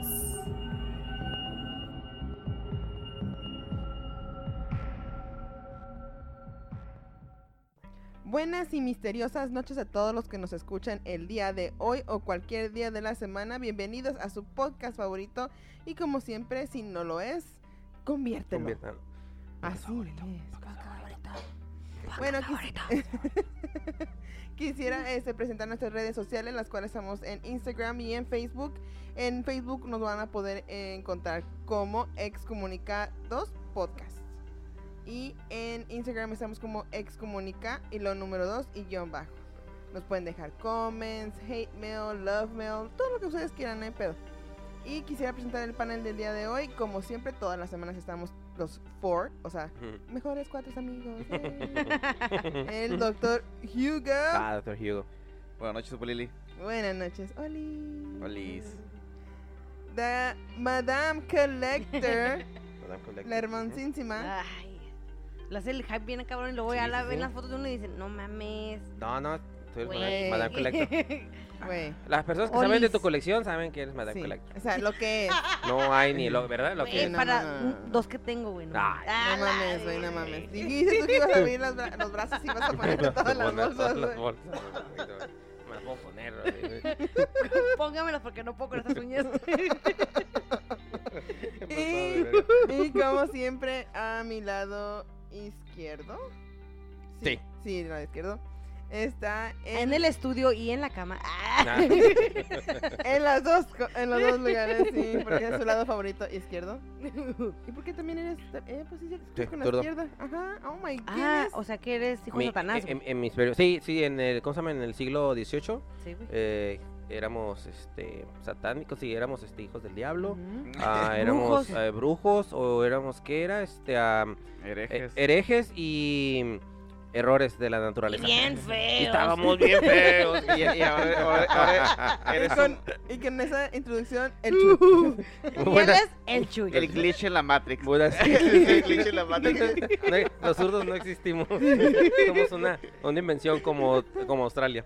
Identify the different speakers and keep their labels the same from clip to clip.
Speaker 1: excomunicados.
Speaker 2: Buenas y misteriosas noches a todos los que nos escuchan el día de hoy o cualquier día de la semana. Bienvenidos a su podcast favorito y como siempre, si no lo es, conviértelo.
Speaker 3: Conviertan.
Speaker 2: Así es, podcast favorito. eh. Bueno, quis- quisiera este, presentar nuestras redes sociales, las cuales estamos en Instagram y en Facebook. En Facebook nos van a poder eh, encontrar como Excomunicados Podcast. Y en Instagram estamos como Excomunica y lo número 2 y guión bajo. Nos pueden dejar comments, hate mail, love mail, todo lo que ustedes quieran, no hay pedo. Y quisiera presentar el panel del día de hoy. Como siempre, todas las semanas estamos los four, o sea,
Speaker 3: Mm.
Speaker 2: Mejores cuatro amigos. ¡eh! El doctor Hugo.
Speaker 3: Ah, doctor Hugo.
Speaker 4: Buenas noches, Upulili.
Speaker 2: Buenas noches, Oli.
Speaker 4: Olis.
Speaker 2: Da- Madame Collector,
Speaker 3: Madame Collector.
Speaker 2: la hermosísima.
Speaker 3: Ah.
Speaker 1: Ay, lo hace el hype bien cabrón y luego ya
Speaker 3: Sí,
Speaker 1: la
Speaker 3: sí,
Speaker 1: ven
Speaker 3: sí.
Speaker 1: las fotos de uno y dicen, no mames.
Speaker 3: No, no, tú eres
Speaker 1: güey".
Speaker 3: Madame- Madame Collector.
Speaker 2: Güey.
Speaker 3: Las personas que
Speaker 1: Olis.
Speaker 3: saben de tu colección saben que eres Madame
Speaker 2: Sí,
Speaker 3: Collector.
Speaker 2: O sea, lo que es.
Speaker 3: No hay ni lo, ¿verdad? Lo
Speaker 1: Güey,
Speaker 3: que es.
Speaker 2: no,
Speaker 1: para
Speaker 2: no, no, no.
Speaker 1: dos que tengo, güey.
Speaker 3: Ay,
Speaker 1: Ah,
Speaker 2: No
Speaker 1: la
Speaker 2: mames, güey, no
Speaker 1: verga.
Speaker 2: mames. Dijiste tú que ibas a abrir las bra- los brazos y ibas a poner todas las
Speaker 3: Todas
Speaker 2: bolsas,
Speaker 3: las
Speaker 2: güey.
Speaker 3: bolsas, güey. Me las puedo poner. güey.
Speaker 1: Póngamelas porque no puedo con estas uñas.
Speaker 2: Y como siempre, a mi lado izquierdo.
Speaker 3: Sí. Ah,
Speaker 2: Sí, lado izquierdo. Está
Speaker 1: en el estudio y en la cama. Ah.
Speaker 3: Nah.
Speaker 2: En, las dos, co- en los dos lugares, sí, porque es su lado favorito izquierdo. ¿Y por qué también eres? Eh, pues sí, sí,
Speaker 3: Sí,
Speaker 2: con la
Speaker 3: zurdo.
Speaker 2: izquierda. Ajá, oh my god.
Speaker 1: Ah, o sea que eres hijo
Speaker 3: Mi- eh,
Speaker 1: de Satanás.
Speaker 3: en,
Speaker 1: güey.
Speaker 3: en mis periodos- Sí, sí, en el, ¿cómo se llama? En el siglo XVIII
Speaker 1: Sí, güey.
Speaker 3: eh, éramos este, satánicos, sí, éramos este, hijos del diablo.
Speaker 2: Ujú.
Speaker 3: Ah, éramos
Speaker 1: Brujos.
Speaker 3: eh, brujos o éramos qué era este am, eh,
Speaker 4: Herejes.
Speaker 3: herejes y mm, errores de la
Speaker 1: Y
Speaker 3: naturaleza.
Speaker 1: bien
Speaker 3: Y
Speaker 1: feo.
Speaker 3: estábamos bien feos. eh, y, y ahora, ahora- ahora
Speaker 2: Y
Speaker 4: Eres
Speaker 2: con, y con esa introducción, el chu.
Speaker 3: buenas-
Speaker 1: el chuy.
Speaker 4: el glitch en la Matrix.
Speaker 3: buenas-
Speaker 4: el glitch en la Matrix.
Speaker 3: No hay- los zurdos no existimos. Somos una, una invención como, como Australia.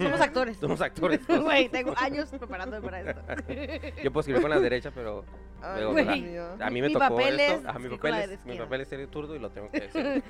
Speaker 1: Somos actores.
Speaker 3: Somos actores. pues.
Speaker 1: Güey, tengo años preparándome para esto.
Speaker 3: Yo puedo escribir con la derecha, pero
Speaker 2: Ay,
Speaker 3: Luego,
Speaker 2: Dios
Speaker 1: güey.
Speaker 2: mío.
Speaker 3: a mí
Speaker 1: Mi-
Speaker 3: me
Speaker 1: mi
Speaker 3: tocó
Speaker 1: papel es
Speaker 3: esto. A mi
Speaker 1: escribir con
Speaker 3: papel
Speaker 1: la
Speaker 3: es, mi
Speaker 1: izquierda.
Speaker 3: papel es ser zurdo y lo tengo que decir.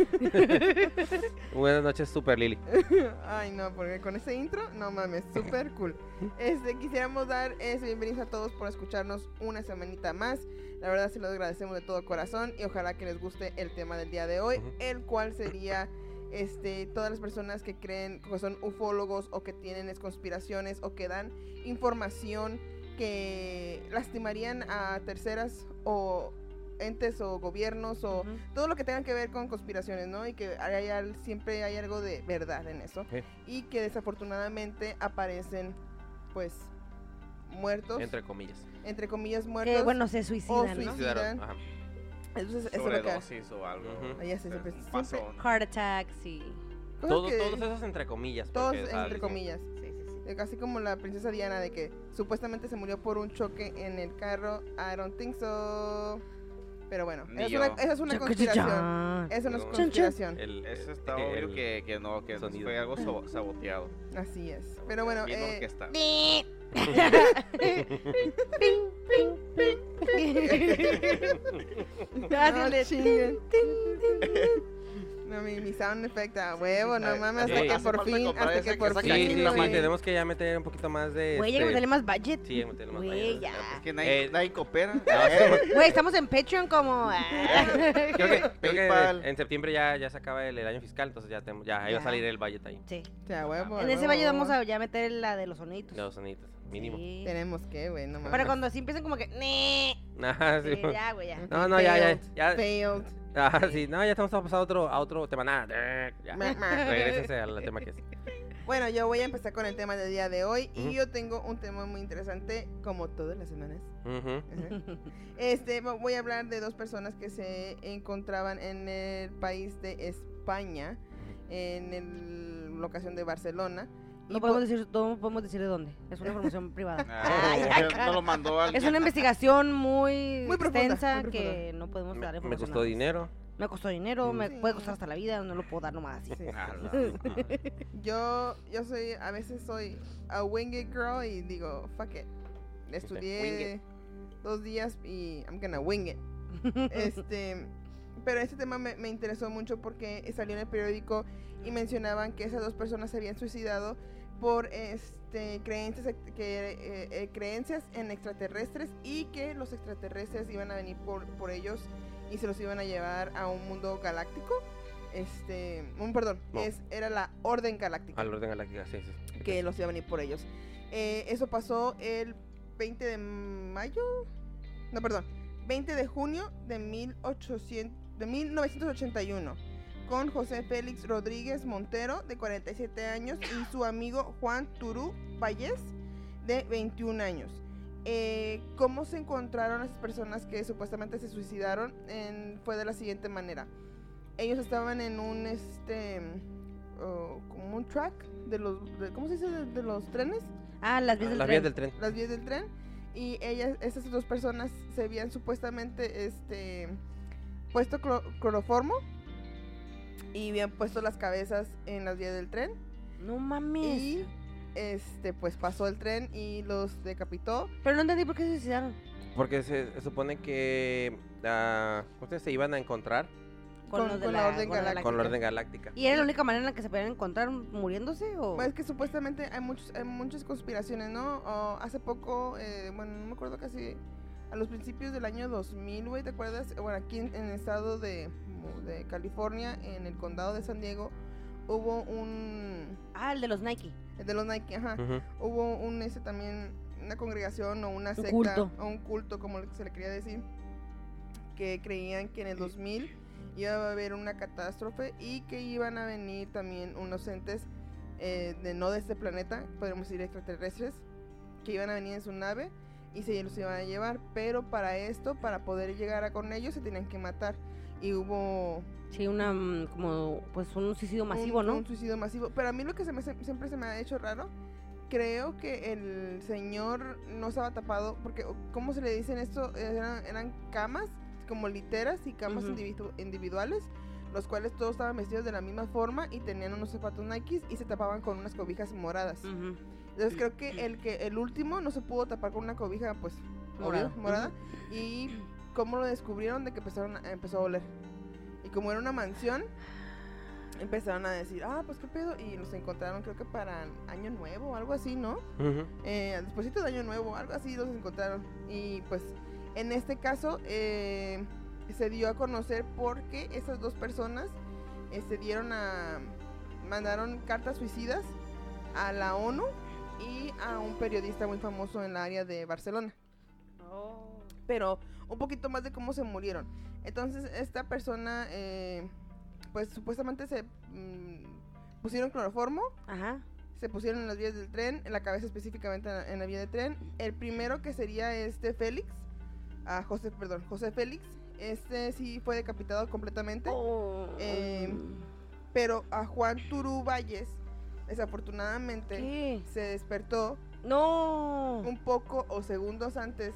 Speaker 3: Buenas noches, Super Lily.
Speaker 2: Ay, no, porque con ese intro, no mames, súper cool. Este, quisiéramos dar ese bienvenidos a todos por escucharnos una semanita más. La verdad se los agradecemos de todo corazón y ojalá que les guste el tema del día de hoy,
Speaker 3: Ujú.
Speaker 2: el cual sería este, todas las personas que creen que son ufólogos o que tienen es conspiraciones o que dan información que lastimarían a terceras o entes o gobiernos o
Speaker 1: Ujú.
Speaker 2: todo lo que tenga que ver con conspiraciones, ¿no? Y que hay al- siempre hay algo de verdad en eso.
Speaker 3: Sí.
Speaker 2: Y que desafortunadamente aparecen, pues, muertos, entre,
Speaker 3: Entre comillas.
Speaker 2: comillas muertos.
Speaker 1: Que Eh, bueno, se
Speaker 2: o
Speaker 1: suicidan, ¿no?
Speaker 2: suicidio.
Speaker 3: Suicidaron. Ajá.
Speaker 2: Entonces, eso es lo que
Speaker 4: Sobredosis o algo.
Speaker 3: Ujú.
Speaker 2: Ah, ya sé,
Speaker 4: Eh,
Speaker 2: siempre-
Speaker 4: un
Speaker 2: siempre-
Speaker 4: pasón.
Speaker 1: Heart attacks y.
Speaker 2: cosas
Speaker 3: Todo-
Speaker 2: que-
Speaker 3: Todos esos entre comillas.
Speaker 2: todos
Speaker 3: porque, ah,
Speaker 2: entre
Speaker 3: sí.
Speaker 2: comillas.
Speaker 1: Sí, sí, sí.
Speaker 2: Eh, Así como la princesa Diana de que supuestamente se murió por un choque en el carro. I don't think so. Pero bueno,
Speaker 4: Ni
Speaker 2: esa es,
Speaker 4: yo.
Speaker 2: una, esa es una conspiración. Eso no es
Speaker 3: Chan, chan.
Speaker 2: conspiración.
Speaker 3: El-
Speaker 4: Eso
Speaker 3: el-
Speaker 4: está
Speaker 3: el-
Speaker 4: obvio que, que no, que
Speaker 3: sonido.
Speaker 4: fue algo so- saboteado.
Speaker 2: Así es. Pero bueno,
Speaker 4: Bien
Speaker 2: eh,
Speaker 4: orquestado.
Speaker 2: No,
Speaker 1: Gracias,
Speaker 2: chinguen. No, mi, mi sound effect a huevo, no
Speaker 4: Ay,
Speaker 2: mames,
Speaker 3: hace-
Speaker 2: hasta que
Speaker 3: hace
Speaker 2: por
Speaker 4: falta
Speaker 2: fin,
Speaker 4: comprar
Speaker 2: hasta
Speaker 4: esa
Speaker 2: que
Speaker 4: que
Speaker 2: por
Speaker 4: saca
Speaker 3: Sí,
Speaker 2: fin.
Speaker 3: sí, sí,
Speaker 4: la
Speaker 2: güey.
Speaker 4: máquina.
Speaker 3: tenemos que ya meter un poquito más de.
Speaker 1: Güey, ya que
Speaker 3: este,
Speaker 1: meterle más budget.
Speaker 3: Sí, hay que meterle más
Speaker 1: Güey,
Speaker 3: budget.
Speaker 1: ya.
Speaker 4: Es que nadie,
Speaker 3: Eh,
Speaker 4: nadie coopera.
Speaker 1: Güey, estamos en Patreon como. ah.
Speaker 3: Creo que, creo que eh,
Speaker 4: PayPal.
Speaker 3: en septiembre ya, ya se acaba el, el año fiscal, entonces ya, tenemos- ya, ahí
Speaker 1: Ya.
Speaker 3: va a salir el budget ahí.
Speaker 1: Sí.
Speaker 2: O sea, a huevo, a
Speaker 1: En ese
Speaker 2: huevo,
Speaker 1: valle
Speaker 2: huevo.
Speaker 1: vamos a ya meter la de los sonitos.
Speaker 3: Los sonitos, mínimo.
Speaker 1: Sí.
Speaker 2: Tenemos que, güey, no mames.
Speaker 1: Para cuando así empiecen como que. "Nee".
Speaker 3: Ajá, Ah, sí.
Speaker 1: Sí, Ya, güey, ya.
Speaker 3: No, no, ya, ya.
Speaker 2: Failed.
Speaker 3: ya
Speaker 2: Failed.
Speaker 3: ajá, sí, no, ya estamos a pasar a otro, a otro tema. Nada, ya.
Speaker 2: Ma, ma.
Speaker 3: Regrésense al tema que es.
Speaker 2: Bueno, yo voy a empezar con el tema del día de hoy y
Speaker 3: Ujú.
Speaker 2: yo tengo un tema muy interesante, como todas las semanas.
Speaker 3: Ujú.
Speaker 2: Ajá. Este, vo- voy a hablar de dos personas que se encontraban en el país de España, en el- locación de Barcelona.
Speaker 1: No
Speaker 2: y po-
Speaker 1: podemos decir, no podemos decir de dónde. Es una información privada.
Speaker 4: Ay,
Speaker 1: Ay,
Speaker 4: no lo mandó
Speaker 3: Ah,
Speaker 4: alguien.
Speaker 1: Es
Speaker 4: Ah,
Speaker 1: una investigación muy,
Speaker 2: Muy profunda,
Speaker 1: extensa
Speaker 2: muy
Speaker 1: que no podemos dar
Speaker 3: Me, me
Speaker 1: información
Speaker 3: costó
Speaker 1: nada más.
Speaker 3: dinero. Mm.
Speaker 1: Me costó dinero, me
Speaker 2: Sí.
Speaker 1: puede costar hasta la vida, no lo puedo dar nomás así.
Speaker 2: Sí.
Speaker 4: Ah, la-
Speaker 2: Yo, yo soy, a veces soy a winged girl y digo, fuck it. Estudié dos días y I'm gonna wing it. Este, pero este tema me, me interesó mucho porque salió en el periódico y mencionaban que esas dos personas se habían suicidado por este, creencias, ex- que, eh, eh, creencias en extraterrestres y que los extraterrestres iban a venir por, por ellos y se los iban a llevar a un mundo galáctico. Este, un perdón,
Speaker 3: No.
Speaker 2: es, era la Orden Galáctica
Speaker 3: Al orden galáctica, sí, sí. sí.
Speaker 2: que los iba a venir por ellos. Eh, eso pasó el 20 de mayo. No, perdón. 20 de junio de, 1800, de 1981. Con José Félix Rodríguez Montero, de 47 años, y su amigo Juan Turú Valles, de 21 años. Eh, ¿Cómo se encontraron las personas que supuestamente se suicidaron? En- fue de la siguiente manera. Ellos estaban en un este oh, como un track de los de- ¿cómo se dice? de, de los trenes,
Speaker 1: Ah, las vías del
Speaker 3: Las
Speaker 1: tren.
Speaker 3: vías del tren.
Speaker 2: las vías del tren y ellas esas dos personas se habían supuestamente este puesto clo- cloroformo y habían puesto las cabezas en las vías del tren
Speaker 1: No mames.
Speaker 2: y este pues pasó el tren y los decapitó.
Speaker 1: Pero no entendí por qué se suicidaron.
Speaker 3: Porque se, se supone que ah, ustedes se iban a encontrar
Speaker 1: Con,
Speaker 2: Con-
Speaker 1: los de
Speaker 2: con la Orden
Speaker 1: con
Speaker 2: Galáctica.
Speaker 3: con la orden galáctica.
Speaker 1: ¿Y era la única manera en la que se podían encontrar muriéndose? o
Speaker 2: Pues que supuestamente hay muchos, hay muchas conspiraciones, ¿no? O hace poco, eh, bueno, no me acuerdo casi, a los principios del año 2000, güey, ¿te acuerdas? Bueno, aquí en, en el estado de, de California, en el condado de San Diego, hubo un...
Speaker 1: Ah, el de los Nike.
Speaker 2: el de los Nike, ajá.
Speaker 3: Ujú.
Speaker 2: Hubo un, ese también, una congregación o una secta,
Speaker 1: culto.
Speaker 2: o un culto, como se le quería decir, que creían que en el 2000 iba a haber una catástrofe y que iban a venir también unos entes eh, de no de este planeta, podemos decir extraterrestres, que iban a venir en su nave y se los iban a llevar, pero para esto, para poder llegar a con ellos, se tenían que matar. Y hubo
Speaker 1: Sí, una mm, como pues un suicidio masivo,
Speaker 2: un,
Speaker 1: ¿no?
Speaker 2: un suicidio masivo. Pero a mí lo que se me- se- siempre se me ha hecho raro, creo que el señor no estaba tapado, porque o- ¿cómo se le dicen esto? Eran, eran camas, como literas y camas
Speaker 1: Ujú.
Speaker 2: individu- individuales, los cuales todos estaban vestidos de la misma forma y tenían unos zapatos Nike y se tapaban con unas cobijas moradas.
Speaker 1: Ujú.
Speaker 2: Entonces creo que el que el último no se pudo tapar con una cobija pues
Speaker 1: Morada.
Speaker 2: morada, morada y cómo lo descubrieron de que empezaron a- empezó a oler. Y como era una mansión empezaron a decir, "Ah, pues qué pedo" y los encontraron creo que para Año Nuevo o algo así, ¿no?
Speaker 3: Ujú.
Speaker 2: Eh, despuésito de Año Nuevo, algo así los encontraron y pues en este caso eh, se dio a conocer porque esas dos personas eh, se dieron a mandaron cartas suicidas a la ONU y a un periodista muy famoso en la área de Barcelona. Pero un poquito más de cómo se murieron. Entonces esta persona, eh, pues supuestamente se mm, pusieron cloroformo,
Speaker 1: Ajá.
Speaker 2: se pusieron en las vías del tren, en la cabeza específicamente en la, en la vía de tren. El primero que sería este Félix, ah, José, perdón, José Félix, este sí fue decapitado completamente.
Speaker 1: Oh,
Speaker 2: Eh,
Speaker 1: mm,
Speaker 2: Pero a Juan Turú Valles, desafortunadamente,
Speaker 1: ¿Qué?
Speaker 2: se despertó
Speaker 1: No.
Speaker 2: un poco o segundos antes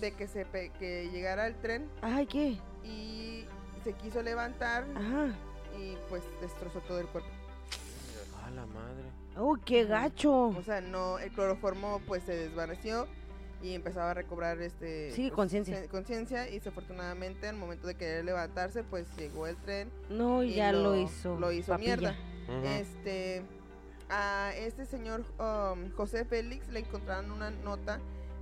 Speaker 2: de que, se pe- que llegara el tren
Speaker 1: Ay, ¿qué?
Speaker 2: y se quiso levantar
Speaker 1: Ajá.
Speaker 2: y pues destrozó todo el cuerpo.
Speaker 3: A la madre.
Speaker 1: Oh, qué gacho.
Speaker 2: O sea, no, el cloroformo pues se desvaneció y empezaba a recobrar este...
Speaker 1: Sí,
Speaker 2: pues,
Speaker 1: conciencia.
Speaker 2: se- Conciencia y desafortunadamente al momento de querer levantarse pues llegó el tren.
Speaker 1: No,
Speaker 2: y
Speaker 1: ya lo, hizo.
Speaker 2: Lo hizo
Speaker 1: papilla.
Speaker 2: mierda.
Speaker 3: Ujú.
Speaker 2: Este, a este señor um, José Félix le encontraron una nota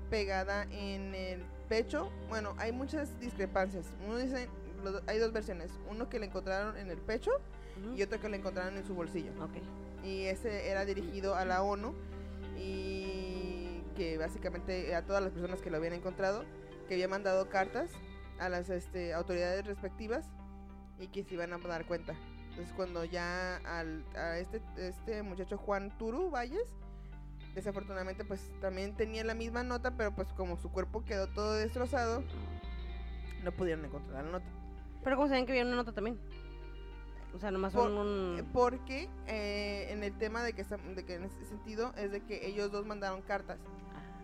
Speaker 2: pegada en el pecho. Bueno, hay muchas discrepancias. Uno dice, los- hay dos versiones. Uno que le encontraron en el pecho
Speaker 1: Ujú.
Speaker 2: y otro que le encontraron en su bolsillo.
Speaker 1: Ok.
Speaker 2: Y ese era dirigido a la ONU y que básicamente a todas las personas que lo habían encontrado, que había mandado cartas a las este, autoridades respectivas y que se iban a dar cuenta. Entonces cuando ya al, a este, este muchacho Juan Turu Valles, desafortunadamente pues también tenía la misma nota, pero pues como su cuerpo quedó todo destrozado, no pudieron encontrar la nota.
Speaker 1: Pero ¿cómo saben que vieron una nota también? O sea, nomás
Speaker 2: Por-
Speaker 1: son un...
Speaker 2: Eh, Porque eh, en el tema de que, esta- de que en ese sentido es de que ellos dos mandaron cartas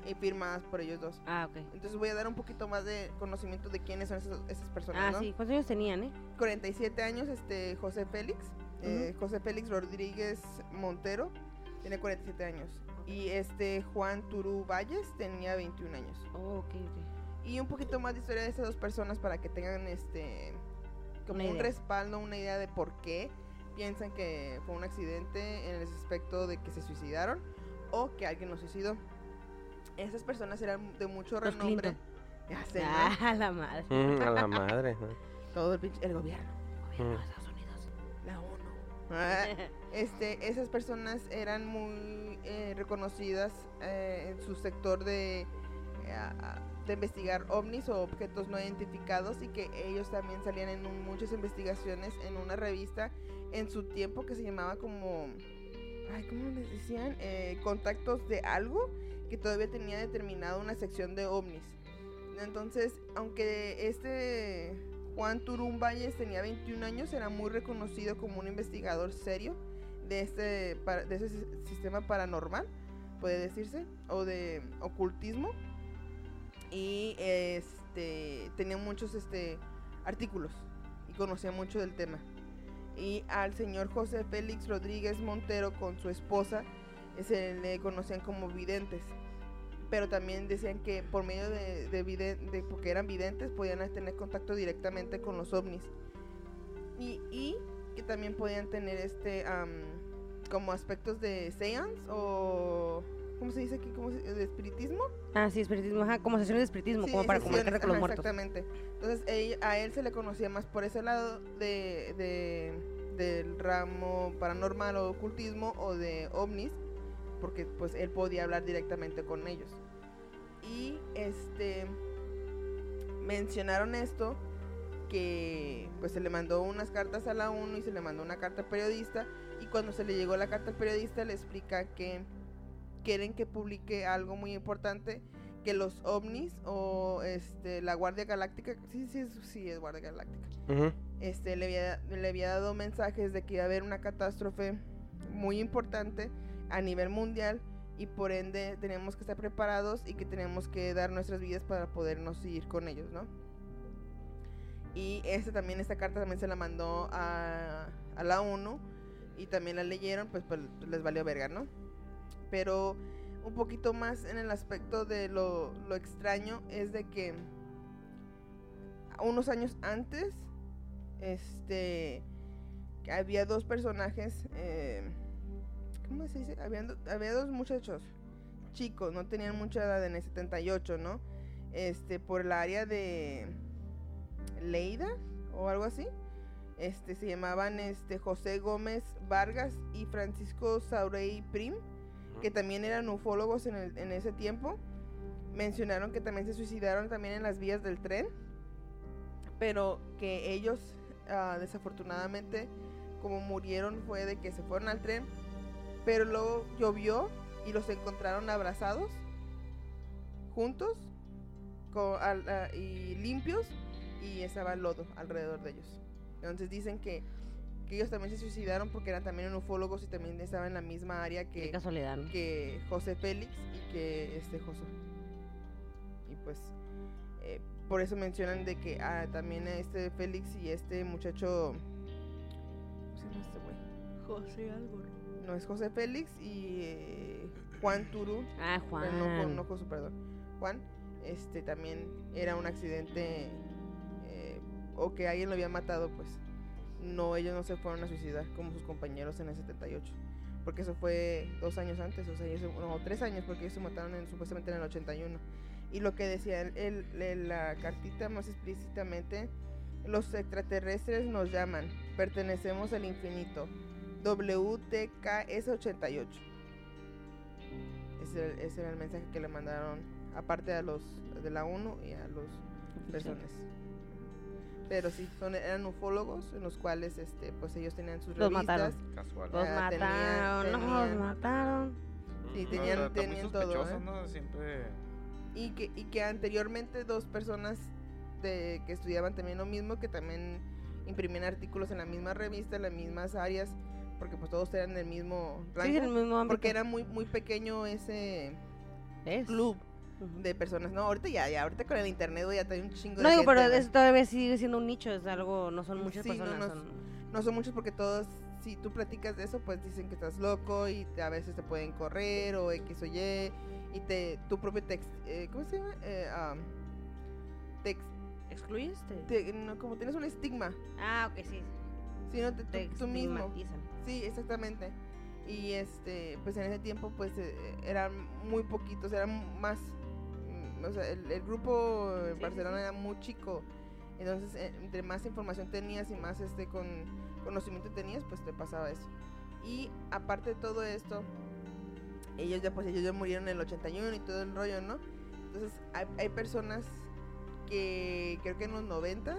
Speaker 2: y firmadas por ellos dos.
Speaker 1: Ah, ok.
Speaker 2: Entonces voy a dar un poquito más de conocimiento de quiénes son esas, esas personas,
Speaker 1: Ah,
Speaker 2: ¿no?
Speaker 1: sí. ¿Cuántos años tenían, eh?
Speaker 2: 47 años, este, José Félix, eh, José Félix Rodríguez Montero, Tiene 47 años. Y este Juan Turú Valles tenía 21 años.
Speaker 1: Oh, ok, ok.
Speaker 2: Y un poquito más de historia de estas dos personas para que tengan este como
Speaker 1: Una
Speaker 2: un
Speaker 1: idea.
Speaker 2: respaldo, una idea de por qué piensan que fue un accidente en el aspecto de que se suicidaron o que alguien los suicidó. Esas personas eran de mucho
Speaker 1: Los
Speaker 2: renombre. Ya sé, ¿no?
Speaker 1: Ah, la madre.
Speaker 3: Mm, a la madre. ¿no?
Speaker 2: Todo el pinche- el gobierno,
Speaker 1: Gobierno de Estados Unidos.
Speaker 2: la ONU. Ah, este, esas personas eran muy eh, reconocidas eh, en su sector de, eh, a- de investigar ovnis o objetos no identificados y que ellos también salían en un- muchas investigaciones en una revista en su tiempo que se llamaba como, ay, ¿cómo les decían? Eh, contactos de algo que todavía tenía determinada una sección de ovnis. Entonces, aunque este Juan Turún Valles tenía 21 años, era muy reconocido como un investigador serio de este para- de ese sis- sistema paranormal, puede decirse, o de ocultismo. Y este tenía muchos este artículos y conocía mucho del tema. Y al señor José Félix Rodríguez Montero con su esposa eh, se le conocían como videntes. Pero también decían que por medio de, de viden- de- porque eran videntes, podían tener contacto directamente con los ovnis. Y, y que también podían tener este am, como aspectos de seance o ¿cómo se dice aquí? ¿Cómo se- de espiritismo.
Speaker 1: Ah, sí, espiritismo. Ajá, como sesiones de espiritismo,
Speaker 2: Sí,
Speaker 1: como para
Speaker 2: sesiones,
Speaker 1: comunicarte con los
Speaker 2: ajá,
Speaker 1: muertos.
Speaker 2: Exactamente. Entonces él- a él se le conocía más por ese lado de, de- del ramo paranormal o ocultismo o de ovnis, porque pues él podía hablar directamente con ellos. Y este mencionaron esto que pues se le mandó unas cartas a la ONU y se le mandó una carta al periodista y cuando se le llegó la carta al periodista le explica que quieren que publique algo muy importante que los ovnis o este la Guardia Galáctica, sí, sí, es- sí es Guardia Galáctica.
Speaker 3: Ujú.
Speaker 2: Este le había, le había dado mensajes de que iba a haber una catástrofe muy importante a nivel mundial y por ende tenemos que estar preparados y que tenemos que dar nuestras vidas para podernos ir con ellos, ¿no? Y esta también, esta carta también se la mandó a, a la ONU y también la leyeron, pues, pues, les valió verga, ¿no? Pero un poquito más en el aspecto de lo, lo extraño es de que unos años antes, este, había dos personajes, eh, ¿cómo se dice? Habían do- había dos muchachos chicos, no tenían mucha edad en el 78, ¿no? Este, por el área de Leida o algo así. Este, se llamaban este, José Gómez Vargas y Francisco Saurey Prim, que también eran ufólogos en, el- en ese tiempo. Mencionaron que también se suicidaron también en las vías del tren, pero que ellos ah, desafortunadamente como murieron fue de que se fueron al tren, pero luego llovió y los encontraron abrazados, juntos co- al- ah, y limpios y estaba lodo alrededor de ellos. Entonces dicen que, que ellos también se suicidaron porque eran también ufólogos y también estaban en la misma área
Speaker 1: Qué
Speaker 2: que,
Speaker 1: casualidad. ¿no?
Speaker 2: que José Félix y que este José. Y pues eh, por eso mencionan de que ah, también a este Félix y este muchacho ¿cómo se llama este güey?
Speaker 1: José Álvaro.
Speaker 2: No es José Félix y eh, Juan Turu,
Speaker 1: Ah,
Speaker 2: pero no,
Speaker 1: Juan.
Speaker 2: con- no con su perdón. Juan, este también era un accidente eh, o que alguien lo había matado, pues. No, ellos no se fueron a suicidar como sus compañeros en el 78. Porque eso fue dos años antes, o sea, ellos, se- no, tres años, porque ellos se mataron en- supuestamente en el 81. Y lo que decía el- el- el- la cartita más explícitamente, los extraterrestres nos llaman, pertenecemos al infinito. WTKS88. Ese, era- ese era el mensaje que le mandaron, aparte a los de la ONU y a los personas. Pero sí, son, eran ufólogos en los cuales este, pues ellos tenían sus
Speaker 1: Los mataron.
Speaker 2: revistas.
Speaker 4: Casual.
Speaker 1: Los
Speaker 2: Ah, tenía-
Speaker 1: mataron,
Speaker 2: tenía-
Speaker 1: los mataron.
Speaker 2: Sí,
Speaker 4: No,
Speaker 2: tenían-
Speaker 4: pero está muy
Speaker 2: tenían todo,
Speaker 4: sospechoso,
Speaker 2: ¿eh?
Speaker 4: ¿no? Siempre.
Speaker 2: Y que, y que anteriormente dos personas de, que estudiaban también lo mismo, que también imprimían artículos en la misma revista, en las mismas áreas, porque pues todos eran del mismo rango.
Speaker 1: Sí, en el mismo ámbito.
Speaker 2: porque era muy, muy pequeño ese
Speaker 1: Es.
Speaker 2: club
Speaker 1: Ujú.
Speaker 2: de personas. No, ahorita ya, ya, ahorita con el internet, güey, ya hay un chingo
Speaker 1: No
Speaker 2: de
Speaker 1: digo,
Speaker 2: gente,
Speaker 1: pero
Speaker 2: ¿no?
Speaker 1: eso todavía sigue siendo un nicho, es algo, no son muchas
Speaker 2: Sí, no,
Speaker 1: personas.
Speaker 2: no
Speaker 1: son-
Speaker 2: No son muchos porque todos si tú platicas de eso, pues dicen que estás loco y te- a veces te pueden correr o X o Y. Y te, tu propio text. eh, ¿Cómo se llama? Eh, am, text,
Speaker 1: ¿Excluiste?
Speaker 2: te- no, como tienes un estigma.
Speaker 1: Ah, ok, sí.
Speaker 2: Si no, te,
Speaker 1: Te
Speaker 2: tú, tú mismo.
Speaker 1: estigmatizan.
Speaker 2: Sí, exactamente. Y este, pues en ese tiempo, pues eh, eran muy poquitos, eran más. mm, O sea, el, el grupo en
Speaker 1: Sí, sí,
Speaker 2: Barcelona
Speaker 1: sí.
Speaker 2: era muy chico. Entonces, eh, entre más información tenías y más este con conocimiento tenías, pues te pasaba eso. Y aparte de todo esto, ellos ya pues ellos ya murieron en el 81 y todo el rollo, ¿no? Entonces, hay, hay personas que creo que en los 90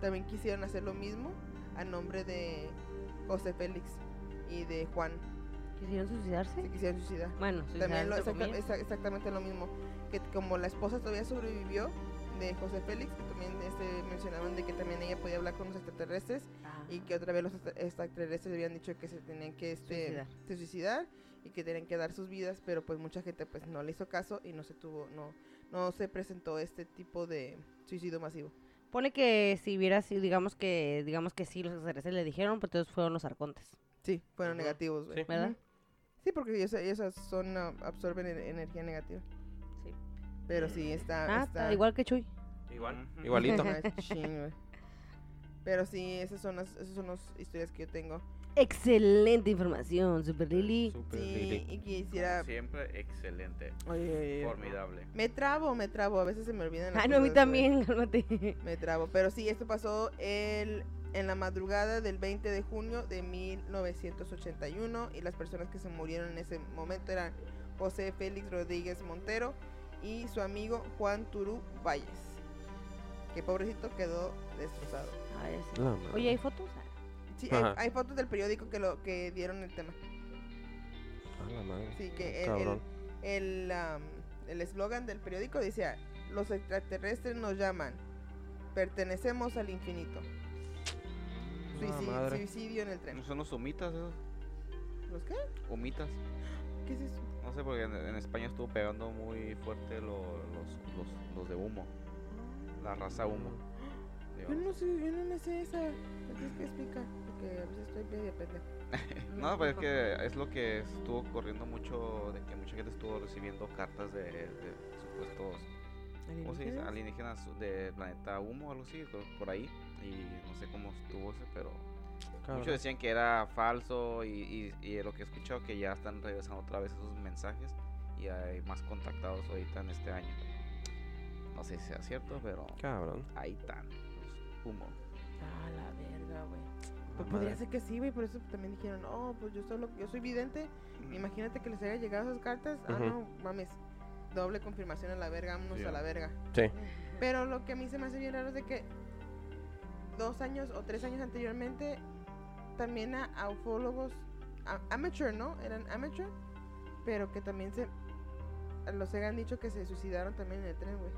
Speaker 2: también quisieron hacer lo mismo a nombre de José Félix y de Juan.
Speaker 1: ¿Quisieron
Speaker 2: Se
Speaker 1: suicidarse?
Speaker 2: quisieron suicidar.
Speaker 1: Bueno,
Speaker 2: También lo-
Speaker 1: suicidarse
Speaker 2: exacta-
Speaker 1: comillas.
Speaker 2: exa- exactamente lo mismo. Que como la esposa todavía sobrevivió de José Félix, que también este, mencionaban de que también ella podía hablar con los extraterrestres
Speaker 1: Ah.
Speaker 2: y que otra vez los extra- extraterrestres habían dicho que se tenían que este,
Speaker 1: Suicidar.
Speaker 2: se suicidar y que tenían que dar sus vidas, pero pues mucha gente pues no le hizo caso y no se tuvo, no, no se presentó este tipo de suicidio masivo.
Speaker 1: Pone que si hubiera sido, digamos que, digamos que sí, los extraterrestres le dijeron, pues entonces fueron los arcontes,
Speaker 2: Sí, fueron
Speaker 3: Ujú.
Speaker 2: negativos, güey.
Speaker 3: Sí.
Speaker 1: ¿verdad?
Speaker 2: Ujú. Sí, porque ellos, ellos son, ah, absorben en- energía negativa.
Speaker 1: Sí.
Speaker 2: Pero sí, está...
Speaker 1: Ah,
Speaker 2: está-
Speaker 1: está igual que Chuy.
Speaker 3: Igual,
Speaker 4: Ujú.
Speaker 3: igualito.
Speaker 2: está machín, güey. Pero sí, esas son las, esas son las historias que yo tengo.
Speaker 1: Excelente información, Super
Speaker 4: Ah,
Speaker 1: Lily.
Speaker 3: Súper
Speaker 2: Sí,
Speaker 3: lili.
Speaker 2: y quisiera...
Speaker 4: Como siempre, excelente.
Speaker 2: Oye, oye, oye.
Speaker 4: Formidable.
Speaker 2: Me trabo, me trabo. A veces se me olvidan las
Speaker 1: Ah, no, a mí
Speaker 2: cosas,
Speaker 1: también,
Speaker 2: güey.
Speaker 1: cálmate.
Speaker 2: Me trabo. Pero sí, esto pasó el, en la madrugada del 20 de junio de 1981 y las personas que se murieron en ese momento eran José Félix Rodríguez Montero y su amigo Juan Turú Valles, que pobrecito quedó destrozado.
Speaker 1: Ay, sí.
Speaker 3: La madre.
Speaker 1: Oye, ¿hay fotos? Ah,
Speaker 2: Sí, hay,
Speaker 3: Ajá.
Speaker 2: hay fotos del periódico que lo que dieron el tema.
Speaker 3: A la madre.
Speaker 2: Sí, que el-
Speaker 3: Cabrón.
Speaker 2: el am, el eslogan del periódico decía, los extraterrestres nos llaman, pertenecemos al infinito.
Speaker 3: Ah,
Speaker 2: Suicid-
Speaker 3: madre.
Speaker 2: suicidio en el tren.
Speaker 4: ¿No son los humitas esos?
Speaker 2: ¿Los qué?
Speaker 4: Humitas.
Speaker 2: ¿Qué es eso?
Speaker 4: No sé, porque en, en España estuvo pegando muy fuerte lo- los, los, los de humo. La raza humo. Digo,
Speaker 2: Yo no sé, yo no me sé esa. Me tienes que explicar, porque a veces estoy medio pendeja.
Speaker 4: No, pero es que es lo que estuvo corriendo mucho, de que mucha gente estuvo recibiendo cartas de, de supuestos ¿Cómo se dice?
Speaker 2: ¿Alienígenas?
Speaker 4: Alienígenas de planeta humo o algo así, por- por ahí. Y no sé cómo estuvo ese, pero muchos
Speaker 3: Cabrón.
Speaker 4: decían que era falso y, y, y lo que he escuchado que ya están regresando otra vez esos mensajes y hay más contactados ahorita en este año. No sé si sea cierto, pero
Speaker 3: Cabrón.
Speaker 4: ahí están los humo.
Speaker 2: Ah, la verga, güey.
Speaker 3: La
Speaker 2: Pues podría
Speaker 3: madre.
Speaker 2: ser que sí, güey, por eso también dijeron, oh, pues yo solo, yo soy vidente, imagínate que les haya llegado esas cartas, ah,
Speaker 3: Ujú.
Speaker 2: no, mames, doble confirmación a la verga, vámonos
Speaker 4: Sí.
Speaker 2: a la verga.
Speaker 3: Sí.
Speaker 2: Pero lo que a mí se me hace bien raro es de que dos años o tres años anteriormente, también a, a ufólogos, a- amateur, ¿no? Eran amateur, pero que también se, los hayan dicho que se suicidaron también en el tren, güey.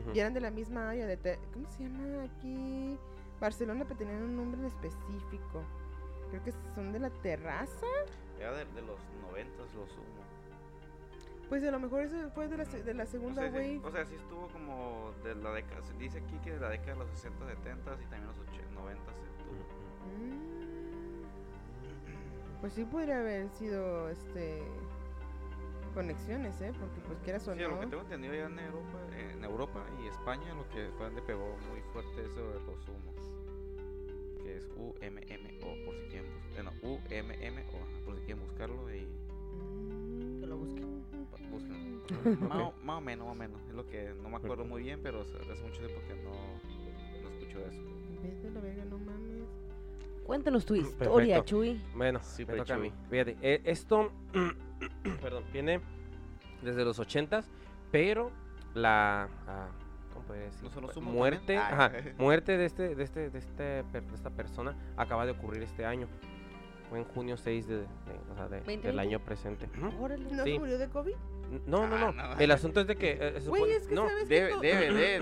Speaker 3: Ujú.
Speaker 2: Y eran de la misma área de... Te- ¿Cómo se llama aquí? Barcelona, pero tenían un nombre en específico. Creo que son de la terraza.
Speaker 4: Era de, de los noventas los humo.
Speaker 2: Pues a lo mejor eso fue de la, se- de la segunda
Speaker 4: No sé, sí,
Speaker 2: wave.
Speaker 4: O sea, sí estuvo como de la década, se dice aquí que de la década de los 60, 70 y también los 80, 90 se estuvo.
Speaker 3: Ujú.
Speaker 2: Mm. Pues sí podría haber sido, este... Conexiones, ¿eh? Porque pues quieras o
Speaker 4: Sí, a lo que
Speaker 2: no...
Speaker 4: tengo entendido ya en Europa, en Europa y España, lo que fue donde pegó muy fuerte eso de los humos. Que es UMMO, por si quieren buscarlo. Bueno, UMMO, ajá, por si quieren buscarlo y
Speaker 2: Mm.
Speaker 1: Que lo busquen.
Speaker 4: bu- búsquenlo.
Speaker 3: Ok.
Speaker 4: más, o- más o menos, más o menos. Es lo que no me acuerdo muy bien, pero hace hace mucho tiempo que no, no escucho eso.
Speaker 2: Vete a la verga, no mames.
Speaker 1: Cuéntanos tu historia,
Speaker 3: Perfecto.
Speaker 1: Chuy.
Speaker 3: Bueno,
Speaker 4: Sí,
Speaker 3: me
Speaker 4: pues,
Speaker 3: toca a
Speaker 4: chuy.
Speaker 3: mí. Fíjate, eh, esto, perdón, viene desde los ochentas, pero la, ah, ¿cómo podría decir?
Speaker 4: ¿No son los
Speaker 3: Pues,
Speaker 4: humos
Speaker 3: muerte,
Speaker 4: también?
Speaker 3: ajá,
Speaker 4: Ay.
Speaker 3: muerte de este, de este, de este, per- de esta persona acaba de ocurrir este año. Fue en junio 6 de, de- o sea, de-
Speaker 1: 2020.
Speaker 3: del año presente. Ujú.
Speaker 1: Órale.
Speaker 2: ¿No
Speaker 3: Sí.
Speaker 2: se murió de COVID?
Speaker 3: No, no, no.
Speaker 4: Ah, no.
Speaker 3: El asunto es de que eh, se
Speaker 2: Güey,
Speaker 3: supone-
Speaker 2: es que
Speaker 3: no,
Speaker 2: sabes que...
Speaker 4: Debe,
Speaker 2: to-
Speaker 4: DVD,
Speaker 2: Güey, es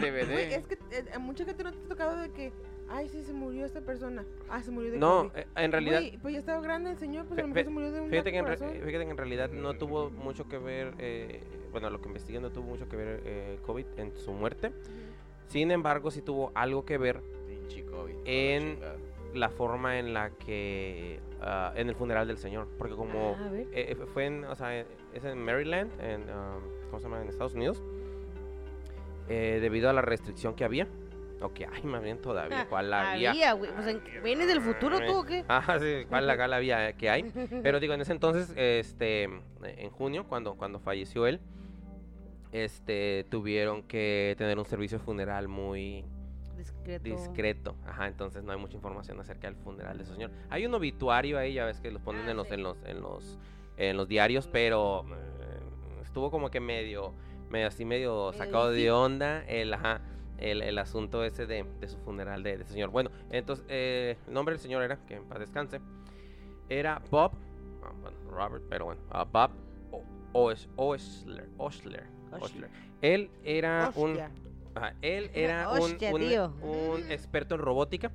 Speaker 4: DVD.
Speaker 2: que eh, a mucha gente no te ha tocado de que, ay, sí, se murió esta persona. Ah, se murió de
Speaker 3: no,
Speaker 2: COVID.
Speaker 3: eh, en realidad
Speaker 2: Güey, pues ya estaba grande el señor, pues a lo
Speaker 3: Fe-
Speaker 2: mejor
Speaker 3: fe-
Speaker 2: se murió de un
Speaker 3: Fíjate
Speaker 2: ataque
Speaker 3: que, en re-
Speaker 2: corazón.
Speaker 3: fíjate que en realidad no tuvo mucho que ver, eh, bueno, lo que investigué no tuvo mucho que ver eh, COVID en su muerte. Sin embargo, sí tuvo algo que ver
Speaker 4: Pinche COVID,
Speaker 3: En-
Speaker 4: la chingada.
Speaker 3: la forma en la que. ah, en el funeral del señor. Porque como.
Speaker 1: Ah, a ver.
Speaker 3: eh, eh, fue en, o sea, eh, es en Maryland, en, um, ¿cómo se llama? En Estados Unidos, eh, debido a la restricción que había, o que hay más bien todavía, ¿cuál la había?
Speaker 1: Había, güey. Pues, ¿en- ¿Vienes del futuro tú o qué?
Speaker 3: Ah, sí, ¿cuál la, cuál la había eh, que hay? Pero digo, en ese entonces, este, en junio, cuando, cuando falleció él, este, tuvieron que tener un servicio funeral muy
Speaker 1: Discreto.
Speaker 3: discreto. Ajá, entonces no hay mucha información acerca del funeral de ese señor. Hay un obituario ahí, ya ves que los ponen
Speaker 1: Ah,
Speaker 3: en los,
Speaker 1: sí.
Speaker 3: en los, en los, en los diarios, pero eh, estuvo como que medio, medio así, medio
Speaker 1: Medio
Speaker 3: sacado de
Speaker 1: difícil.
Speaker 3: onda el, ajá, el, el asunto ese de, de su funeral de, de ese señor. Bueno, entonces, eh, el nombre del señor era, que en paz descanse, era Bob, ah, bueno, Robert, pero bueno, ah, Bob O- Oes- Oesler, Osler, Osler.
Speaker 1: Osler.
Speaker 3: Él era un...
Speaker 1: Hostia.
Speaker 3: Ajá, él era un,
Speaker 1: Hostia,
Speaker 3: un-
Speaker 1: tío.
Speaker 3: un experto en robótica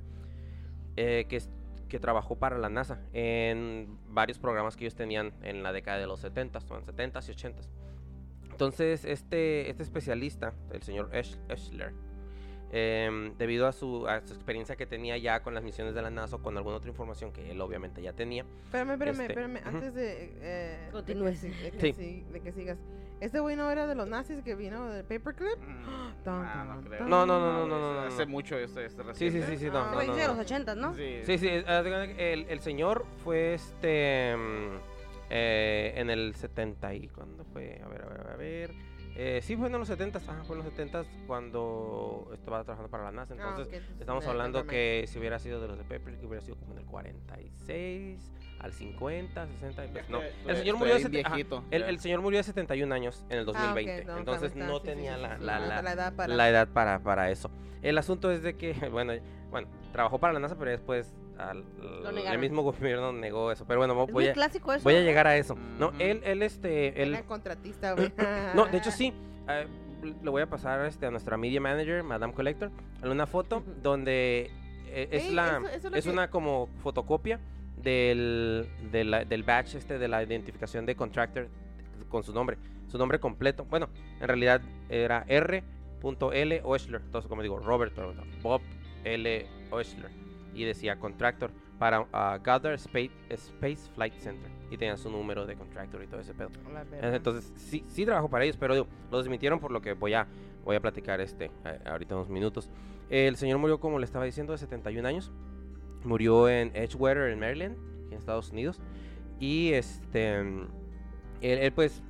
Speaker 3: eh, que, es- que trabajó para la NASA en varios programas que ellos tenían en la década de los 70s, o en 70s y 80s. Entonces, este, este especialista, el señor Esch- Eschler, em, debido a su, a su experiencia que tenía ya con las misiones de la NASA o con alguna otra información que él obviamente ya tenía,
Speaker 2: Espérame, espérame,
Speaker 3: Este,
Speaker 2: espérame.
Speaker 3: ujú.
Speaker 2: Antes de. Eh, de
Speaker 1: Continúes.
Speaker 2: que si- De que,
Speaker 3: Sí.
Speaker 2: si- de que sigas. Este güey no era de los nazis que vino del paperclip. Ah,
Speaker 4: Mm,
Speaker 2: Tan,
Speaker 4: nah,
Speaker 2: tan,
Speaker 4: no, creo.
Speaker 2: tan.
Speaker 3: No, no, no, no,
Speaker 4: güey,
Speaker 3: no,
Speaker 4: eso
Speaker 3: no, no,
Speaker 4: Hace
Speaker 3: no.
Speaker 4: mucho esto es
Speaker 3: Sí, sí,
Speaker 4: reciente.
Speaker 3: sí, sí,
Speaker 2: Ah,
Speaker 3: no. no,
Speaker 1: Güey,
Speaker 3: no,
Speaker 1: Pues de
Speaker 3: no.
Speaker 1: los 80, ¿no?
Speaker 3: Sí, sí, eh, haz de cuenta que el, el señor fue este mm, eh, en el 70 y cuándo fue, a ver, a ver, a ver. Eh, sí, fue en los 70, ajá, fue en los 70 cuando estaba trabajando para la NASA,
Speaker 2: Ah,
Speaker 3: entonces
Speaker 2: ok, entonces,
Speaker 3: estamos
Speaker 2: eh,
Speaker 3: hablando
Speaker 2: nevermind.
Speaker 3: que si hubiera sido de los de Pepper, que hubiera sido como en el 46 al 50, 60, y pues no. El señor murió de
Speaker 4: ese
Speaker 3: sete- ajá,
Speaker 4: viejito.
Speaker 3: El,
Speaker 4: ya.
Speaker 3: el señor murió de 71 años en el
Speaker 2: Ah, ok,
Speaker 3: 2020,
Speaker 2: no,
Speaker 3: entonces
Speaker 2: está-
Speaker 3: no
Speaker 2: sí, sí,
Speaker 3: tenía
Speaker 2: sí,
Speaker 3: la-
Speaker 2: sí,
Speaker 3: la-
Speaker 2: no,
Speaker 3: la,
Speaker 2: la edad para.
Speaker 3: la edad para, para eso. El asunto es de que, bueno, bueno, trabajó para la NASA, pero después al- el
Speaker 1: negaron.
Speaker 3: mismo gobierno negó eso. Pero bueno,
Speaker 1: Es
Speaker 3: voy
Speaker 1: muy
Speaker 3: a,
Speaker 1: clásico eso.
Speaker 3: voy a llegar a eso. No,
Speaker 4: Ujú.
Speaker 3: él, él, este, él,
Speaker 2: Era contratista, güey.
Speaker 3: no, de hecho
Speaker 2: Ah.
Speaker 3: sí. eh, le voy a pasar este, a nuestra media manager, Madame Collector, una foto
Speaker 1: Ujú.
Speaker 3: donde eh, es
Speaker 2: Ey,
Speaker 3: la
Speaker 2: eso- eso es lo
Speaker 3: es
Speaker 2: que-
Speaker 3: una como fotocopia del, de la- del batch este de la identificación de contractor con su nombre, su nombre completo. Bueno, en realidad era R.L. Oesler, entonces como digo, Robert, pero no, Bob L. Oesler y decía contractor para ah, Goddard Space, Space Flight Center y tenía su número de contractor y todo ese pedo.
Speaker 2: La verga.
Speaker 3: Entonces, sí, sí trabajo para ellos, pero digo, lo desmintieron por lo que voy a, voy a platicar este, eh, ahorita unos minutos. El señor murió, como le estaba diciendo, de 71 años. Murió en Edgewater, en Maryland, aquí en Estados Unidos. Y este, mm, él, él, pues,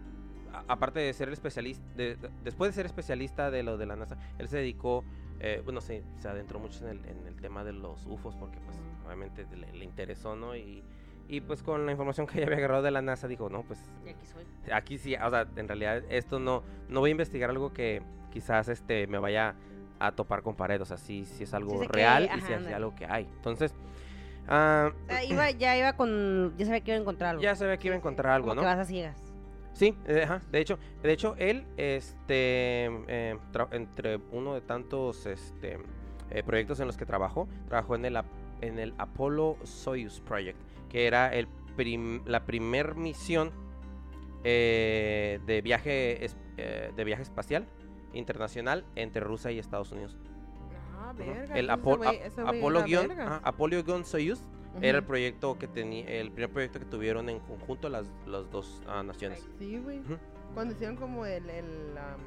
Speaker 3: a- aparte de ser el especialista, de- de- después de ser especialista de lo de la NASA, él se dedicó, eh, bueno, se, se adentró mucho en el, en el tema de los UFOs, porque pues obviamente le, le interesó, ¿no? Y, y pues con la información que ya había agarrado de la NASA, dijo, no, pues
Speaker 1: Y aquí soy.
Speaker 3: aquí sí, o sea, en realidad esto no, no voy a investigar algo que quizás este me vaya a topar con pared, o sea, sí, sí es algo
Speaker 1: sé que-
Speaker 3: real y
Speaker 1: ajá,
Speaker 3: sí es
Speaker 1: ándale.
Speaker 3: algo que hay. Entonces, ah,
Speaker 1: O sea, iba, ya iba con. Ya sabía que iba a encontrar algo.
Speaker 3: ya se ve que iba a encontrar algo,
Speaker 1: Como
Speaker 3: ¿no?
Speaker 1: que vas a ciegas.
Speaker 3: Sí, eh, ajá, de hecho, de hecho él, este, eh, tra- entre uno de tantos, este, eh, proyectos en los que trabajó, trabajó en el, ap- en el Apollo Soyuz Project, que era el prim- la primer misión eh, de viaje es- eh, de viaje espacial internacional entre Rusia y Estados Unidos.
Speaker 2: Ah,
Speaker 3: Ujú.
Speaker 2: verga, entonces
Speaker 3: El Apo-
Speaker 2: ese güey-
Speaker 3: Ap-
Speaker 2: ese güey
Speaker 3: Apollo
Speaker 2: era
Speaker 3: guión-
Speaker 2: verga.
Speaker 3: ajá, Apollo guión Soyuz
Speaker 2: Ujú.
Speaker 3: era el proyecto que tenía, el primer proyecto que tuvieron en conjunto las, las dos ah, naciones.
Speaker 2: Sí, güey.
Speaker 3: Ujú.
Speaker 2: Cuando hicieron como el. el, am,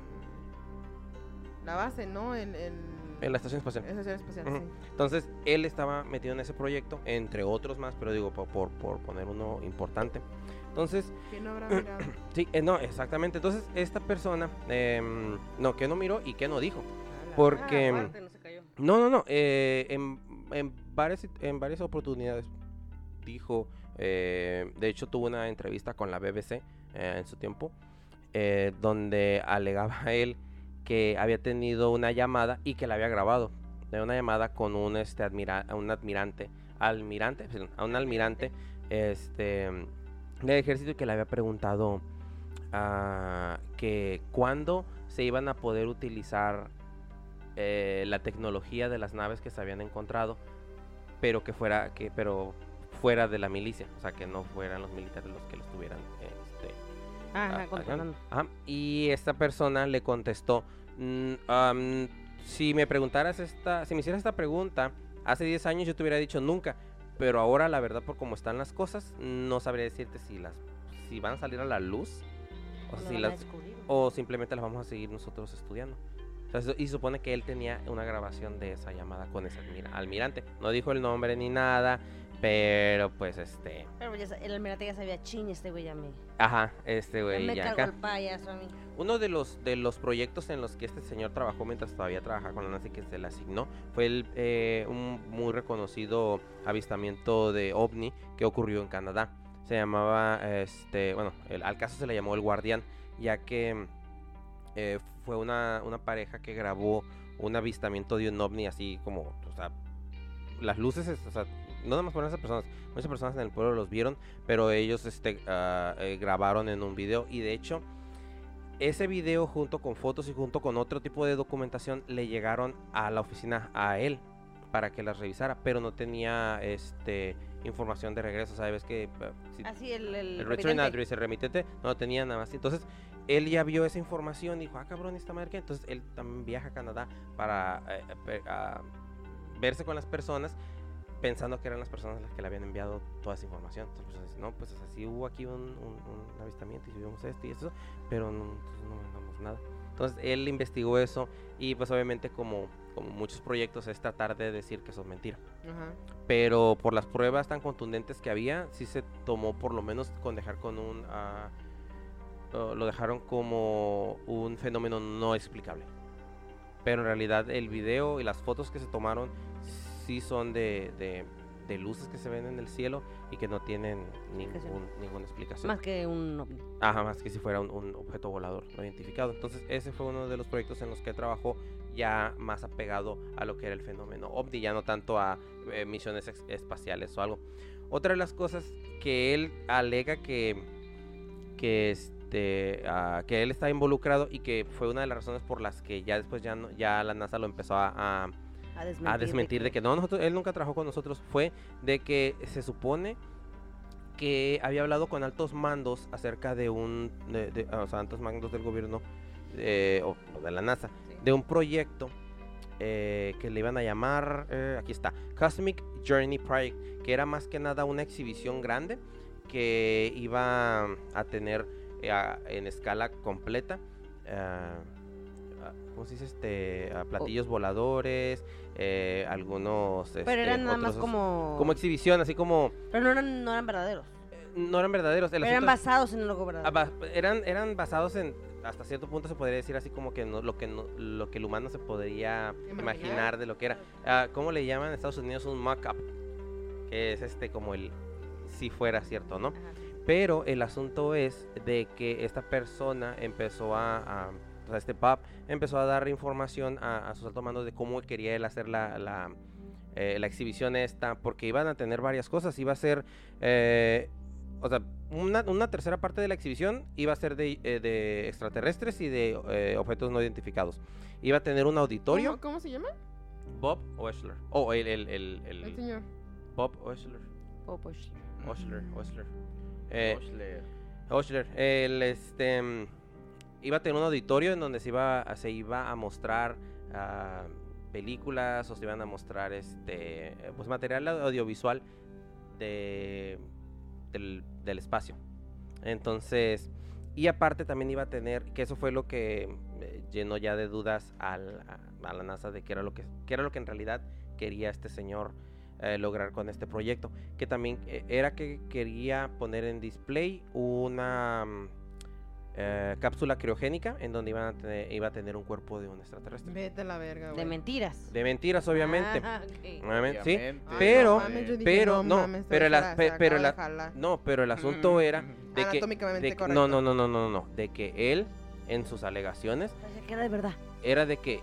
Speaker 2: la base, ¿no? El. el...
Speaker 3: En la estación espacial.
Speaker 2: Estación espacial,
Speaker 3: Ujú.
Speaker 2: sí.
Speaker 3: Entonces, él estaba metido en ese proyecto, entre otros más, pero digo, po- por, por poner uno importante. Entonces,
Speaker 2: ¿Quién no habrá mirado?
Speaker 3: sí, eh, no, exactamente. Entonces, esta persona, em, no, que no miró y que no dijo.
Speaker 2: A la
Speaker 3: Porque- mm,
Speaker 2: verga,
Speaker 1: Ah, no se cayó.
Speaker 3: No, no, no, eh, en, en varias, sit- en varias oportunidades dijo, eh, de hecho tuvo una entrevista con la BBC eh, en su tiempo, eh, donde alegaba él que había tenido una llamada y que la había grabado. De una llamada con un, este, admira- a un admirante, almirante, perdón, a un almirante este, del ejército y que le había preguntado ah, que cuándo se iban a poder utilizar eh, la tecnología de las naves que se habían encontrado, pero que fuera, que, pero fuera de la milicia, o sea, que no fueran los militares los que los tuvieran este,
Speaker 1: Ajá,
Speaker 3: Ah,
Speaker 1: contratando.
Speaker 3: ajá. Ajá, Y esta persona le contestó, "Mm, am, si me preguntaras esta, si me hicieras esta pregunta Hace 10 años yo te hubiera dicho nunca, pero ahora la verdad por cómo están las cosas, no sabría decirte si las si van a salir a la luz o, si las, o simplemente las vamos a seguir nosotros estudiando. O sea, eso- y supone que él tenía una grabación de esa llamada con ese admira- almirante. No dijo el nombre ni nada, pero pues este...
Speaker 1: Pero ya sa- el almirante ya sabía, ching, este güey ya me.
Speaker 3: Ajá, este
Speaker 1: ya
Speaker 3: güey
Speaker 1: me
Speaker 3: ya
Speaker 1: cargó
Speaker 3: acá.
Speaker 1: el payaso a mí.
Speaker 3: Uno de los, de los proyectos en los que este señor trabajó mientras todavía trabajaba con la NASA y que se le asignó fue el, eh, un muy reconocido avistamiento de ovni que ocurrió en Canadá. Se llamaba, este, bueno, el- al caso se le llamó el guardián, ya que mm, eh, fue una, una pareja que grabó un avistamiento de un ovni así como, o sea, las luces, es- o sea, no nada más fueron esas personas, muchas personas en el pueblo los vieron, pero ellos este, ah, eh, grabaron en un video y de hecho ese video junto con fotos y junto con otro tipo de documentación le llegaron a la oficina a él para que las revisara, pero no tenía este información de regreso, sabes que eh, si-
Speaker 1: Así el. El,
Speaker 3: el return
Speaker 1: vidente.
Speaker 3: address, el remitente, no lo tenía nada más. Entonces, él ya vio esa información y dijo, ah, cabrón, esta madre que. Entonces, él también viaja a Canadá para eh, eh, pe- a verse con las personas, pensando que eran las personas las que le habían enviado toda esa información. Entonces, las personas dicen, no, pues o sea, sí hubo aquí un, un- un avistamiento y subimos esto y esto, pero no, entonces no mandamos nada. Entonces, él investigó eso y, pues, obviamente, como, como muchos proyectos, es tratar de decir que son mentiras
Speaker 2: Ajá.
Speaker 3: pero por las pruebas tan contundentes que había, sí se tomó por lo menos con dejar con un... ah, lo lo dejaron como un fenómeno no explicable. Pero en realidad el video y las fotos que se tomaron sí son de, de- de luces que se ven en el cielo y que no tienen ningún, ninguna explicación.
Speaker 1: Más que un ovni.
Speaker 3: Ajá, más que si fuera un, un objeto volador no identificado. Entonces, ese fue uno de los proyectos en los que trabajó ya más apegado a lo que era el fenómeno ovni, ya no tanto a eh, misiones ex- espaciales o algo. Otra de las cosas que él alega que, que, este, ah, que él está involucrado y que fue una de las razones por las que ya después ya, no- ya la NASA lo empezó a- a,
Speaker 1: A desmentir.
Speaker 3: a desmentir de que no, nosotros, él nunca trabajó con nosotros, fue de que se supone que había hablado con altos mandos acerca de un, de- de- ah, o sea, altos mandos del gobierno eh, o o de la NASA,
Speaker 2: Sí.
Speaker 3: de un proyecto eh, que le iban a llamar, eh, aquí está, Cosmic Journey Project, que era más que nada una exhibición grande que iba a tener eh, a- en escala completa. ah, ah, ¿Cómo se dice? Este, ah, platillos voladores, eh, algunos...
Speaker 1: Pero eran nada más
Speaker 3: este, otros-
Speaker 1: como.
Speaker 3: Como exhibición, así como...
Speaker 1: Pero no eran, no eran verdaderos.
Speaker 3: eh, No eran verdaderos. el
Speaker 1: Pero eran
Speaker 3: asunto es-
Speaker 1: basados en algo
Speaker 3: Ah,
Speaker 1: verdadero.
Speaker 3: ba- eran, eran basados en, hasta cierto punto se podría decir así como que no- lo que no- lo que el humano se podría
Speaker 2: Imaginar.
Speaker 3: imaginar, de lo que era. Ah, ¿Cómo le llaman en Estados Unidos un mock-up? Que es este como el si fuera cierto, ¿no?
Speaker 1: Ajá.
Speaker 3: Pero el asunto es de que esta persona empezó a, a- o sea, este pub empezó a dar información a, a sus altos mandos de cómo quería él hacer la, la, eh, la exhibición esta, porque iban a tener varias cosas, iba a ser, eh, o sea, una, una tercera parte de la exhibición iba a ser de, eh, de extraterrestres y de eh, objetos no identificados. Iba a tener un auditorio,
Speaker 2: ¿Cómo, cómo se llama?
Speaker 3: Bob Oesler, o el, el- el- el-
Speaker 2: El Este señor.
Speaker 3: Bob Oesler,
Speaker 1: Oh, pues.
Speaker 3: Oesler,
Speaker 2: Mm.
Speaker 3: Oesler. Eh,
Speaker 4: Oshler.
Speaker 3: Oshler, el este mm, iba a tener un auditorio en donde se iba a- se iba a mostrar ah, películas o se iban a mostrar este eh, pues material au- audiovisual de del, del espacio. Entonces, y aparte también iba a tener que eso fue lo que eh, llenó ya de dudas al- a, a la NASA de qué era lo que qué era lo que en realidad quería este señor eh, lograr con este proyecto que también eh, era que quería poner en display una mm, eh, cápsula criogénica en donde iban a tener- iba a tener un cuerpo de un extraterrestre.
Speaker 2: Vete a la verga,
Speaker 1: De
Speaker 2: güey.
Speaker 1: mentiras.
Speaker 3: De mentiras, obviamente.
Speaker 1: Ah, ok.
Speaker 3: Obviamente, sí.
Speaker 2: Ay, no
Speaker 3: pero-
Speaker 2: mames, yo dije,
Speaker 3: pero no,
Speaker 2: mames,
Speaker 3: pero
Speaker 2: se
Speaker 3: la-
Speaker 2: la-
Speaker 3: pe-
Speaker 2: se
Speaker 3: pero
Speaker 2: acaba
Speaker 3: la-
Speaker 2: de jalar.
Speaker 3: No, pero el asunto era de que,
Speaker 2: Anatómicamente
Speaker 3: de que-
Speaker 2: correcto.
Speaker 3: no, no, no, no, no, no, de que él en sus alegaciones
Speaker 1: O sea, que era de verdad.
Speaker 3: era de que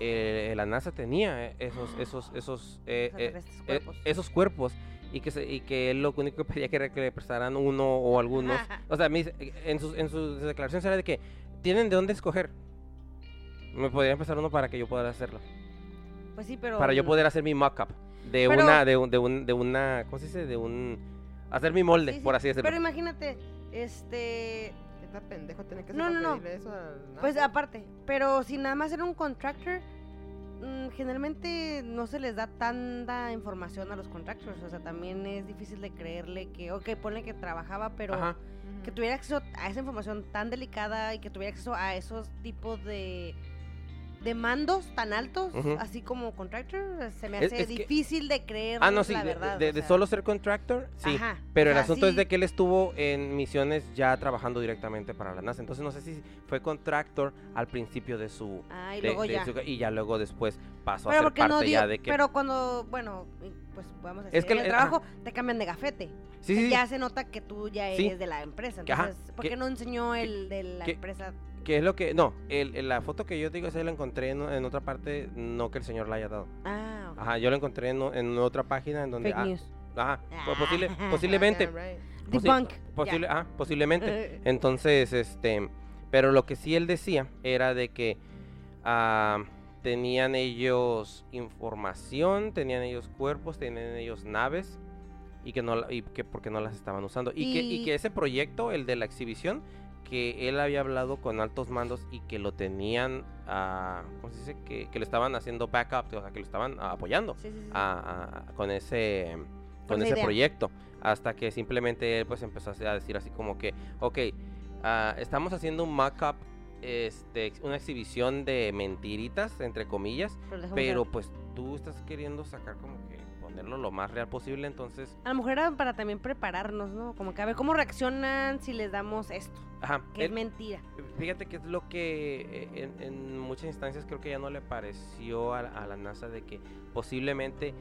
Speaker 3: eh, la NASA tenía eh, esos esos esos eh, eh,
Speaker 1: Extraterrestres,
Speaker 3: eh,
Speaker 1: cuerpos.
Speaker 3: esos cuerpos y que, se- y que él lo único que pedía que era que le prestaran uno o algunos. O sea, me dice- en sus, en sus declaraciones era de que tienen de dónde escoger. Me podrían prestar uno para que yo pueda hacerlo.
Speaker 1: Pues sí, pero.
Speaker 3: Para yo poder hacer mi mock-up. De
Speaker 1: Pero-
Speaker 3: una, de un, de un, de una, ¿cómo se dice? De un, hacer mi molde,
Speaker 1: Sí, sí,
Speaker 3: por así decirlo.
Speaker 1: Pero imagínate, este. pues
Speaker 2: Está pendejo tener que
Speaker 1: No, no, no.
Speaker 2: pedirle eso al-
Speaker 1: Pues aparte, pero si nada más era un contractor, mm, generalmente no se les da tanta información a los contractors, o sea, también es difícil de creerle que, ok, ponle que trabajaba, pero
Speaker 3: Ajá.
Speaker 1: que tuviera acceso a esa información tan delicada y que tuviera acceso a esos tipos de de mandos tan altos,
Speaker 3: Ujú.
Speaker 1: así como contractor, se me
Speaker 3: Es-
Speaker 1: hace
Speaker 3: es que-
Speaker 1: difícil de creer
Speaker 3: Ah, no, sí,
Speaker 1: la
Speaker 3: de,
Speaker 1: verdad.
Speaker 3: de-
Speaker 1: o
Speaker 3: de
Speaker 1: sea.
Speaker 3: solo ser contractor, sí.
Speaker 1: Ajá,
Speaker 3: Pero
Speaker 1: o
Speaker 3: el
Speaker 1: sea,
Speaker 3: asunto es
Speaker 1: sí.
Speaker 3: de que él estuvo en misiones ya trabajando directamente para la NASA. Entonces no sé si fue contractor al principio de su...
Speaker 1: Ah, y
Speaker 3: de-
Speaker 1: luego
Speaker 3: de
Speaker 1: ya.
Speaker 3: su- y ya luego después pasó
Speaker 1: Pero
Speaker 3: a ser
Speaker 1: porque
Speaker 3: parte
Speaker 1: no dio,
Speaker 3: ya de que...
Speaker 1: pero cuando, bueno, y pues vamos a decir,
Speaker 3: Es que
Speaker 1: en
Speaker 3: el-
Speaker 1: el
Speaker 3: ajá.
Speaker 1: trabajo te cambian de gafete.
Speaker 3: sí,
Speaker 1: O sea,
Speaker 3: sí, sí,
Speaker 1: Ya se nota que tú ya
Speaker 3: Sí.
Speaker 1: eres de la empresa.
Speaker 3: Que, ajá,
Speaker 1: Entonces, ¿por
Speaker 3: que-
Speaker 1: qué no enseñó el de la
Speaker 3: que-
Speaker 1: empresa?
Speaker 3: que es lo que... No, el- el- la foto que yo digo, esa la encontré en, en otra parte, no que el señor la haya dado.
Speaker 1: Ah, ok.
Speaker 3: Ajá, yo la encontré en, o- en otra página en donde...
Speaker 1: fake
Speaker 3: ah,
Speaker 1: news.
Speaker 3: Ajá, pues posible-
Speaker 1: Ah.
Speaker 3: posiblemente.
Speaker 2: Goddamn right.
Speaker 3: posi-
Speaker 1: Debunk. ya.
Speaker 3: posible- ajá, posiblemente.
Speaker 1: Eh,
Speaker 3: Entonces, este, pero lo que sí él decía era de que ah, tenían ellos información, tenían ellos cuerpos, tenían ellos naves y que no la- y que porque no las estaban usando y, que y
Speaker 1: Y-
Speaker 3: que ese proyecto, el de la exhibición, que él había hablado con altos mandos y que lo tenían, ah, ¿cómo se dice? Que, que lo estaban haciendo backup, o sea, que lo estaban ah, apoyando
Speaker 1: sí, sí, sí.
Speaker 3: a- a- con ese con
Speaker 1: esa
Speaker 3: ese
Speaker 1: idea.
Speaker 3: proyecto hasta que simplemente él pues empezó a hacer- a decir así como que ok ah, estamos haciendo un mock-up este, ex- una exhibición de mentiritas entre comillas
Speaker 1: pero, dejemos
Speaker 3: pero
Speaker 1: ver.
Speaker 3: pues tú estás queriendo sacar como que ponerlo lo más real posible entonces
Speaker 1: A lo mejor era para también prepararnos, ¿no? Como que a ver cómo reaccionan si les damos esto.
Speaker 3: ajá,
Speaker 1: Que es
Speaker 3: él-
Speaker 1: mentira.
Speaker 3: Fíjate que es lo que eh, en, en muchas instancias creo que ya no le pareció a, la- a la NASA de que posiblemente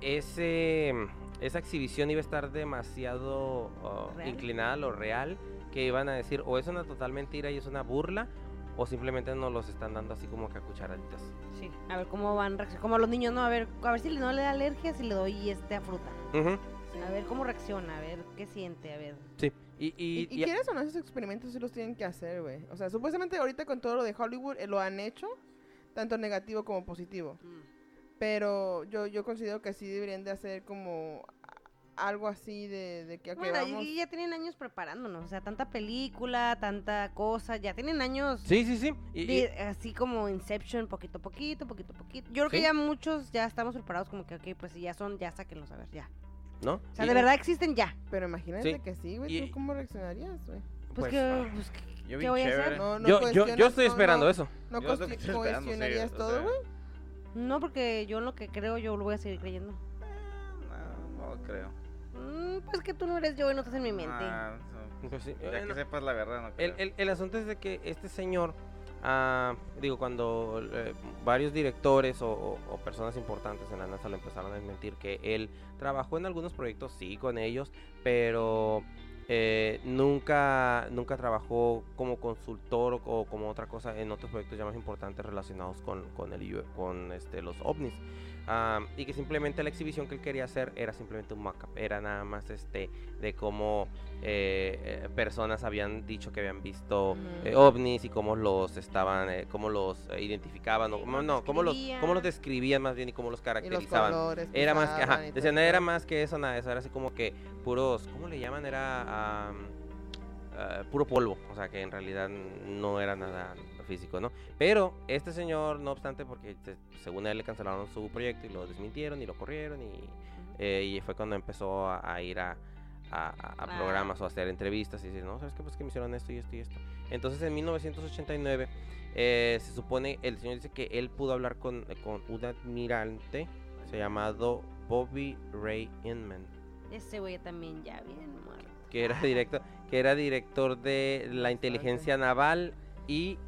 Speaker 3: ese, esa exhibición iba a estar demasiado oh,
Speaker 1: ¿Real?
Speaker 3: inclinada a lo real, que iban a decir o es una total mentira y es una burla, o simplemente nos los están dando así como que a cucharaditas.
Speaker 1: Sí. A ver cómo van reaccionando. Como a los niños, ¿no? A ver, a ver si no le da alergia, si le doy esta fruta.
Speaker 3: Ujú,
Speaker 1: A ver cómo reacciona, a ver qué siente, a ver.
Speaker 3: Sí, y, y-
Speaker 2: Y, y
Speaker 3: y-
Speaker 2: quieres o no, esos experimentos sí los tienen que hacer, güey. O sea, supuestamente ahorita con todo lo de Hollywood eh, lo han hecho, tanto negativo como positivo.
Speaker 3: Mm.
Speaker 2: Pero yo, yo considero que sí deberían de hacer como a- algo así de, de que ok,
Speaker 1: Bueno,
Speaker 2: vamos...
Speaker 1: y ya tienen años preparándonos, o sea, tanta película, tanta cosa, ya tienen años
Speaker 3: sí, sí, sí. y- y-
Speaker 1: de- así como Inception, poquito a poquito, poquito a poquito. Yo creo
Speaker 3: Sí.
Speaker 1: que ya muchos ya estamos preparados como que, ok, pues si ya son, ya sáquenlos, a ver, ya.
Speaker 3: ¿no?
Speaker 1: O sea,
Speaker 3: Y-
Speaker 1: de verdad existen ya.
Speaker 2: Pero imagínate
Speaker 3: Sí.
Speaker 2: que sí,
Speaker 3: Y-
Speaker 2: güey. ¿Tú cómo reaccionarías, güey?
Speaker 1: Pues,
Speaker 3: pues,
Speaker 1: que,
Speaker 3: ah,
Speaker 1: pues que-
Speaker 4: Yo
Speaker 1: ¿Qué
Speaker 4: bien
Speaker 1: voy a hacer?
Speaker 4: chévere.
Speaker 2: No, no
Speaker 3: yo, yo, yo
Speaker 2: cuestionas-
Speaker 3: estoy
Speaker 2: no,
Speaker 3: esperando
Speaker 2: no,
Speaker 3: eso.
Speaker 2: No
Speaker 4: Yo es lo que
Speaker 2: cuesti-
Speaker 4: estoy esperando, sí,
Speaker 2: cuestionarías
Speaker 4: o
Speaker 2: todo,
Speaker 4: sea,
Speaker 2: güey.
Speaker 1: no, porque yo en lo que creo yo lo voy a seguir creyendo.
Speaker 4: No, no creo.
Speaker 1: Mm, pues que tú no eres yo y no estás en mi mente.
Speaker 4: Ah, no.
Speaker 3: Pues sí,
Speaker 4: Ya
Speaker 3: bueno.
Speaker 4: que sepas la verdad, no creo.
Speaker 3: El, el- el asunto es de que este señor, ah, digo, cuando eh, varios directores o, o- o personas importantes en la NASA lo empezaron a desmentir, que él trabajó en algunos proyectos, sí, con ellos, pero eh, nunca, nunca trabajó como consultor o, o como otra cosa en otros proyectos ya más importantes relacionados con, con, el, UFO con este, los ovnis. Ah, y que simplemente la exhibición que él quería hacer era simplemente un mock-up, era nada más este de cómo eh, eh, personas habían dicho que habían visto eh,
Speaker 2: Ujú.
Speaker 3: ovnis y cómo los estaban, eh, cómo los eh, identificaban, o
Speaker 1: Sí,
Speaker 3: cómo,
Speaker 1: cómo
Speaker 3: no, cómo los, cómo los
Speaker 1: describían.
Speaker 3: describían más bien y cómo
Speaker 2: Y
Speaker 3: los
Speaker 2: los
Speaker 3: caracterizaban.
Speaker 2: colores.
Speaker 3: Era más que, ajá,
Speaker 2: pisaban y todo
Speaker 3: decían,
Speaker 2: el
Speaker 3: era
Speaker 2: pedo.
Speaker 3: más que eso, nada, eso era así como que puros, ¿cómo le llaman? Era am, ah, puro polvo, o sea que en realidad no era nada físico, ¿no? Pero este señor, no obstante, porque se- según él le cancelaron su proyecto y lo desmintieron y lo corrieron y, eh, y fue cuando empezó a, a ir a, a- a- a
Speaker 1: Ah.
Speaker 3: programas o a hacer entrevistas y decir, no, ¿sabes qué? Pues que me hicieron esto y esto y esto. Entonces en 1989 eh, se supone, el señor dice que él pudo hablar con, con un admirante, se llamado Bobby Ray Inman,
Speaker 1: Ese güey también ya bien muerto.
Speaker 3: que era,
Speaker 1: Ah.
Speaker 3: directo, que era director de la
Speaker 2: Bastante.
Speaker 3: inteligencia naval y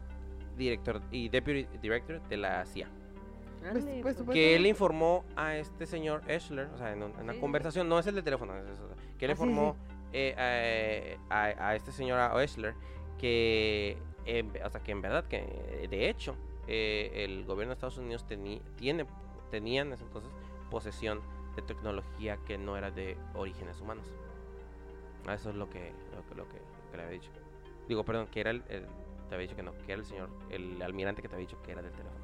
Speaker 3: director y deputy director de la CIA.
Speaker 2: Pues-
Speaker 1: Ándale,
Speaker 2: pues,
Speaker 1: pues.
Speaker 2: pues,
Speaker 3: que él informó a este señor Eschler, o sea, en, un- en una
Speaker 1: Sí.
Speaker 3: conversación, no es el de teléfono, es- es- que
Speaker 1: Ah,
Speaker 3: él
Speaker 1: sí, sí.
Speaker 3: informó eh, eh, a, a este señor a Eschler que, en ve- o sea, que en verdad, que eh, de hecho, eh, el gobierno de Estados Unidos teni- tiene, tenía en ese entonces posesión de tecnología que no era de orígenes humanos. Ah, Eso es lo que, lo, que- lo que, lo que le había dicho. Digo, perdón, que era el, el- Te había dicho que no, que era el señor, el almirante que te había dicho que era del teléfono.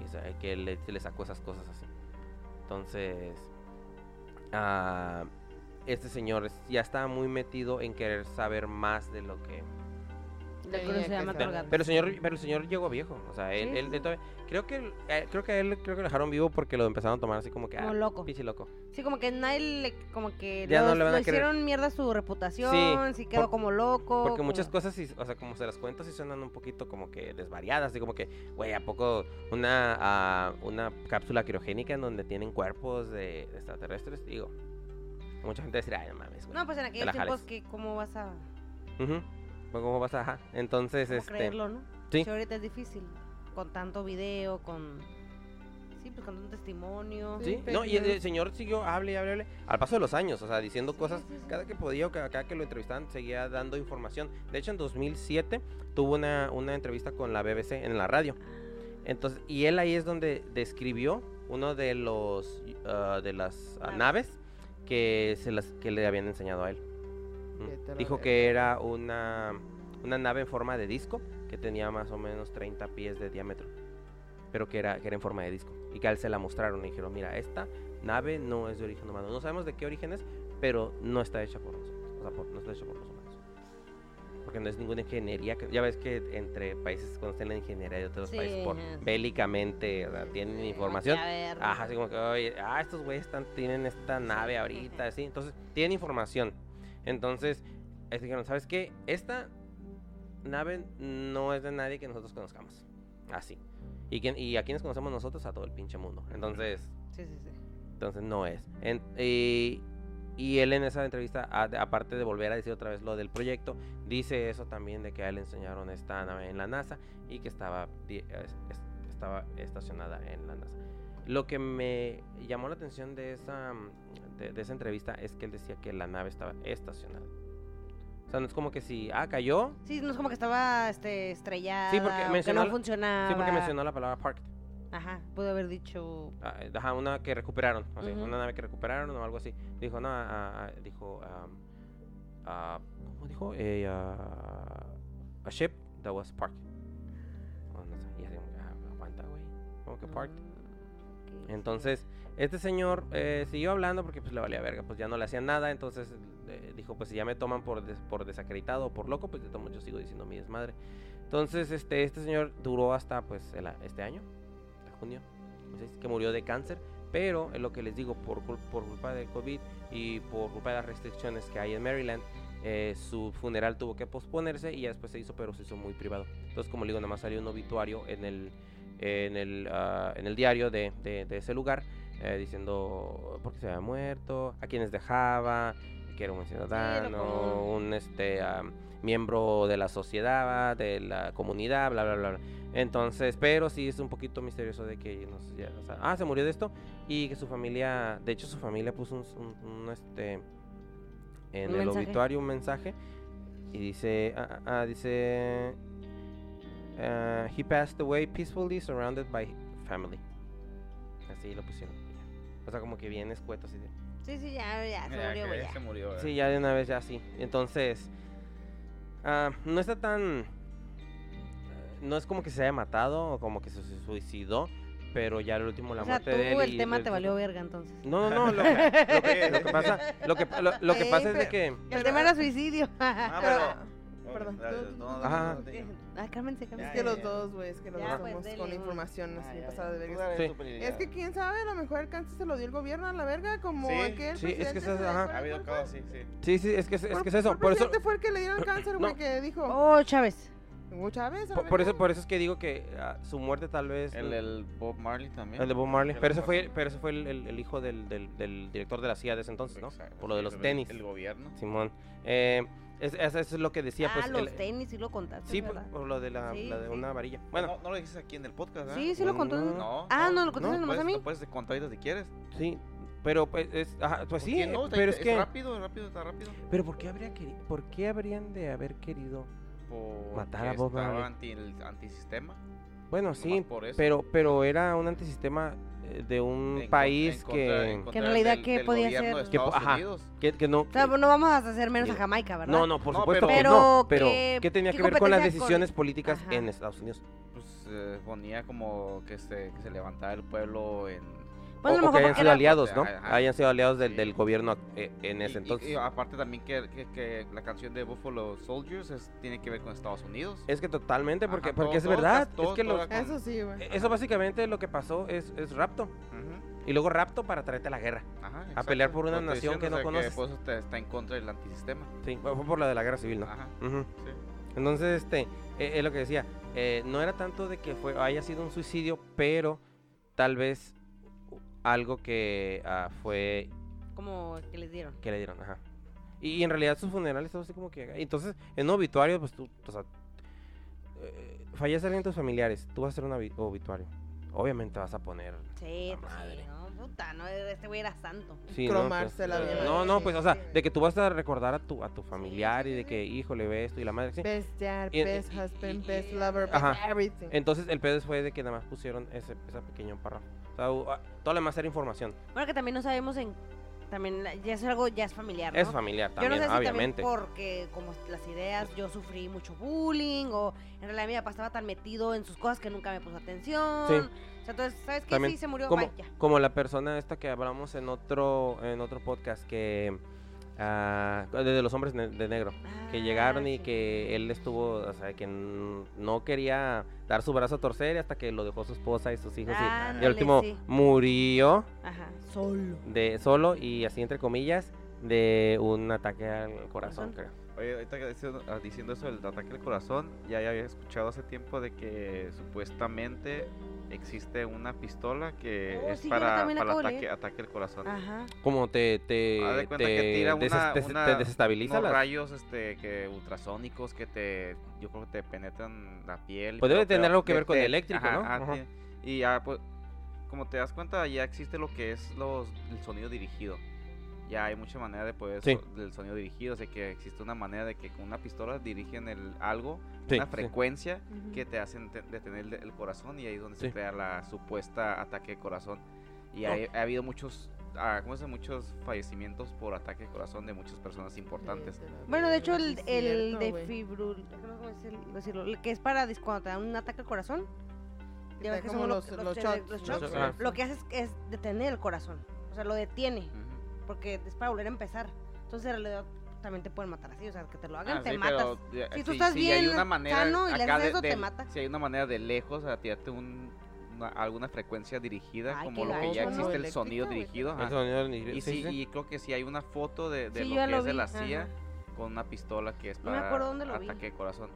Speaker 3: Y, o sea, que le, le sacó esas cosas así. Entonces, ah, este señor es- ya estaba muy metido en querer saber más de lo que,
Speaker 1: Lo Yo creo que se
Speaker 2: Tenía
Speaker 1: llama
Speaker 2: que saber.
Speaker 1: colgate.
Speaker 3: Pero el señor, pero el señor llegó viejo. O sea, él,
Speaker 1: Sí,
Speaker 3: él
Speaker 1: sí,
Speaker 3: de
Speaker 1: sí.
Speaker 3: todo- creo que él- eh, creo que a él creo que lo dejaron vivo porque lo empezaron a tomar así como que
Speaker 1: Como
Speaker 3: ah,
Speaker 1: loco.
Speaker 3: pinche loco.
Speaker 1: Sí, como que nadie le, como que
Speaker 3: Ya no
Speaker 1: los-
Speaker 3: le van
Speaker 1: lo
Speaker 3: a creer.
Speaker 1: hicieron mierda su reputación, sí, quedó
Speaker 3: por-
Speaker 1: como loco.
Speaker 3: Porque muchas
Speaker 1: Oh, como-
Speaker 3: cosas, sí- o sea, como se las cuentas sí suenan un poquito como que desvariadas, así como que, güey, ¿a poco una, ah, una cápsula criogénica en donde tienen cuerpos de de extraterrestres? Digo, mucha gente va a decir, ay, no mames, güey.
Speaker 1: No, pues en aquellos
Speaker 3: la
Speaker 1: tiempos
Speaker 3: jales.
Speaker 1: que cómo vas a
Speaker 3: Ujú. Pues, ¿Cómo vas a...? Ajá. Entonces,
Speaker 1: cómo
Speaker 3: este...
Speaker 1: creerlo, no?
Speaker 3: sí.
Speaker 1: Sí, ahorita es difícil con tanto video, con sí, pues con tanto testimonio.
Speaker 2: Sí,
Speaker 3: Sí,
Speaker 2: fake
Speaker 3: no, y el, el
Speaker 2: news.
Speaker 3: señor siguió, hable, y hable, hable, al paso de los años, o sea, diciendo
Speaker 1: Sí,
Speaker 3: cosas,
Speaker 1: sí, sí.
Speaker 3: cada que podía o cada, cada que lo entrevistaban, seguía dando información. De hecho, en 2007 tuvo una, una entrevista con la BBC en la radio. Entonces, y él ahí es donde describió uno de los, ah, de las ah,
Speaker 1: Naves.
Speaker 3: naves que, se las, que le habían enseñado a él. Mm.
Speaker 2: Vete a la
Speaker 3: Dijo que era una, una nave en forma de disco que tenía más o menos 30 pies de diámetro, pero que era, que era en forma de disco. Y que a él se la mostraron y dijeron, mira, esta nave no es de origen humano. No sabemos de qué origen es, pero no está hecha por nosotros. O sea, por- no está hecha por los humanos. Porque no es ninguna ingeniería. que- ya ves que entre países conocen la ingeniería de otros
Speaker 1: Sí,
Speaker 3: países por
Speaker 1: ajá, sí.
Speaker 3: bélicamente, o sea, tienen
Speaker 1: Eh,
Speaker 3: información.
Speaker 1: Maquiavel,
Speaker 3: Ajá, así como que, oye, ah, estos güeyes están- tienen esta nave ahorita, así. Entonces, tienen información. Entonces, eh, dijeron, ¿sabes qué? Esta nave no es de nadie que nosotros conozcamos. Así. ¿Y, quién, y a quienes conocemos nosotros? A todo el pinche mundo. Entonces,
Speaker 1: Sí, sí, sí.
Speaker 3: entonces no es. En- y, y él en esa entrevista, a- de- aparte de volver a decir otra vez lo del proyecto, dice eso también de que a él le enseñaron esta nave en la NASA y que estaba, di- es- es- estaba estacionada en la NASA. Lo que me llamó la atención de esa, mm, de, de esa entrevista es que él decía que la nave estaba estacionada. O sea, no es como que si, ah, cayó.
Speaker 1: Sí, no es como que estaba este estrellada,
Speaker 3: porque
Speaker 1: o que
Speaker 3: mencionó-
Speaker 1: no funcionaba.
Speaker 3: Sí, porque mencionó la palabra parked.
Speaker 1: Ajá, pudo haber dicho
Speaker 3: Ah, Ajá, una que recuperaron, o sea,
Speaker 1: Ujú.
Speaker 3: una nave que recuperaron o algo así. Dijo, no, ah, ah, dijo, am, ah, ¿cómo dijo? Eh, ah, a ship that was parked. O no sé, y así, ah, aguanta, güey. ¿Cómo que parked?
Speaker 1: "Mm, ok,
Speaker 3: Entonces, este señor eh, siguió hablando porque pues le valía verga, pues ya no le hacían nada, entonces eh, dijo, pues si ya me toman por, des- por desacreditado o por loco, pues de todos modos yo sigo diciendo mi desmadre. Entonces, este, este señor duró hasta pues el a- este año, hasta junio, pues, es que murió de cáncer, pero es lo que les digo, por, cul- por culpa del COVID y por culpa de las restricciones que hay en Maryland, eh, su funeral tuvo que posponerse y ya después se hizo, pero se hizo muy privado. Entonces, como le digo, nada más salió un obituario en el en el, ah, en el diario de, de- de ese lugar eh, diciendo por qué se había muerto, a quienes dejaba, que era un buen ciudadano,
Speaker 1: común.
Speaker 3: un este ah, miembro de la sociedad, de la comunidad, bla, bla, bla, bla. Entonces, pero sí es un poquito misterioso de que, no sé, ya, o sea, ah, se murió de esto y que su familia, de hecho su familia puso un, un- un, este, en
Speaker 1: Un
Speaker 3: el
Speaker 1: mensaje.
Speaker 3: obituario un mensaje y dice, ah, ah, ah, dice, Uh, he passed away peacefully surrounded by family. Así lo pusieron. O sea, como que bien escueto así de-
Speaker 1: Sí, sí, ya, ya, se
Speaker 4: Ya,
Speaker 1: murió,
Speaker 4: que
Speaker 1: güey, ya.
Speaker 4: se murió,
Speaker 3: Sí,
Speaker 4: eh.
Speaker 3: ya de una vez ya así. Entonces, ah, no está tan... No es como que se haya matado o como que se suicidó, pero ya el último, la
Speaker 1: o sea, tú
Speaker 3: muerte de él...
Speaker 1: el
Speaker 3: y
Speaker 1: tema
Speaker 3: el-
Speaker 1: te valió verga entonces.
Speaker 3: No, no, no, lo, lo que, lo que pasa, lo que, lo, lo que
Speaker 2: Ey,
Speaker 3: pasa es de
Speaker 2: pero-
Speaker 3: que...
Speaker 1: El
Speaker 2: Pero-
Speaker 1: tema era suicidio.
Speaker 4: Ah,
Speaker 2: Pero-
Speaker 4: pero-
Speaker 2: perdón,
Speaker 4: dale,
Speaker 2: tú-
Speaker 4: no, no,
Speaker 3: Ajá.
Speaker 4: no, no, diga.
Speaker 1: Ah, cálmense,
Speaker 2: Es
Speaker 1: cálmense.
Speaker 2: que
Speaker 4: Ya,
Speaker 2: los
Speaker 4: ya,
Speaker 2: dos, güey, es que los
Speaker 1: Ya,
Speaker 2: dos
Speaker 1: pues,
Speaker 2: estamos
Speaker 1: dele
Speaker 2: con
Speaker 1: un-
Speaker 2: información así
Speaker 4: Ah,
Speaker 2: pasada de
Speaker 4: ya, ya.
Speaker 2: verga.
Speaker 3: Sí.
Speaker 4: Tú dale tu
Speaker 2: Es que quién sabe, a lo mejor el cáncer se lo dio el gobierno a la verga, como
Speaker 4: Sí,
Speaker 2: aquel
Speaker 3: sí, es que
Speaker 2: presidente
Speaker 3: esas-
Speaker 2: de
Speaker 3: ajá.
Speaker 4: Ha habido
Speaker 2: Corea del
Speaker 4: caos, sí, sí.
Speaker 3: Sí, sí, es que es, es
Speaker 2: Sur.
Speaker 3: que es eso.
Speaker 2: ¿Cuál
Speaker 3: Por eso,
Speaker 2: presidente fue el que le dieron el cáncer, güey,
Speaker 3: No.
Speaker 2: que dijo
Speaker 1: Oh, Chávez.
Speaker 2: muchas veces.
Speaker 3: por, por eso, por eso es que digo que ah, su muerte tal vez...
Speaker 4: El, el Bob Marley también.
Speaker 3: El de Bob Marley.
Speaker 4: Que
Speaker 3: Pero
Speaker 4: le
Speaker 3: ese fue,
Speaker 4: pasó.
Speaker 3: pero ese fue el, el- el hijo del, del- del director de la CIA de ese entonces, ¿no?
Speaker 4: Exacto,
Speaker 3: Por lo de
Speaker 4: sí,
Speaker 3: los
Speaker 4: el-
Speaker 3: tenis.
Speaker 4: El gobierno.
Speaker 3: Simón. Eh, es- es- eso es lo que decía,
Speaker 1: ah,
Speaker 3: pues.
Speaker 1: los
Speaker 3: el-
Speaker 1: tenis, sí lo contaste.
Speaker 3: Sí, pues, por,
Speaker 1: ¿verdad?
Speaker 3: por lo de, la,
Speaker 1: Sí,
Speaker 3: la de
Speaker 1: sí.
Speaker 3: una varilla.
Speaker 4: Bueno,
Speaker 3: Bueno,
Speaker 4: no, no lo dijiste aquí en el
Speaker 3: pues,
Speaker 4: podcast, ¿verdad?
Speaker 1: Sí, sí lo contó.
Speaker 3: No.
Speaker 4: No.
Speaker 1: Ah, no, lo contaste
Speaker 4: puedes-
Speaker 1: nomás a mí.
Speaker 4: lo puedes contar ahorita si quieres.
Speaker 3: sí. Pero pues, es, ajá, pues
Speaker 4: ¿Por
Speaker 3: sí,
Speaker 4: qué no? Está-
Speaker 3: pero es
Speaker 4: es
Speaker 3: que.
Speaker 4: rápido, rápido, está rápido.
Speaker 3: Pero ¿por qué, habría queri- ¿por qué habrían de haber querido?
Speaker 4: Porque
Speaker 3: Matar a Bob
Speaker 4: estaba
Speaker 3: Marley.
Speaker 4: anti el antisistema.
Speaker 3: Bueno,
Speaker 4: nomás
Speaker 3: sí,
Speaker 4: por eso.
Speaker 3: pero, pero era un antisistema eh, de un
Speaker 4: En con-
Speaker 3: país
Speaker 4: en
Speaker 3: que,
Speaker 4: contra- en
Speaker 1: Que en
Speaker 4: contra
Speaker 1: realidad,
Speaker 4: del-
Speaker 1: ¿qué
Speaker 4: del
Speaker 1: podía
Speaker 4: gobierno de
Speaker 1: hacer?
Speaker 3: Que po-
Speaker 4: Estados
Speaker 3: ajá.
Speaker 4: Unidos.
Speaker 3: que, que no.
Speaker 1: O sea, pues, no vamos a hacer menos a
Speaker 3: Mira.
Speaker 1: Jamaica, ¿verdad?
Speaker 3: no, no, por
Speaker 4: No,
Speaker 3: supuesto
Speaker 4: pero-
Speaker 3: que no. Pero,
Speaker 1: pero
Speaker 3: ¿qué,
Speaker 1: ¿qué-
Speaker 3: tenía
Speaker 1: qué
Speaker 3: que ver con las
Speaker 1: competencia con-
Speaker 3: decisiones políticas
Speaker 1: Ajá.
Speaker 3: en Estados Unidos?
Speaker 4: Pues eh, ponía como que se, que se levantaba el pueblo en.
Speaker 1: Bueno, a
Speaker 3: o,
Speaker 1: lo
Speaker 3: o que
Speaker 1: mejor
Speaker 3: hayan
Speaker 1: porque
Speaker 3: sido
Speaker 1: era-
Speaker 3: aliados, ¿no?
Speaker 4: Ajá, ajá.
Speaker 3: Hayan sido aliados del,
Speaker 4: Sí.
Speaker 3: del gobierno eh, en
Speaker 4: Y- ah,
Speaker 3: ese
Speaker 4: y-
Speaker 3: entonces.
Speaker 4: y aparte también que, que- que la canción de Buffalo Soldiers es- tiene que ver con Estados Unidos.
Speaker 3: Es que totalmente, porque,
Speaker 4: Ajá,
Speaker 3: porque
Speaker 4: todo-
Speaker 3: es
Speaker 4: todas
Speaker 3: verdad.
Speaker 4: las- todas-
Speaker 3: es que los- e,
Speaker 4: todas las-
Speaker 2: Eso sí, güey.
Speaker 3: eso básicamente lo que pasó es, es rapto.
Speaker 4: Ujú,
Speaker 3: Y luego rapto para traerte a la guerra.
Speaker 4: ajá,
Speaker 3: A pelear
Speaker 4: exacto,
Speaker 3: por una
Speaker 4: lo estoy
Speaker 3: nación que no
Speaker 4: o sea,
Speaker 3: conoces.
Speaker 4: por eso está, está en contra del antisistema.
Speaker 3: Sí, fue fue por la de la guerra civil, ¿no?
Speaker 4: Ajá,
Speaker 3: Ujú.
Speaker 4: sí.
Speaker 3: Entonces, este, eh, es lo que decía, eh, no era tanto de que fue, haya sido un suicidio, pero tal vez algo que ah, fue,
Speaker 1: Como que les dieron.
Speaker 3: que le dieron, ajá. Y, y en realidad sus funerales, todo así como que, entonces, en un obituario, pues tú, o sea, eh, fallece alguien de tus familiares, tú vas a hacer un obi- obituario, obviamente vas a poner...
Speaker 1: Sí,
Speaker 3: La
Speaker 1: pues
Speaker 3: Ah, madre.
Speaker 1: sí, no, puta, no, este güey era santo.
Speaker 3: Sí, ¿no?
Speaker 2: Cromársela
Speaker 3: Pues,
Speaker 1: bien.
Speaker 3: no, no, pues, o sea,
Speaker 2: Sí.
Speaker 3: de que tú vas a recordar a tu, a tu familiar y
Speaker 1: sí,
Speaker 3: de
Speaker 1: sí.
Speaker 3: que, híjole, ve esto y la madre, sí.
Speaker 2: Best dad,
Speaker 3: Y-
Speaker 2: best
Speaker 3: y-
Speaker 2: husband,
Speaker 3: y-
Speaker 2: best lover, best
Speaker 3: Ajá.
Speaker 2: everything.
Speaker 3: Entonces el pedo fue de que nada más pusieron ese, ese pequeño párrafo. O sea, uh, ah, u- a- todo lo demás era información.
Speaker 1: Bueno, que también no sabemos en. También la- ya es algo, ya es familiar. ¿no?
Speaker 3: Es familiar también,
Speaker 1: yo no sé si
Speaker 3: obviamente.
Speaker 1: también porque como las ideas yo sufrí mucho bullying o en realidad mi papá estaba tan metido en sus cosas que nunca me puso atención.
Speaker 3: Sí.
Speaker 1: O sea, entonces, ¿sabes qué?
Speaker 3: También,
Speaker 1: sí, se murió,
Speaker 3: como,
Speaker 1: bye, ya.
Speaker 3: como la persona esta que hablamos en otro, en otro podcast que ah, de los hombres ne- de negro.
Speaker 1: Ah,
Speaker 3: Que llegaron y
Speaker 1: sí.
Speaker 3: que él estuvo, o sea, que n- no quería dar su brazo a torcer y hasta que lo dejó su esposa y sus hijos. y- y,
Speaker 1: Ándale,
Speaker 3: al último
Speaker 1: sí.
Speaker 3: murió
Speaker 1: Ajá, solo.
Speaker 3: de solo y así entre comillas de un ataque al
Speaker 1: Corazón.
Speaker 3: corazón, creo.
Speaker 4: Oye, ahorita que diciendo, ah, diciendo eso del ataque al corazón, ya, ya había escuchado hace tiempo de que supuestamente existe una pistola que
Speaker 1: Oh,
Speaker 4: es
Speaker 1: sí, yo
Speaker 4: para,
Speaker 1: también la
Speaker 4: para
Speaker 1: acabo de
Speaker 4: ataque,
Speaker 1: leer.
Speaker 4: ataque al corazón.
Speaker 1: Ajá.
Speaker 3: Como te, te,
Speaker 4: Haz de cuenta
Speaker 3: te
Speaker 4: que tira
Speaker 3: des-
Speaker 4: una-
Speaker 3: des-
Speaker 4: una-
Speaker 3: te desestabiliza
Speaker 4: unos
Speaker 3: las-
Speaker 4: rayos este que ultrasónicos que te yo creo que te penetran la piel
Speaker 3: Pues debe
Speaker 4: pero-
Speaker 3: tener
Speaker 4: pero
Speaker 3: algo que
Speaker 4: te-
Speaker 3: ver con
Speaker 4: te-
Speaker 3: eléctrico,
Speaker 4: ajá,
Speaker 3: ¿no?
Speaker 4: ajá,
Speaker 3: Ajá.
Speaker 4: tiene- y ya pues como te das cuenta ya existe lo que es los el sonido dirigido ya hay mucha manera de poder
Speaker 3: Sí.
Speaker 4: so- del sonido dirigido así que existe una manera de que con una pistola dirigen el algo
Speaker 3: Sí,
Speaker 4: una
Speaker 3: sí.
Speaker 4: frecuencia
Speaker 2: Ujú.
Speaker 4: que te hacen te- detener el- el corazón y ahí es donde
Speaker 3: Sí.
Speaker 4: se crea la supuesta ataque de corazón. Y
Speaker 3: No.
Speaker 4: hay- ha habido muchos, ah, ¿cómo se dice? Muchos fallecimientos por ataque de corazón de muchas personas importantes.
Speaker 1: Bueno, de hecho, el,
Speaker 2: Sí,
Speaker 1: el
Speaker 2: cierto,
Speaker 1: de
Speaker 2: güey.
Speaker 1: fibrul... No sé cómo es el- decirlo. el Que es para dis- cuando te dan un ataque al corazón.
Speaker 2: Que
Speaker 1: Ya ves
Speaker 2: trae
Speaker 1: que
Speaker 2: como
Speaker 1: son lo-
Speaker 2: los,
Speaker 1: los
Speaker 2: los
Speaker 1: tele-
Speaker 2: shots.
Speaker 1: los
Speaker 3: shots.
Speaker 2: shots.
Speaker 3: Ajá.
Speaker 1: Lo que hace es, es detener el corazón. O sea, lo detiene.
Speaker 4: Ujú.
Speaker 1: Porque es para volver a empezar. Entonces, en realidad, también te pueden matar así. O sea, que te lo hagan,
Speaker 4: Ah,
Speaker 1: te
Speaker 4: sí,
Speaker 1: matas.
Speaker 4: pero, eh,
Speaker 1: Si tú estás bien sano y le
Speaker 4: acá
Speaker 1: haces
Speaker 4: de-
Speaker 1: eso, te
Speaker 4: del-
Speaker 1: mata.
Speaker 4: Si hay una manera de lejos a tirarte un- una- alguna frecuencia dirigida,
Speaker 1: Ay,
Speaker 4: como
Speaker 1: qué
Speaker 4: lo que
Speaker 2: gacho,
Speaker 4: ya
Speaker 2: ¿no?
Speaker 4: existe el
Speaker 2: Eléctrica,
Speaker 4: sonido
Speaker 2: güey.
Speaker 4: dirigido. ajá.
Speaker 3: El sonido del- sí,
Speaker 4: Y, sí,
Speaker 3: sí, sí.
Speaker 4: y creo que sí hay una foto de, de
Speaker 1: Sí, yo
Speaker 4: lo
Speaker 1: ya
Speaker 4: que
Speaker 1: lo
Speaker 4: es de
Speaker 1: vi,
Speaker 4: la
Speaker 1: ajá.
Speaker 4: CIA con una pistola que es
Speaker 1: No me
Speaker 4: para
Speaker 1: acuerdo dónde lo vi.
Speaker 4: ataque de corazón.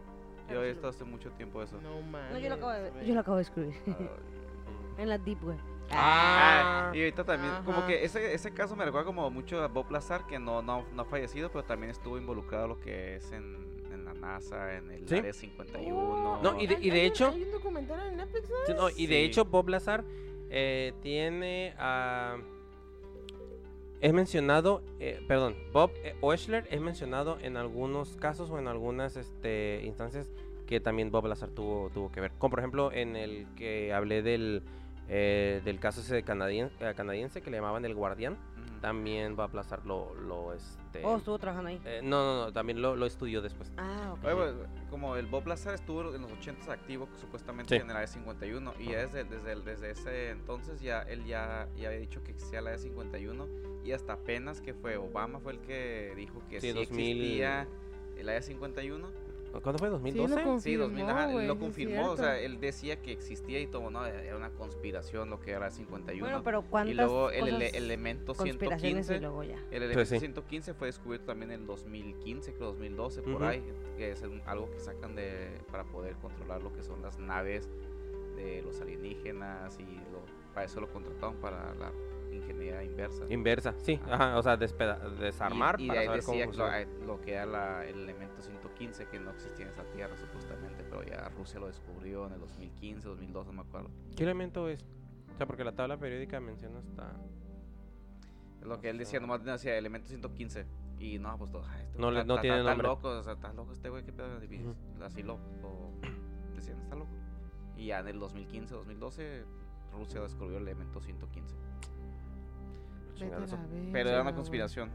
Speaker 1: Pero
Speaker 4: Yo he
Speaker 1: sí lo
Speaker 4: visto
Speaker 1: vi.
Speaker 4: hace mucho tiempo eso.
Speaker 2: No mames.
Speaker 1: No, yo lo acabo de
Speaker 2: güey.
Speaker 1: Yo lo acabo de escribir.
Speaker 4: Ah,
Speaker 1: En la Deep Web.
Speaker 3: Ah,
Speaker 4: Ah, y ahorita también, como
Speaker 2: Ajá.
Speaker 4: que ese, ese caso me recuerda como mucho a Bob Lazar, que no, no, no ha fallecido, pero también estuvo involucrado lo que es en, en la NASA, en el
Speaker 3: Sí.
Speaker 4: Área 51.
Speaker 3: No, y de-
Speaker 2: Hay-
Speaker 3: y de
Speaker 2: hay un-
Speaker 3: hecho-
Speaker 2: Hay un documental en Netflix, ¿no?
Speaker 3: Sí, no, y de
Speaker 4: Sí.
Speaker 3: hecho Bob Lazar eh, tiene a... Es mencionado, eh, perdón, Bob eh, Oeschler es mencionado en algunos casos o en algunas este, instancias que también Bob Lazar tuvo, tuvo que ver. Como por ejemplo en el que hablé del, eh, del caso ese canadien- eh, canadiense que le llamaban el guardián,
Speaker 4: Ujú.
Speaker 3: también Bob Lazar lo... lo este,
Speaker 1: Oh, estuvo trabajando ahí.
Speaker 3: eh, no, no, no, también lo, lo estudió después.
Speaker 1: Ah, ok.
Speaker 4: Oye, pues, como el Bob Lazar estuvo en los 80 activo supuestamente
Speaker 3: Sí.
Speaker 4: en el Área 51 y ya desde, desde, el- desde ese entonces ya él ya, ya había dicho que existía el Área 51 y hasta apenas que fue Obama fue el que dijo que
Speaker 3: Sí,
Speaker 4: sí,
Speaker 3: 2000.
Speaker 4: existía el Área 51
Speaker 3: ¿Cuándo fue? ¿2012?
Speaker 4: Sí, 2000, ajá,
Speaker 2: güey,
Speaker 4: lo
Speaker 2: sí es
Speaker 4: confirmó, o sea,
Speaker 2: cierto.
Speaker 4: él decía que existía y todo, no, era una conspiración lo que era 51.
Speaker 1: bueno, pero
Speaker 4: y
Speaker 1: ¿cuántas
Speaker 4: luego el ele-
Speaker 1: cosas,
Speaker 4: elemento
Speaker 1: conspiraciones
Speaker 4: 115,
Speaker 1: y luego ya?
Speaker 4: el elemento
Speaker 3: sí.
Speaker 4: 115 fue descubierto también en 2015, creo 2012 por
Speaker 3: Ujú.
Speaker 4: ahí, que es un- algo que sacan de para poder controlar lo que son las naves de los alienígenas y lo- para eso lo contrataron para la ingeniería inversa.
Speaker 3: Inversa, sí,
Speaker 4: Ajá.
Speaker 3: ajá, o sea, despeda- desarmar
Speaker 4: Y- y
Speaker 3: para
Speaker 4: ahí
Speaker 3: saber cómo
Speaker 4: decía que
Speaker 3: funciona.
Speaker 4: lo, lo que era la- el elemento 115 que no existía en esa tierra supuestamente, pero ya Rusia lo descubrió en el 2015, 2012, no me acuerdo.
Speaker 3: ¿Qué elemento es? O sea, porque la tabla periódica menciona hasta...
Speaker 4: Es lo que él decía,
Speaker 3: Ajá.
Speaker 4: nomás decía elemento 115. Y no, pues todo. ay, este
Speaker 3: No
Speaker 4: güey
Speaker 3: le-
Speaker 4: está-
Speaker 3: no
Speaker 4: está-
Speaker 3: tiene
Speaker 4: está
Speaker 3: nombre.
Speaker 4: loco, o sea, está loco este güey, qué pedo. Y Así lo, lo decían, está loco. Y ya en el 2015, 2012, Rusia descubrió el elemento 115.
Speaker 2: Vete a
Speaker 3: chingada,
Speaker 2: la
Speaker 3: eso.
Speaker 4: Pero era
Speaker 2: verga,
Speaker 4: una
Speaker 2: güey.
Speaker 4: conspiración,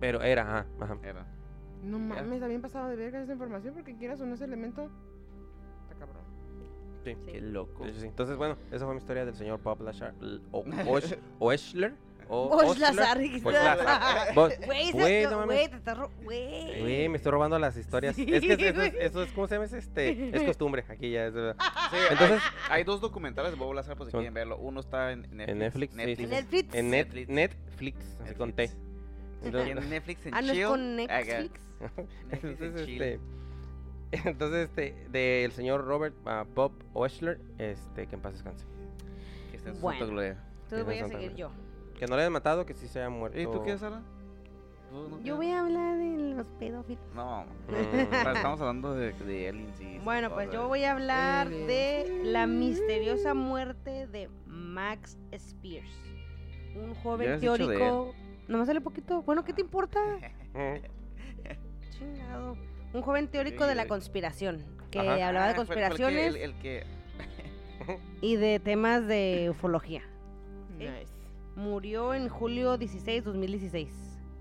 Speaker 3: Pero era, ajá, ajá.
Speaker 4: era.
Speaker 2: No mames, está bien pasado de verga esa información porque quieras o no ese elemento. Está cabrón.
Speaker 3: Sí.
Speaker 1: Sí.
Speaker 4: Qué loco.
Speaker 3: Sí, sí, sí. Entonces, bueno, esa fue mi historia del señor Bob Lazar. l- O, Osh- Oeshler. O,
Speaker 1: Osh
Speaker 3: Oshler,
Speaker 1: Lazar,
Speaker 3: Osh
Speaker 1: dijiste.
Speaker 3: Lazar. Bo-
Speaker 1: Güey, se-
Speaker 3: Güey,
Speaker 1: no,
Speaker 3: no mames.
Speaker 1: güey, te estás ro- güey.
Speaker 3: Güey, me estoy robando las historias. Es que es- eso, es,
Speaker 1: Sí, güey.
Speaker 3: eso es- ¿cómo se llama? Es, este, es costumbre. Aquí ya es verdad.
Speaker 1: Ah,
Speaker 4: Sí,
Speaker 3: Entonces,
Speaker 4: hay, hay dos documentales de Bob Lazar, por si
Speaker 3: Son-
Speaker 4: quieren verlo. Uno está en Netflix.
Speaker 3: en Netflix, sí, sí, sí.
Speaker 1: En Netflix.
Speaker 3: en net-
Speaker 4: Netflix.
Speaker 3: Netflix, así con T.
Speaker 4: Netflix. Y
Speaker 3: Entonces,
Speaker 4: en Netflix en
Speaker 1: Ah, no
Speaker 4: Chill.
Speaker 1: es con
Speaker 4: acá,
Speaker 1: Netflix.
Speaker 4: Netflix en
Speaker 3: entonces,
Speaker 4: Chill.
Speaker 3: este, entonces, este, del señor Robert ah, Bob Oeshler, este, que en paz descanse.
Speaker 4: Que está en su
Speaker 1: Bueno.
Speaker 4: santa gloria.
Speaker 1: Entonces
Speaker 3: no
Speaker 1: voy a
Speaker 3: son tan
Speaker 1: seguir
Speaker 3: buenas.
Speaker 1: yo.
Speaker 3: Que no le hayan matado, que sí se haya muerto.
Speaker 4: ¿Y tú qué, Sara? ¿Tú no
Speaker 1: Yo voy
Speaker 4: quieres?
Speaker 1: a hablar de los pedófilos.
Speaker 4: No,
Speaker 3: Mm.
Speaker 4: estamos hablando de, de Alien, sí.
Speaker 1: Bueno, pues yo voy a hablar de la misteriosa muerte de Max Spears. Un
Speaker 4: Ya
Speaker 1: joven
Speaker 4: has dicho de
Speaker 1: teórico. Nomás sale poquito. Bueno, ¿qué te importa?
Speaker 3: Ujú.
Speaker 1: Chingado. Un joven teórico de la
Speaker 4: sí. Ah,
Speaker 1: conspiración. Que
Speaker 3: Ajá.
Speaker 1: hablaba de conspiraciones
Speaker 4: El, que- el, que.
Speaker 1: y de temas de ufología.
Speaker 2: Nice.
Speaker 1: Murió en julio 16, 2016.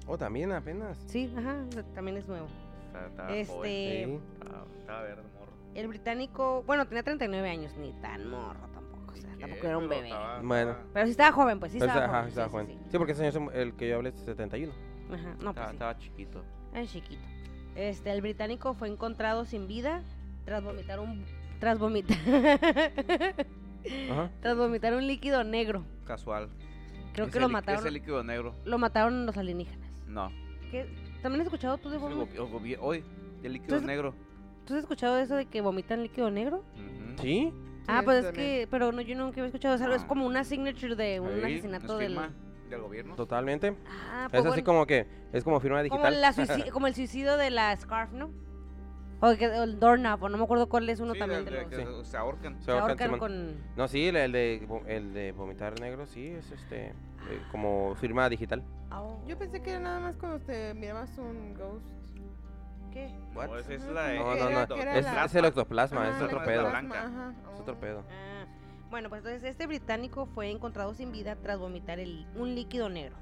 Speaker 3: Oh, también apenas.
Speaker 1: Sí, ajá, también es nuevo.
Speaker 4: Estaba- estaba joven,
Speaker 1: este.
Speaker 3: Sí.
Speaker 4: Estaba estaba verde, morro.
Speaker 1: El británico, bueno, tenía 39 años, ni tan morro tampoco, o sea,
Speaker 4: Sí,
Speaker 1: tampoco
Speaker 4: que-
Speaker 1: era un
Speaker 4: pero
Speaker 1: bebé.
Speaker 4: estaba-
Speaker 3: Bueno.
Speaker 4: estaba-
Speaker 1: Pero sí estaba joven, pues sí
Speaker 3: Pero
Speaker 1: estaba
Speaker 3: está- ajá,
Speaker 1: joven.
Speaker 3: estaba
Speaker 1: sí,
Speaker 3: joven.
Speaker 1: sí, sí.
Speaker 3: Sí, porque ese señor, se mu- el que yo hablé es 71.
Speaker 1: Ajá, no, pues
Speaker 4: Estaba,
Speaker 1: sí,
Speaker 4: estaba chiquito.
Speaker 1: era chiquito. Este, el británico fue encontrado sin vida tras vomitar un tras vomitar
Speaker 3: Ajá.
Speaker 1: tras vomitar un líquido negro.
Speaker 4: Casual.
Speaker 1: Creo
Speaker 4: Ese
Speaker 1: que lo
Speaker 4: lí- Ese
Speaker 1: mataron
Speaker 4: líquido negro.
Speaker 1: lo mataron los alienígenas.
Speaker 4: No.
Speaker 1: ¿Qué? ¿También has escuchado tú de
Speaker 4: ese
Speaker 1: vom-
Speaker 4: gobi- o gobi- Hoy, el líquido
Speaker 1: Entonces-
Speaker 4: negro.
Speaker 1: ¿Tú has escuchado eso de que vomitan líquido negro?
Speaker 4: Ujú.
Speaker 3: ¿Sí?
Speaker 1: ah,
Speaker 2: Sí,
Speaker 1: pues es
Speaker 2: también.
Speaker 1: que pero no yo nunca había escuchado, o sea, es
Speaker 4: No.
Speaker 1: como una signature de un
Speaker 4: Ahí,
Speaker 1: asesinato
Speaker 4: es
Speaker 1: del
Speaker 4: firma del gobierno.
Speaker 3: Totalmente.
Speaker 1: Ah,
Speaker 3: es
Speaker 1: pues
Speaker 3: así
Speaker 1: bueno.
Speaker 3: como que, es como firma digital.
Speaker 1: Como, la suici- como el suicidio de la Scarf, ¿no? O, que- o el doorknob, o no me acuerdo cuál es uno
Speaker 4: Sí,
Speaker 1: también.
Speaker 4: de-
Speaker 1: de
Speaker 4: de-
Speaker 1: los-
Speaker 4: que Se ahorcan.
Speaker 3: Se
Speaker 1: Se
Speaker 3: ahorcan,
Speaker 1: ahorcan
Speaker 3: Simón.
Speaker 1: con...
Speaker 3: No, sí, el, el de, vo- el de vomitar negro, sí, es este, eh, como firma digital.
Speaker 1: Au.
Speaker 2: Yo pensé que era nada más cuando te mirabas un ghost.
Speaker 1: ¿Qué?
Speaker 3: What?
Speaker 4: No, esa es
Speaker 2: Ajá,
Speaker 4: la.
Speaker 2: como
Speaker 3: No,
Speaker 2: que
Speaker 3: no,
Speaker 2: era-
Speaker 3: no,
Speaker 2: que era
Speaker 3: Es,
Speaker 2: la-
Speaker 3: es el ectoplasma,
Speaker 2: Ajá,
Speaker 3: es
Speaker 2: la
Speaker 3: otro
Speaker 4: la
Speaker 3: pedo.
Speaker 2: blanca.
Speaker 4: blanca.
Speaker 2: Ajá,
Speaker 3: Es
Speaker 2: oh.
Speaker 3: otro pedo.
Speaker 1: Ah, Bueno, pues entonces este británico fue encontrado sin vida tras vomitar el- un líquido negro.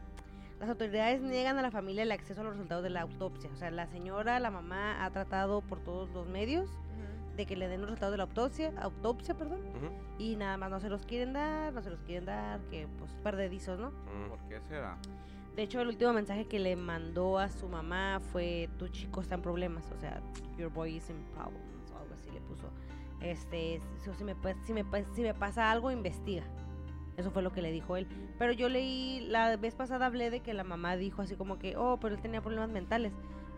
Speaker 1: Las autoridades niegan a la familia el acceso a los resultados de la autopsia. O sea, la señora, la mamá, ha tratado por todos los medios
Speaker 2: Ujú.
Speaker 1: de que le den los resultados de la autopsia, autopsia, perdón,
Speaker 3: Ujú.
Speaker 1: y nada más no se los quieren dar, no se los quieren dar, que pues perdedizos, ¿no?
Speaker 3: Mm.
Speaker 4: ¿Por qué será?
Speaker 1: De hecho, el último mensaje que le mandó a su mamá fue, tu chico está en problemas, o sea, your boy is in problems, o algo así le puso. Este, si, si me, pa- si, me, pa- si me pasa algo, investiga. Eso fue lo que le dijo él. Pero yo leí, la vez pasada hablé de que la mamá dijo así como que, oh, pero él tenía problemas mentales.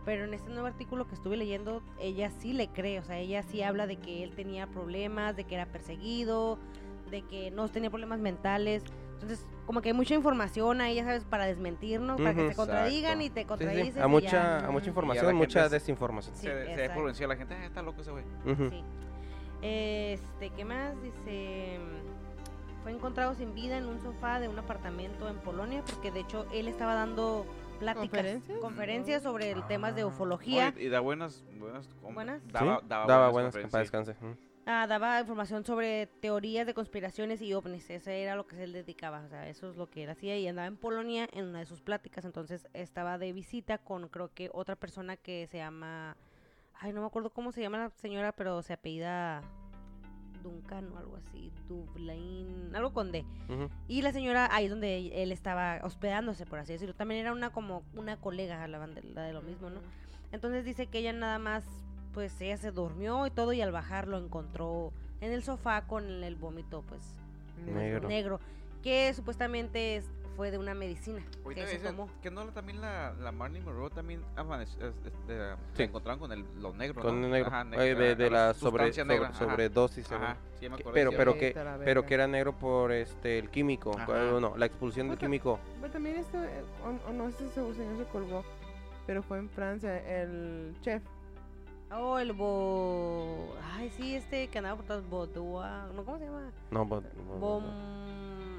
Speaker 1: Pero en este nuevo artículo que estuve leyendo, ella sí le cree, o sea, ella sí habla de que él tenía problemas, de que era perseguido, de que no tenía problemas mentales. Entonces, como que hay mucha información ahí, ya sabes, para desmentirnos, para que
Speaker 3: Ujú.
Speaker 1: te contradigan
Speaker 4: Exacto.
Speaker 1: y te
Speaker 3: Sí, sí,
Speaker 1: contradices.
Speaker 3: A,
Speaker 1: y
Speaker 3: mucha,
Speaker 1: ya.
Speaker 3: a mucha
Speaker 1: Ujú.
Speaker 3: información,
Speaker 4: gente
Speaker 3: mucha
Speaker 4: es-
Speaker 3: desinformación.
Speaker 1: Sí,
Speaker 4: Se, se
Speaker 1: exacto.
Speaker 4: influenció la gente. "Ah, Está loco ese güey.
Speaker 3: Ujú.
Speaker 1: Sí. Este, ¿qué más? Dice. mm, Fue encontrado sin vida en un sofá de un apartamento en Polonia, porque de hecho él estaba dando pláticas,
Speaker 2: ¿Conferencias?
Speaker 1: conferencias, sobre el temas de
Speaker 3: Ah.
Speaker 1: ufología.
Speaker 4: Oye, Y da buenas. buenas com-
Speaker 1: ¿Buenas?
Speaker 4: Daba,
Speaker 3: Sí,
Speaker 4: daba
Speaker 3: buenas,
Speaker 4: buenas.
Speaker 3: que en paz
Speaker 4: conferencias.
Speaker 3: descanse. Ujú.
Speaker 1: Ah, daba información sobre teorías de conspiraciones y ovnis. Ese era lo que se le dedicaba. O sea, eso es lo que él hacía. Y andaba en Polonia en una de sus pláticas. Entonces estaba de visita con, creo que, otra persona que se llama. Ay, no me acuerdo cómo se llama la señora, pero se apellida Duncan o algo así. Dublain. Algo con D.
Speaker 3: Ujú.
Speaker 1: Y la señora, ahí es donde él estaba hospedándose, por así decirlo. También era una como una colega, hablaban de, la de lo mismo, ¿no? Entonces dice que ella nada más, pues ella se durmió y todo, y al bajar lo encontró en el sofá con el, el vómito, pues,
Speaker 3: Negro.
Speaker 1: negro, que supuestamente es- fue de una medicina
Speaker 4: Oye,
Speaker 1: que
Speaker 4: te
Speaker 1: se
Speaker 4: dicen
Speaker 1: tomó.
Speaker 4: Que no, la- también la, la Marilyn Monroe también amaneció, es- este,
Speaker 3: Sí.
Speaker 4: se encontraron con el, los negros.
Speaker 3: Con
Speaker 4: ¿no?
Speaker 3: el negro.
Speaker 4: Ajá,
Speaker 3: Oye, de, de la sobre,
Speaker 4: sustancia
Speaker 3: sobre,
Speaker 4: negra, ajá.
Speaker 3: sobredosis. según.
Speaker 4: Ajá, sí, ya me
Speaker 3: Que-
Speaker 4: acordé,
Speaker 3: pero,
Speaker 4: sí,
Speaker 3: pero,
Speaker 4: ya
Speaker 3: que,
Speaker 2: Vete a la
Speaker 3: pero
Speaker 2: verga.
Speaker 3: que era negro por este el químico.
Speaker 4: Ajá.
Speaker 3: cual- No, la expulsión del
Speaker 2: Otra-
Speaker 3: químico.
Speaker 2: Pero también esto, eh, o, o no sé si ese señor se colgó, pero fue en Francia el chef.
Speaker 1: Oh, el bo... Ay, sí, este que andaba por todas Bodua... ¿no? ¿Cómo se llama?
Speaker 3: No, bo- bo-
Speaker 1: Bom...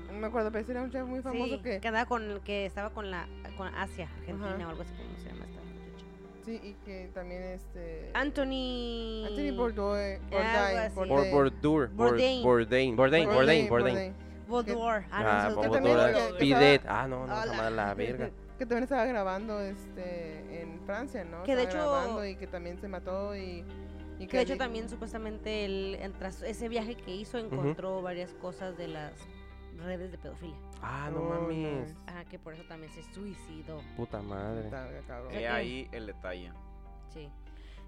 Speaker 2: No me acuerdo, pero ese era un chef muy famoso
Speaker 1: Sí,
Speaker 2: que...
Speaker 1: que andaba con, que estaba con la, con Asia, Argentina
Speaker 2: Ajá.
Speaker 1: o algo así, ¿cómo se llama esta muchacha?
Speaker 2: Sí, y que también este...
Speaker 1: Anthony.
Speaker 2: Anthony Bourdain.
Speaker 1: Algo
Speaker 2: Bourdain.
Speaker 1: así.
Speaker 2: eh,
Speaker 3: Bor- Bordur. Bor-
Speaker 1: Bourdain.
Speaker 3: Bourdain. Bourdain. Bourdain. Bourdain.
Speaker 1: Bourdain.
Speaker 3: Ah,
Speaker 1: Ah, no,
Speaker 2: Bourdain.
Speaker 1: eso es otro
Speaker 2: Bourdain.
Speaker 1: pedo,
Speaker 2: Que-
Speaker 3: Bordur.
Speaker 1: güey.
Speaker 2: que-
Speaker 3: Bidet. Ah, no, no, esa
Speaker 1: Hola.
Speaker 3: madre la verga.
Speaker 2: Que también estaba grabando este en Francia, ¿no?
Speaker 1: Que de
Speaker 2: Estaba
Speaker 1: hecho-
Speaker 2: grabando y que también se mató y Y
Speaker 1: Que de hecho
Speaker 2: Carly-
Speaker 1: también supuestamente él, en- tras ese viaje que hizo encontró varias cosas de las redes de pedofilia.
Speaker 3: Ah, no
Speaker 2: Oh,
Speaker 3: mames.
Speaker 2: nice.
Speaker 1: Ajá, que por eso también se suicidó.
Speaker 3: Puta madre.
Speaker 2: Está cabrón.
Speaker 1: Eh,
Speaker 4: He ahí el detalle.
Speaker 1: Sí.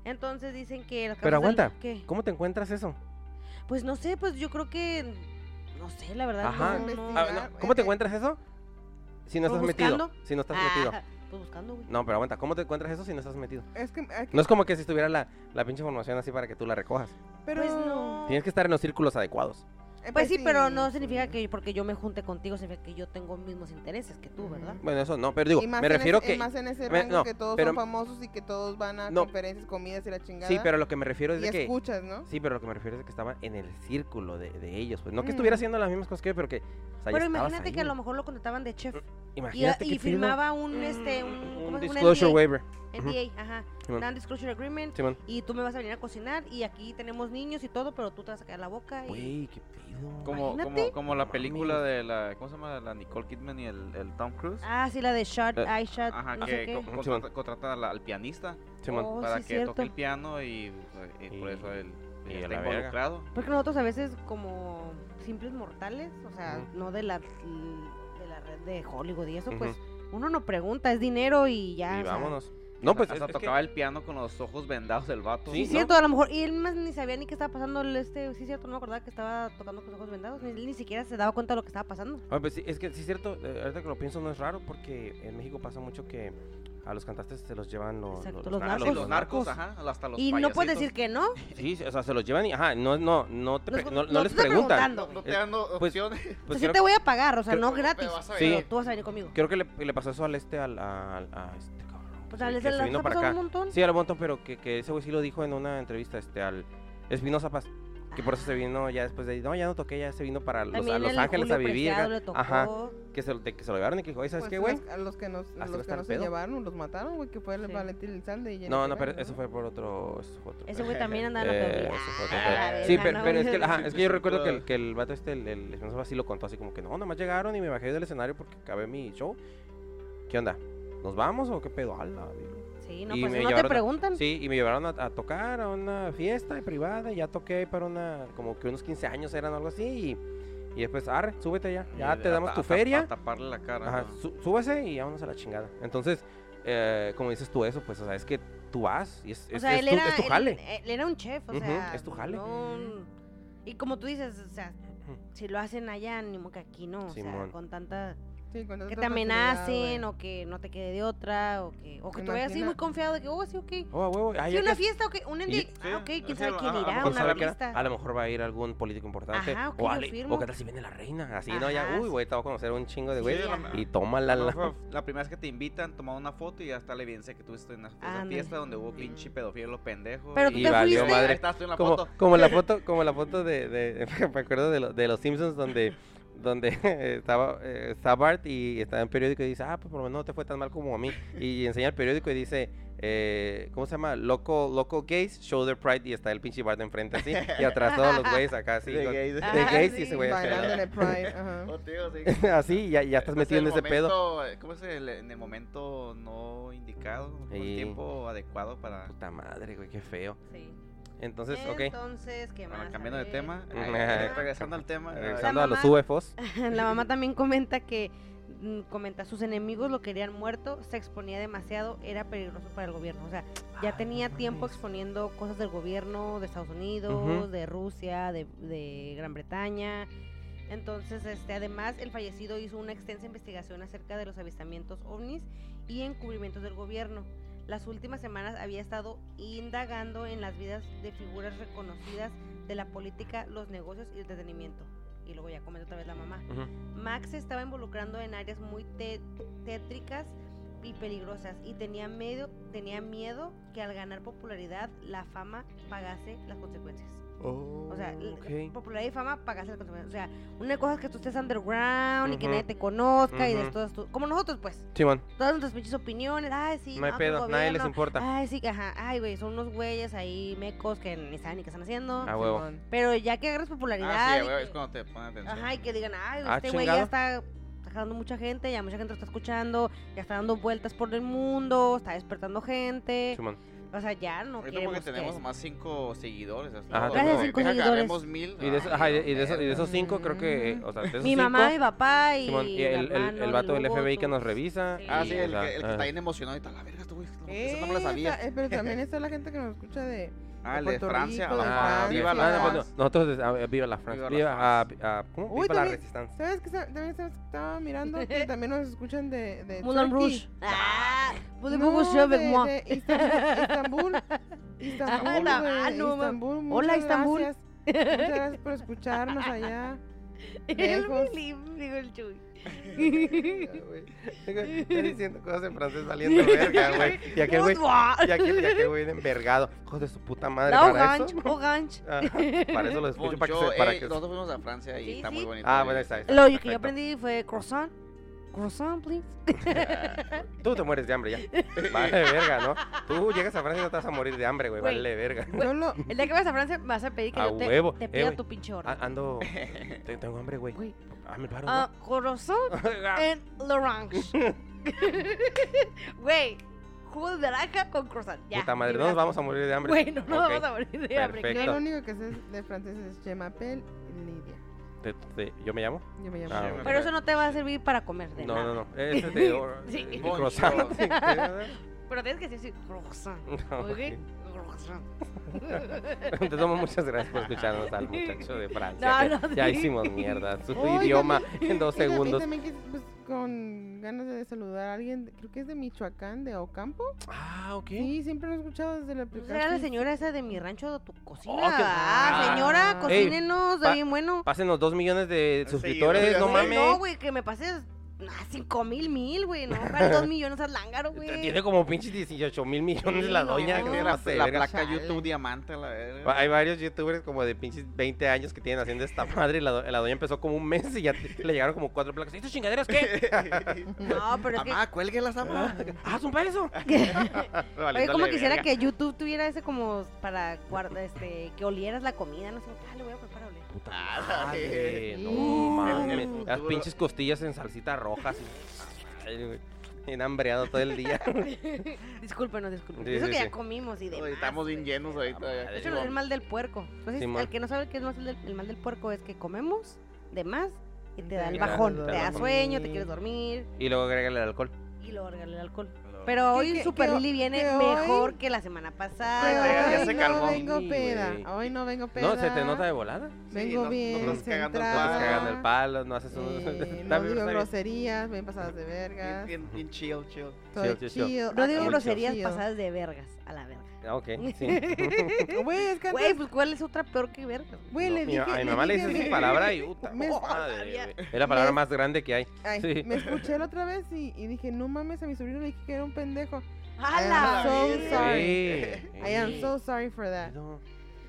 Speaker 1: Entonces dicen que... las
Speaker 3: Pero
Speaker 1: causas del-
Speaker 3: aguanta.
Speaker 1: ¿Qué?
Speaker 3: ¿Cómo te encuentras eso?
Speaker 1: Pues no sé, pues yo creo que... No sé, la verdad.
Speaker 3: Ajá.
Speaker 1: no- no-
Speaker 3: Ah, no, ¿Cómo te
Speaker 2: eh,
Speaker 3: encuentras eso? Si no
Speaker 1: ¿Pues
Speaker 3: estás metido.
Speaker 1: buscando?
Speaker 3: Si no estás
Speaker 1: Ah,
Speaker 3: metido.
Speaker 1: Pues buscando, güey.
Speaker 3: No, pero aguanta, ¿cómo te encuentras eso si no estás metido?
Speaker 2: Es que, hay que-
Speaker 3: No es como que si estuviera la, la pinche información así para que tú la recojas.
Speaker 2: pero
Speaker 1: Pues no.
Speaker 3: Tienes que estar en los círculos adecuados.
Speaker 2: Eh,
Speaker 1: Pues sí, pero no
Speaker 2: sí.
Speaker 1: significa que porque yo me junte contigo, significa que yo tengo mismos intereses que tú, ¿verdad?
Speaker 2: Ujú.
Speaker 3: Bueno, eso no, pero digo,
Speaker 2: Y más
Speaker 3: me
Speaker 2: en
Speaker 3: refiero
Speaker 2: ese-
Speaker 3: que...
Speaker 2: Más en ese
Speaker 3: me-
Speaker 2: rango
Speaker 3: no,
Speaker 2: que todos
Speaker 3: pero-
Speaker 2: son famosos y que todos van a
Speaker 3: No.
Speaker 2: conferencias, comidas y la chingada.
Speaker 3: Sí, pero lo que me refiero es
Speaker 2: Y
Speaker 3: de que...
Speaker 2: escuchas, ¿no?
Speaker 3: Sí, pero lo que me refiero es de que estaba en el círculo de, de ellos. Pues no que
Speaker 2: Mm.
Speaker 3: estuviera haciendo las mismas cosas que yo, pero que... o sea, ya
Speaker 1: Pero
Speaker 3: estabas
Speaker 1: imagínate que a
Speaker 3: ahí.
Speaker 1: lo mejor lo contrataban de chef y,
Speaker 3: Imagínate
Speaker 1: y
Speaker 3: qué pedo.
Speaker 1: firmaba un este un, ¿cómo
Speaker 3: Un
Speaker 1: se llama? Un
Speaker 3: disclosure
Speaker 1: NDA,
Speaker 3: waiver. Ujú.
Speaker 1: NDA, ajá,
Speaker 3: Simón.
Speaker 1: non-disclosure agreement
Speaker 3: Simón.
Speaker 1: y tú me vas a venir a cocinar y aquí tenemos niños y todo, pero tú te vas a quedar la boca y
Speaker 3: Güey, qué pedo.
Speaker 4: Como,
Speaker 1: Imagínate.
Speaker 4: como, como la
Speaker 3: No
Speaker 4: película
Speaker 3: mames.
Speaker 4: de la. ¿Cómo se llama? La Nicole Kidman y el, el Tom Cruise.
Speaker 1: Ah, sí, la de shot,
Speaker 3: Eh,
Speaker 1: eye shot,
Speaker 4: Ajá,
Speaker 1: no sé
Speaker 4: que
Speaker 1: qué.
Speaker 4: co- contrata, contrata al- al pianista
Speaker 3: Simón.
Speaker 1: Oh,
Speaker 4: para
Speaker 1: sí,
Speaker 4: que
Speaker 1: cierto.
Speaker 4: toque el piano y, y por
Speaker 3: Y-
Speaker 4: eso él
Speaker 3: y
Speaker 4: él
Speaker 3: a
Speaker 4: está
Speaker 3: la verga.
Speaker 4: involucrado.
Speaker 1: Porque nosotros a veces como simples mortales, o sea,
Speaker 3: Ujú.
Speaker 1: no de la de la red de Hollywood y eso,
Speaker 3: Ujú.
Speaker 1: pues uno no pregunta, es dinero y ya.
Speaker 3: Y
Speaker 1: o sea,
Speaker 3: vámonos. No, pues es-
Speaker 4: hasta
Speaker 3: es que-
Speaker 4: tocaba el piano con los ojos vendados el vato.
Speaker 3: Sí,
Speaker 1: Sí,
Speaker 3: ¿no?
Speaker 1: cierto, a lo mejor. Y él más ni sabía ni qué estaba pasando. el Este, sí, cierto, no me acordaba que estaba tocando con los ojos vendados. Ni, él ni siquiera se daba cuenta de lo que estaba pasando.
Speaker 3: Ah, pues sí, es que sí es cierto, eh, ahorita que lo pienso no es raro porque en México pasa mucho que a los cantantes se los llevan los,
Speaker 1: Exacto,
Speaker 3: los
Speaker 1: los
Speaker 3: nar-
Speaker 1: narcos.
Speaker 4: Sí, los narcos,
Speaker 1: narcos.
Speaker 4: ajá, hasta los
Speaker 1: y no puedes
Speaker 4: payasitos.
Speaker 1: decir que no.
Speaker 3: Sí, sí, o sea, se los llevan y ajá, no no no te
Speaker 1: No es
Speaker 3: pre-
Speaker 1: como-
Speaker 3: no, no
Speaker 1: no te
Speaker 3: les
Speaker 1: estoy
Speaker 3: preguntan.
Speaker 1: preguntando, güey.
Speaker 3: te
Speaker 4: dan
Speaker 3: Pues-
Speaker 4: opciones.
Speaker 1: O sea,
Speaker 3: Pues
Speaker 1: yo
Speaker 3: creo,
Speaker 1: te voy a pagar, o sea,
Speaker 3: creo-
Speaker 1: no
Speaker 4: pero
Speaker 1: gratis.
Speaker 4: vas a
Speaker 1: pero
Speaker 3: venir.
Speaker 1: tú vas a venir conmigo.
Speaker 3: creo que le, le pasó eso al este al al- a este cabrón.
Speaker 1: O
Speaker 3: pues,
Speaker 1: sea,
Speaker 3: el
Speaker 1: les
Speaker 3: que
Speaker 1: les
Speaker 3: se
Speaker 1: ha
Speaker 3: vino para
Speaker 1: pasado un
Speaker 3: acá.
Speaker 1: montón.
Speaker 3: Sí, al montón, pero que, que ese güey sí lo dijo en una entrevista este al Espinosa Paz, que por eso se vino ya después de ahí, no, ya no toqué, ya se vino para los,
Speaker 1: También
Speaker 3: a Los
Speaker 1: el
Speaker 3: Ángeles
Speaker 1: Julio
Speaker 3: a vivir.
Speaker 1: Preciado
Speaker 3: acá.
Speaker 1: le tocó.
Speaker 3: Ajá, que se, lo- de que se lo llevaron y que dijo, "Oye, ¿sabes
Speaker 2: Pues
Speaker 3: qué, güey?
Speaker 2: los- A los que nos,
Speaker 3: va a
Speaker 2: los que
Speaker 3: estar
Speaker 2: no
Speaker 3: el
Speaker 2: se
Speaker 3: pedo.
Speaker 2: llevaron, los mataron, güey, que fue el
Speaker 1: Sí.
Speaker 2: Valentín Elizalde y
Speaker 3: No,
Speaker 2: Jennifer
Speaker 3: no, pero
Speaker 2: Garner,
Speaker 3: eso fue por otro. Eso fue otro
Speaker 1: Ese
Speaker 3: pedo.
Speaker 1: güey también andaba en la
Speaker 3: Eh,
Speaker 1: pedofilia.
Speaker 3: eso fue otro
Speaker 1: Ah,
Speaker 3: pedo.
Speaker 1: la
Speaker 3: Sí,
Speaker 1: verga,
Speaker 3: pero,
Speaker 1: no.
Speaker 3: pero es, que, ajá, es que yo
Speaker 4: Sí,
Speaker 3: recuerdo que
Speaker 4: claro.
Speaker 3: el, que el vato este, el, el Espinosa Paz sí lo contó así como que no, nomás llegaron y me bajé del escenario porque acabé mi show. ¿Qué onda? ¿Nos vamos o qué pedo? A la verga.
Speaker 1: Sí, no,
Speaker 3: Y
Speaker 1: pues
Speaker 3: me
Speaker 1: no te
Speaker 3: llevaron a-
Speaker 1: preguntan.
Speaker 3: Sí, y me llevaron a, a tocar a una fiesta privada y ya toqué ahí para una, como que unos 15 años eran o algo así y, y después, arre, súbete ya, ya te damos tu feria.
Speaker 4: taparle la cara.
Speaker 3: Ajá,
Speaker 4: ¿no?
Speaker 3: sú- súbase y vámonos a la chingada. Entonces, eh, como dices tú eso, pues, o sea, es que tú vas y es,
Speaker 1: O
Speaker 3: es-
Speaker 1: sea,
Speaker 3: es
Speaker 1: él
Speaker 3: tu,
Speaker 1: era,
Speaker 3: es tu
Speaker 1: él-
Speaker 3: jale.
Speaker 1: Él, era un chef, o
Speaker 3: Ujú,
Speaker 1: sea.
Speaker 3: es tu jale.
Speaker 1: no un- Y como tú dices, o sea, si lo hacen allá, ni modo que aquí no. O sea,
Speaker 3: Simón.
Speaker 1: con tanta.
Speaker 2: Sí, con
Speaker 1: que
Speaker 2: esa
Speaker 1: te amenacen
Speaker 2: facilidad,
Speaker 1: o que no te quede de otra o que, o que tú vayas así
Speaker 2: Imagina-
Speaker 1: muy confiado de que, oh, sí, ok.
Speaker 3: Oh, a huevo, ay,
Speaker 1: Sí,
Speaker 3: ya
Speaker 1: una
Speaker 3: que-
Speaker 1: fiesta, ok, un
Speaker 3: Y-
Speaker 1: NDA. Ah, ok,
Speaker 4: Sí,
Speaker 1: quién
Speaker 4: sí,
Speaker 1: sabe
Speaker 4: a-
Speaker 1: quién
Speaker 4: a-
Speaker 1: irá,
Speaker 4: a-
Speaker 3: Por
Speaker 1: una
Speaker 3: saber que era-
Speaker 1: revista.
Speaker 3: a lo mejor va a ir algún político importante.
Speaker 1: Ajá, ok,
Speaker 3: o,
Speaker 1: lo
Speaker 3: ale-
Speaker 1: firmo.
Speaker 3: o qué tal si viene la reina. Así, ¿no? Ya,
Speaker 1: Ajá,
Speaker 3: uy,
Speaker 1: sí.
Speaker 3: güey, te voy a conocer un chingo de güey.
Speaker 1: Sí,
Speaker 4: a-
Speaker 3: y tómala.
Speaker 4: No,
Speaker 3: la-
Speaker 4: fue la primera vez que te invitan, tomar una foto y ya está la evidencia que tú estuviste en una esa
Speaker 1: Ándale.
Speaker 4: fiesta donde hubo pinche pedofilo pendejo.
Speaker 1: Pero tú
Speaker 3: Y te valió fuiste. madre.
Speaker 4: Ahí estás tú en la
Speaker 3: Como,
Speaker 4: foto.
Speaker 3: como la foto, como la foto de, de- me acuerdo de, lo- de los Simpsons donde donde estaba eh, está Bart y estaba en periódico y dice, ah, pues por lo menos no te fue tan mal como a mí. Y enseña el periódico y dice, eh, ¿cómo se llama? Loco, loco gays, shoulder pride y está el pinche Bart enfrente así y atrás todos los güeyes acá así.
Speaker 4: De
Speaker 3: con-
Speaker 4: gays.
Speaker 3: de
Speaker 1: Ah,
Speaker 3: gays
Speaker 1: sí.
Speaker 3: y ese güey acá.
Speaker 2: Bailando en el Pride, ajá.
Speaker 4: Oh, tío, sí.
Speaker 3: Así, ya, ya estás metido en ese pedo.
Speaker 4: pedo. eh, ¿Cómo es el, en el momento no indicado? Con
Speaker 3: Sí.
Speaker 4: el tiempo adecuado para.
Speaker 1: Pues,
Speaker 3: Puta madre, güey, qué feo.
Speaker 1: Sí.
Speaker 3: Entonces, ok.
Speaker 1: Entonces, ¿qué
Speaker 4: Bueno,
Speaker 1: más? A
Speaker 4: cambiando de
Speaker 1: ver.
Speaker 4: tema,
Speaker 3: Ajá.
Speaker 4: eh, regresando al tema, eh,
Speaker 3: Regresando a los
Speaker 1: mamá-
Speaker 3: UFOs.
Speaker 1: La mamá también comenta que mm, comenta sus enemigos lo querían muerto, se exponía demasiado, era peligroso para el gobierno. O sea, ya
Speaker 3: Ah,
Speaker 1: tenía
Speaker 3: no
Speaker 1: tiempo
Speaker 3: mames.
Speaker 1: exponiendo cosas del gobierno de Estados Unidos,
Speaker 3: Ujú.
Speaker 1: de Rusia, de, de Gran Bretaña. Entonces, este, además, el fallecido hizo una extensa investigación acerca de los avistamientos ovnis y encubrimientos del gobierno. Las últimas semanas había estado indagando en las vidas de figuras reconocidas de la política, los negocios y el entretenimiento. Y luego ya comenta otra vez la mamá.
Speaker 3: Ujú.
Speaker 1: Max se estaba involucrando en áreas muy té- tétricas y peligrosas y tenía miedo, tenía miedo que al ganar popularidad la fama pagase las consecuencias. O sea, l-
Speaker 3: Ok.
Speaker 1: popularidad y fama pagase las consecuencias. O sea, una cosa es que tú estés underground y que
Speaker 3: Ujú.
Speaker 1: nadie te conozca y de
Speaker 3: Ujú.
Speaker 1: todas tus- como nosotros pues,
Speaker 3: Simón,
Speaker 1: todas nuestras pinches opiniones, ay sí,
Speaker 3: no hay
Speaker 1: que el
Speaker 3: pedo, nadie les
Speaker 1: gobierno,
Speaker 3: importa.
Speaker 1: Ay, sí, ajá, ay, güey, son unos güeyes ahí mecos que ni saben ni qué están haciendo.
Speaker 3: A Ah, huevo.
Speaker 2: Simón.
Speaker 1: Pero ya que agarras popularidad
Speaker 4: Ah,
Speaker 1: y
Speaker 4: sí, güey, es
Speaker 1: que-
Speaker 4: cuando te ponen atención.
Speaker 1: Ajá, y que digan, ay,
Speaker 3: Ah,
Speaker 1: este güey ya
Speaker 3: chingado.
Speaker 1: está sacando mucha gente, ya mucha gente lo está escuchando, ya está dando vueltas por el mundo, está despertando gente.
Speaker 3: Simón.
Speaker 1: O sea, ya no
Speaker 4: Ahorita porque
Speaker 1: queremos que...
Speaker 4: tenemos más 5 seguidores. hasta
Speaker 3: Ajá,
Speaker 4: luego,
Speaker 3: Gracias,
Speaker 4: güey.
Speaker 1: cinco
Speaker 4: Deja que
Speaker 1: seguidores.
Speaker 4: agarremos mil.
Speaker 3: Y de, eso-
Speaker 4: Ay,
Speaker 3: ajá, y
Speaker 4: no,
Speaker 3: de- y de eso- y de esos cinco creo que... eh,
Speaker 1: Mm.
Speaker 3: O sea, de esos
Speaker 1: Mi
Speaker 3: cinco,
Speaker 1: mamá, mi papá y...
Speaker 3: Simón, y
Speaker 1: mi
Speaker 3: el, el-
Speaker 1: hermano,
Speaker 3: el vato del
Speaker 1: luego
Speaker 3: FBI que
Speaker 1: tú.
Speaker 3: nos revisa.
Speaker 1: Sí.
Speaker 4: Ah, sí, el,
Speaker 3: o sea,
Speaker 4: que, el que
Speaker 3: ajá.
Speaker 4: está bien emocionado y tal. La verga, esto, güey.
Speaker 3: Pues
Speaker 4: esto- Eso no me
Speaker 2: Eh,
Speaker 4: lo
Speaker 2: está-
Speaker 4: sabía.
Speaker 2: eh, pero también está la gente que nos escucha de.
Speaker 4: Ah, el de
Speaker 2: Puerto
Speaker 4: Francia.
Speaker 2: Rico,
Speaker 4: la
Speaker 2: de
Speaker 4: Fran-
Speaker 3: Ah,
Speaker 2: Francia.
Speaker 4: viva la
Speaker 3: ah, no,
Speaker 4: Fran-
Speaker 3: pues no, nosotros, des- ah, viva la Francia,
Speaker 4: Viva la
Speaker 3: viva, ah,
Speaker 4: Francia.
Speaker 3: ah, ¿cómo?
Speaker 2: Uy,
Speaker 3: Viva la
Speaker 2: también-
Speaker 3: resistencia.
Speaker 2: ¿Sabes que también sabes que estaba mirando? Que también nos escuchan de. de
Speaker 1: Moulin
Speaker 2: Turkey.
Speaker 1: Rouge. Ah, Moulin
Speaker 2: No,
Speaker 1: Rouge, je avec
Speaker 2: de-
Speaker 1: moi.
Speaker 2: de Istan- Istambul. Istambul,
Speaker 1: Ah, la-
Speaker 2: güey,
Speaker 1: ah, no,
Speaker 2: Istambul,
Speaker 1: Hola,
Speaker 2: muchas
Speaker 1: Istambul.
Speaker 2: gracias. Muchas gracias por escucharnos allá.
Speaker 1: El
Speaker 2: Lejos.
Speaker 1: Milim, digo el Chuy.
Speaker 3: Estoy diciendo cosas en francés saliendo verga, güey. Y aquel güey, y aquel, y aquel güey envergado. Hijo de su puta madre,
Speaker 1: La
Speaker 3: para
Speaker 1: orange,
Speaker 3: eso.
Speaker 1: orange.
Speaker 3: Ajá, para eso lo escucho, para que
Speaker 4: Poncho,
Speaker 3: se... Para
Speaker 4: eh,
Speaker 3: que se-
Speaker 4: Nosotros fuimos a Francia y
Speaker 1: Sí,
Speaker 4: está muy
Speaker 1: sí.
Speaker 4: bonito.
Speaker 3: Ah, bueno, ahí está, ahí está.
Speaker 1: Lo que yo
Speaker 3: perfecto.
Speaker 1: aprendí fue croissant. Croissant, please.
Speaker 3: Tú te mueres de hambre ya. Vale, verga, ¿no? Tú llegas a Francia y no te vas a morir de hambre, güey.
Speaker 1: Güey.
Speaker 3: Vale, verga.
Speaker 2: Yo lo,
Speaker 1: El día que vayas a Francia me vas a pedir que
Speaker 3: A
Speaker 1: yo te,
Speaker 3: huevo,
Speaker 1: te
Speaker 3: eh,
Speaker 1: pida
Speaker 3: güey.
Speaker 1: tu pinche orden.
Speaker 3: A- Ando... te- Tengo hambre, güey.
Speaker 1: Güey.
Speaker 3: Hazme el paro, ¿no?
Speaker 1: Ah, croissant
Speaker 3: Ah.
Speaker 1: en l'orange. Güey, jugo de naranja con croissant. Ya,
Speaker 3: Puta madre, no nos
Speaker 1: liberaste.
Speaker 3: vamos a morir de hambre.
Speaker 1: Güey, no nos
Speaker 3: Ok.
Speaker 1: vamos a morir de hambre.
Speaker 2: yo
Speaker 3: Perfecto.
Speaker 2: lo único que sé de francés es Je m'appelle Lidia.
Speaker 3: Te- te- ¿Yo me llamo?
Speaker 2: Yo me llamo
Speaker 3: Ah,
Speaker 2: Lidia.
Speaker 1: Pero eso no te va a servir para comer de
Speaker 3: No,
Speaker 1: nada.
Speaker 3: no, no. Ese es de oro.
Speaker 1: Sí.
Speaker 3: eh,
Speaker 4: Poncho.
Speaker 3: croissant. Sí,
Speaker 1: Pero tienes que decir sí, croissant.
Speaker 3: No,
Speaker 1: ¿Ok?
Speaker 3: güey.
Speaker 1: Croissant.
Speaker 3: Te tomo muchas gracias por escucharnos al muchacho de Francia.
Speaker 1: No,
Speaker 3: que
Speaker 1: no,
Speaker 3: ya
Speaker 1: sí.
Speaker 3: hicimos mierda. Su
Speaker 2: Oigan,
Speaker 3: idioma en dos
Speaker 2: Y ta- y
Speaker 3: segundos.
Speaker 2: también que, pues, con ganas de saludar a alguien, de- creo que es de Michoacán, de Ocampo.
Speaker 3: Ah, ok.
Speaker 2: Sí, siempre lo he escuchado desde la
Speaker 1: ¿No será
Speaker 2: aplicación.
Speaker 1: la señora esa de mi rancho de tu cocina?
Speaker 3: Oh, qué-
Speaker 1: ah,
Speaker 3: Ah.
Speaker 1: señora,
Speaker 3: Ey,
Speaker 1: cocínenos, está
Speaker 3: pa-
Speaker 1: bien bueno.
Speaker 3: Pásenos dos millones de
Speaker 4: Sí,
Speaker 3: suscriptores,
Speaker 4: no
Speaker 3: no
Speaker 1: Güey, No,
Speaker 3: mames.
Speaker 1: güey, que me pases ah, cinco mil, mil, güey. No, para dos millones al lángaro, güey.
Speaker 3: Tiene como pinches 18 mil millones
Speaker 1: Sí,
Speaker 3: la
Speaker 1: no,
Speaker 3: doña.
Speaker 1: no,
Speaker 3: que
Speaker 4: Tiene
Speaker 3: se
Speaker 4: la,
Speaker 3: pase de
Speaker 4: la
Speaker 3: verga.
Speaker 4: placa
Speaker 2: Chale.
Speaker 4: YouTube diamante, la verga.
Speaker 3: Va- Hay varios youtubers como de pinches 20 años que tienen haciendo esta madre y la, do- la doña empezó como un mes y ya te- le llegaron como cuatro placas. ¿Estas chingaderas qué?
Speaker 1: No, pero es que.
Speaker 4: Mamá, cuélguelas, mamá.
Speaker 3: ¡Haz un peso!
Speaker 1: Oye, como quisiera que YouTube tuviera ese como para guarda, este, que olieras la comida, no sé, ah, le voy a preparar a oler.
Speaker 3: Madre, no
Speaker 2: Mm.
Speaker 3: mames.
Speaker 4: Ah, El- el
Speaker 3: Las
Speaker 4: futuro.
Speaker 3: pinches costillas en salsita roja. Así. Ay, güey, Bien hambreado todo el día.
Speaker 1: Discúlpenos, discúlpenos.
Speaker 3: Sí,
Speaker 1: Eso
Speaker 3: sí,
Speaker 1: que
Speaker 3: sí.
Speaker 1: ya comimos y demás.
Speaker 4: Estamos bien
Speaker 1: güey.
Speaker 4: llenos ahorita.
Speaker 1: De
Speaker 4: ya.
Speaker 1: hecho, es el mal del puerco. Entonces,
Speaker 3: Simón.
Speaker 1: el que no sabe qué es más el, del- el mal del puerco es que comemos de más y te da el
Speaker 3: Y te da-
Speaker 1: bajón.
Speaker 3: te
Speaker 1: Te
Speaker 3: da
Speaker 1: da
Speaker 3: bajón.
Speaker 1: sueño, te quieres dormir
Speaker 3: Y luego agrégale el alcohol.
Speaker 1: y luego regala el alcohol. Pero
Speaker 2: Que-
Speaker 1: hoy
Speaker 2: que-
Speaker 1: Super
Speaker 2: que-
Speaker 1: Lily viene
Speaker 2: que hoy-
Speaker 1: mejor que la semana
Speaker 2: Pero
Speaker 1: pasada.
Speaker 4: ya
Speaker 2: hoy
Speaker 4: se
Speaker 2: no
Speaker 4: calmó.
Speaker 2: vengo
Speaker 3: Sí,
Speaker 2: peda.
Speaker 3: güey.
Speaker 2: Hoy no vengo peda.
Speaker 3: No, se te nota de volada.
Speaker 2: Vengo bien
Speaker 4: No estás cagando el
Speaker 3: No estás
Speaker 2: Ah.
Speaker 3: cagando el
Speaker 2: centrada.
Speaker 3: palo, no haces un.
Speaker 2: Eh,
Speaker 3: Está
Speaker 2: no digo
Speaker 3: bien, está bien.
Speaker 2: groserías, bien pasadas de verga.
Speaker 4: Bien, bien- bien chill, chill.
Speaker 2: Soy
Speaker 3: sí, sí.
Speaker 2: chido. Ah,
Speaker 1: No digo
Speaker 3: Ah, Mucho.
Speaker 1: groserías
Speaker 2: Chido.
Speaker 1: pasadas de vergas a la verga.
Speaker 3: Ah, Ok, sí.
Speaker 2: Güey, es que antes-
Speaker 1: Güey, pues ¿cuál es otra peor que vergas?
Speaker 2: Güey,
Speaker 3: No,
Speaker 2: le
Speaker 3: mi-
Speaker 2: dije.
Speaker 3: a
Speaker 2: le
Speaker 3: mi mamá le
Speaker 2: dije
Speaker 3: dices
Speaker 2: a
Speaker 3: esa
Speaker 2: mi-
Speaker 3: palabra y puta
Speaker 2: me-
Speaker 3: madre,
Speaker 1: todavía.
Speaker 3: güey. Es la palabra
Speaker 2: Me-
Speaker 3: más grande que hay.
Speaker 2: Ay,
Speaker 3: Sí.
Speaker 2: Me escuché la otra vez y, y dije, no mames, a mi sobrino le dije que era un pendejo.
Speaker 1: ¡A
Speaker 2: I
Speaker 1: la
Speaker 2: am so
Speaker 1: verga!
Speaker 2: sorry.
Speaker 3: Sí.
Speaker 2: I am so sorry for that.
Speaker 3: No.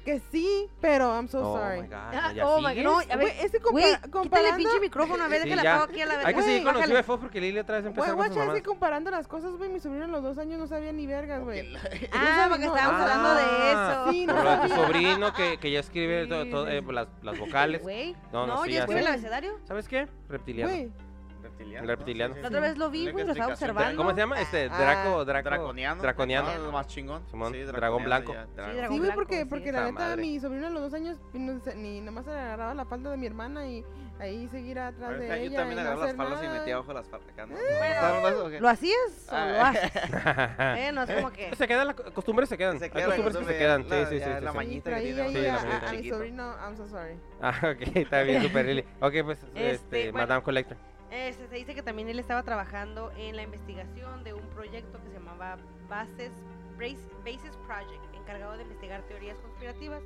Speaker 2: Que sí, pero I'm so
Speaker 3: Oh
Speaker 2: sorry.
Speaker 3: my God,
Speaker 1: Ah,
Speaker 3: ¿ya
Speaker 1: oh my
Speaker 3: sigues?
Speaker 1: God, no, a ver,
Speaker 2: Güey, ese
Speaker 1: Güey,
Speaker 2: compara
Speaker 1: quítale el
Speaker 2: comparando,
Speaker 1: pinche micrófono, a ver,
Speaker 3: Sí,
Speaker 1: déjala
Speaker 3: ya.
Speaker 1: pongo aquí a la verga.
Speaker 3: Hay que seguir con los
Speaker 1: Bájale.
Speaker 3: UFOs porque Lili otra vez empezó
Speaker 2: Güey,
Speaker 3: con sus
Speaker 2: guacha, es
Speaker 3: mamás.
Speaker 2: que comparando las cosas, güey, mi sobrino a los dos años no sabía ni vergas, güey.
Speaker 1: Ah, porque
Speaker 2: No,
Speaker 1: estábamos hablando
Speaker 3: Ah,
Speaker 1: de eso.
Speaker 2: Sí,
Speaker 3: Por
Speaker 2: no
Speaker 3: lo de tu
Speaker 2: sabía.
Speaker 3: sobrino que, que ya escribe
Speaker 2: Sí,
Speaker 3: to- to- eh, las, las vocales.
Speaker 1: Güey,
Speaker 3: No,
Speaker 1: no,
Speaker 3: no, sí,
Speaker 1: yo
Speaker 3: ya
Speaker 1: escribí
Speaker 3: sé.
Speaker 1: el abecedario.
Speaker 3: ¿Sabes qué? Reptiliano.
Speaker 2: Güey,
Speaker 4: Reptiliano.
Speaker 3: El reptiliano.
Speaker 1: La otra vez lo vi,
Speaker 4: Tiene
Speaker 1: güey,
Speaker 4: que
Speaker 1: lo estaba
Speaker 4: explicación.
Speaker 1: observando.
Speaker 3: ¿Cómo se llama? Este,
Speaker 2: Ah,
Speaker 3: Draco, Draco.
Speaker 4: Draconiano.
Speaker 3: Draconiano.
Speaker 4: No, es Ah, más chingón.
Speaker 3: Simón,
Speaker 4: Sí,
Speaker 3: dragón
Speaker 4: draconiano
Speaker 3: blanco.
Speaker 4: ya,
Speaker 1: Sí, dragón
Speaker 4: dragón.
Speaker 2: sí, güey,
Speaker 1: blanco,
Speaker 2: porque,
Speaker 1: sí.
Speaker 2: porque la
Speaker 3: Esa
Speaker 2: neta,
Speaker 3: madre.
Speaker 2: mi sobrino a los dos años no se- ni nomás se le agarraba la falda de mi hermana y ahí seguir atrás
Speaker 4: Ahorita
Speaker 2: de ella.
Speaker 4: Yo también
Speaker 2: y no
Speaker 4: agarraba las
Speaker 2: hacer
Speaker 4: faldas y
Speaker 2: nada.
Speaker 4: metía abajo las faldas. acá, ¿no?
Speaker 1: ¿Lo hacías o lo
Speaker 4: Ah.
Speaker 1: haces? Eh, no es como que...
Speaker 3: Se quedan, las co- costumbres se quedan.
Speaker 4: Se
Speaker 3: Hay
Speaker 4: queda la
Speaker 3: costumbres que se
Speaker 4: costumbre,
Speaker 3: quedan.
Speaker 4: la-
Speaker 3: Sí, sí, sí.
Speaker 4: ya
Speaker 3: sí,
Speaker 4: la
Speaker 3: sí.
Speaker 4: mañita
Speaker 2: Y
Speaker 4: que
Speaker 2: traía
Speaker 4: tiene
Speaker 2: ahí
Speaker 3: Sí,
Speaker 2: a,
Speaker 3: la mañita
Speaker 2: a- a
Speaker 4: de
Speaker 2: mi
Speaker 4: chiquito.
Speaker 2: sobrino, I'm so sorry.
Speaker 3: Ah, ok, está bien, super Lili. Ok, pues,
Speaker 1: Este,
Speaker 3: este,
Speaker 1: bueno.
Speaker 3: Madame Collector.
Speaker 1: Eh, se, se dice que también él estaba trabajando en la investigación de un proyecto que se llamaba Bases, Brace- Bases Project, encargado de investigar teorías conspirativas,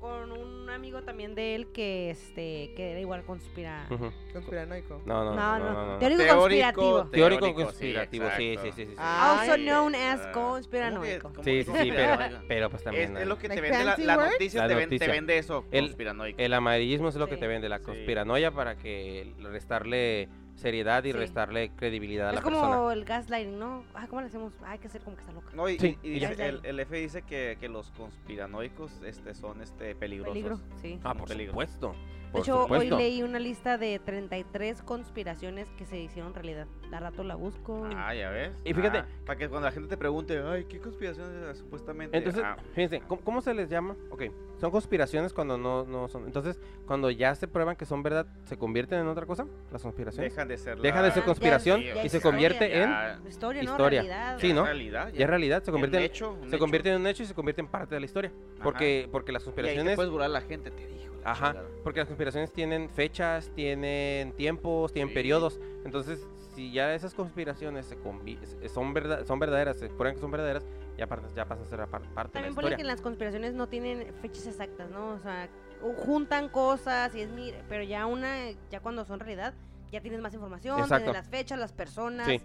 Speaker 1: con un amigo también de él que, este, que era igual conspira...
Speaker 3: Ujú.
Speaker 2: Conspiranoico.
Speaker 3: No, no, no. no, no, no.
Speaker 1: teórico conspirativo.
Speaker 3: Teórico conspirativo, sí, sí,
Speaker 4: exacto.
Speaker 3: sí, sí, sí.
Speaker 2: Ah,
Speaker 1: Also
Speaker 4: Ay,
Speaker 1: known
Speaker 4: eh,
Speaker 1: as
Speaker 4: ah.
Speaker 1: conspiranoico.
Speaker 4: ¿Cómo que-
Speaker 3: Sí, sí,
Speaker 4: cómo
Speaker 3: sí,
Speaker 4: que-
Speaker 3: pero,
Speaker 4: conspiranoico?
Speaker 3: pero pues
Speaker 4: Es,
Speaker 3: también.
Speaker 4: es
Speaker 3: ¿no?
Speaker 4: Este, lo que te
Speaker 2: Like
Speaker 4: vende la,
Speaker 2: fancy
Speaker 4: la
Speaker 2: words?
Speaker 4: noticia,
Speaker 3: La
Speaker 4: te, ven- te
Speaker 3: noticia.
Speaker 4: vende eso,
Speaker 3: El-
Speaker 4: conspiranoico.
Speaker 3: El amarillismo es lo que
Speaker 1: Sí.
Speaker 3: te vende, la
Speaker 4: Sí.
Speaker 3: conspiranoia para que restarle seriedad y
Speaker 1: Sí.
Speaker 3: restarle credibilidad a
Speaker 1: Es
Speaker 3: la
Speaker 1: como
Speaker 3: persona.
Speaker 1: el gaslighting, ¿no? Ah, ¿cómo le hacemos? Ah, hay que hacer como que está loca.
Speaker 4: No, y,
Speaker 3: Sí,
Speaker 4: y- y
Speaker 3: y ya.
Speaker 4: dice- el, el F dice que, que los conspiranoicos este, son este, peligrosos.
Speaker 1: Peligro, sí.
Speaker 3: Ah,
Speaker 4: un
Speaker 3: por
Speaker 4: peligro.
Speaker 3: supuesto.
Speaker 1: De
Speaker 3: Por
Speaker 1: hecho,
Speaker 3: supuesto.
Speaker 1: hoy leí una lista de 33 conspiraciones que se hicieron realidad. Al rato la busco.
Speaker 4: Ah, ya ves.
Speaker 3: Y fíjate-
Speaker 4: Ah, para que cuando la gente te pregunte, ay, ¿qué conspiración es esa? supuestamente?
Speaker 3: Entonces,
Speaker 4: ah,
Speaker 3: fíjense, ¿cómo, cómo se les llama? Ok, son conspiraciones cuando no, no son. Entonces, cuando ya se prueban que son verdad, ¿se convierten en otra cosa? Las conspiraciones.
Speaker 4: deja de ser
Speaker 3: deja
Speaker 4: la-
Speaker 3: de ser
Speaker 1: Ah,
Speaker 3: conspiración
Speaker 1: ya-
Speaker 4: Sí,
Speaker 1: ya
Speaker 4: o
Speaker 3: y
Speaker 1: es
Speaker 3: se
Speaker 1: historia.
Speaker 3: convierte en.
Speaker 4: Ya-
Speaker 1: Historia, no,
Speaker 3: historia.
Speaker 1: realidad.
Speaker 3: Sí,
Speaker 4: ya
Speaker 3: ¿no?
Speaker 4: es realidad.
Speaker 3: Ya es realidad, se convierte en.
Speaker 4: hecho, un
Speaker 3: Se
Speaker 4: hecho.
Speaker 3: convierte en un hecho y se convierte en parte de la historia.
Speaker 4: Ajá.
Speaker 3: Porque, porque las
Speaker 4: Y ahí te
Speaker 3: conspiraciones.
Speaker 4: puedes burlar a la gente, te dijo. la
Speaker 3: Ajá,
Speaker 4: chingada.
Speaker 3: porque las conspiraciones tienen fechas, tienen tiempos, tienen
Speaker 4: Sí.
Speaker 3: periodos. Entonces, si ya esas conspiraciones se convi- se- son, verda- son verdaderas, se prueban que son verdaderas, ya, par- ya pasan a ser a par- parte de la
Speaker 1: También
Speaker 3: historia.
Speaker 1: ponle que en las conspiraciones no tienen fechas exactas, ¿no? O sea, o juntan cosas y es mi... Pero ya una, ya cuando son realidad, ya tienes más información,
Speaker 3: Exacto.
Speaker 1: tienes las fechas, las personas.
Speaker 3: Sí.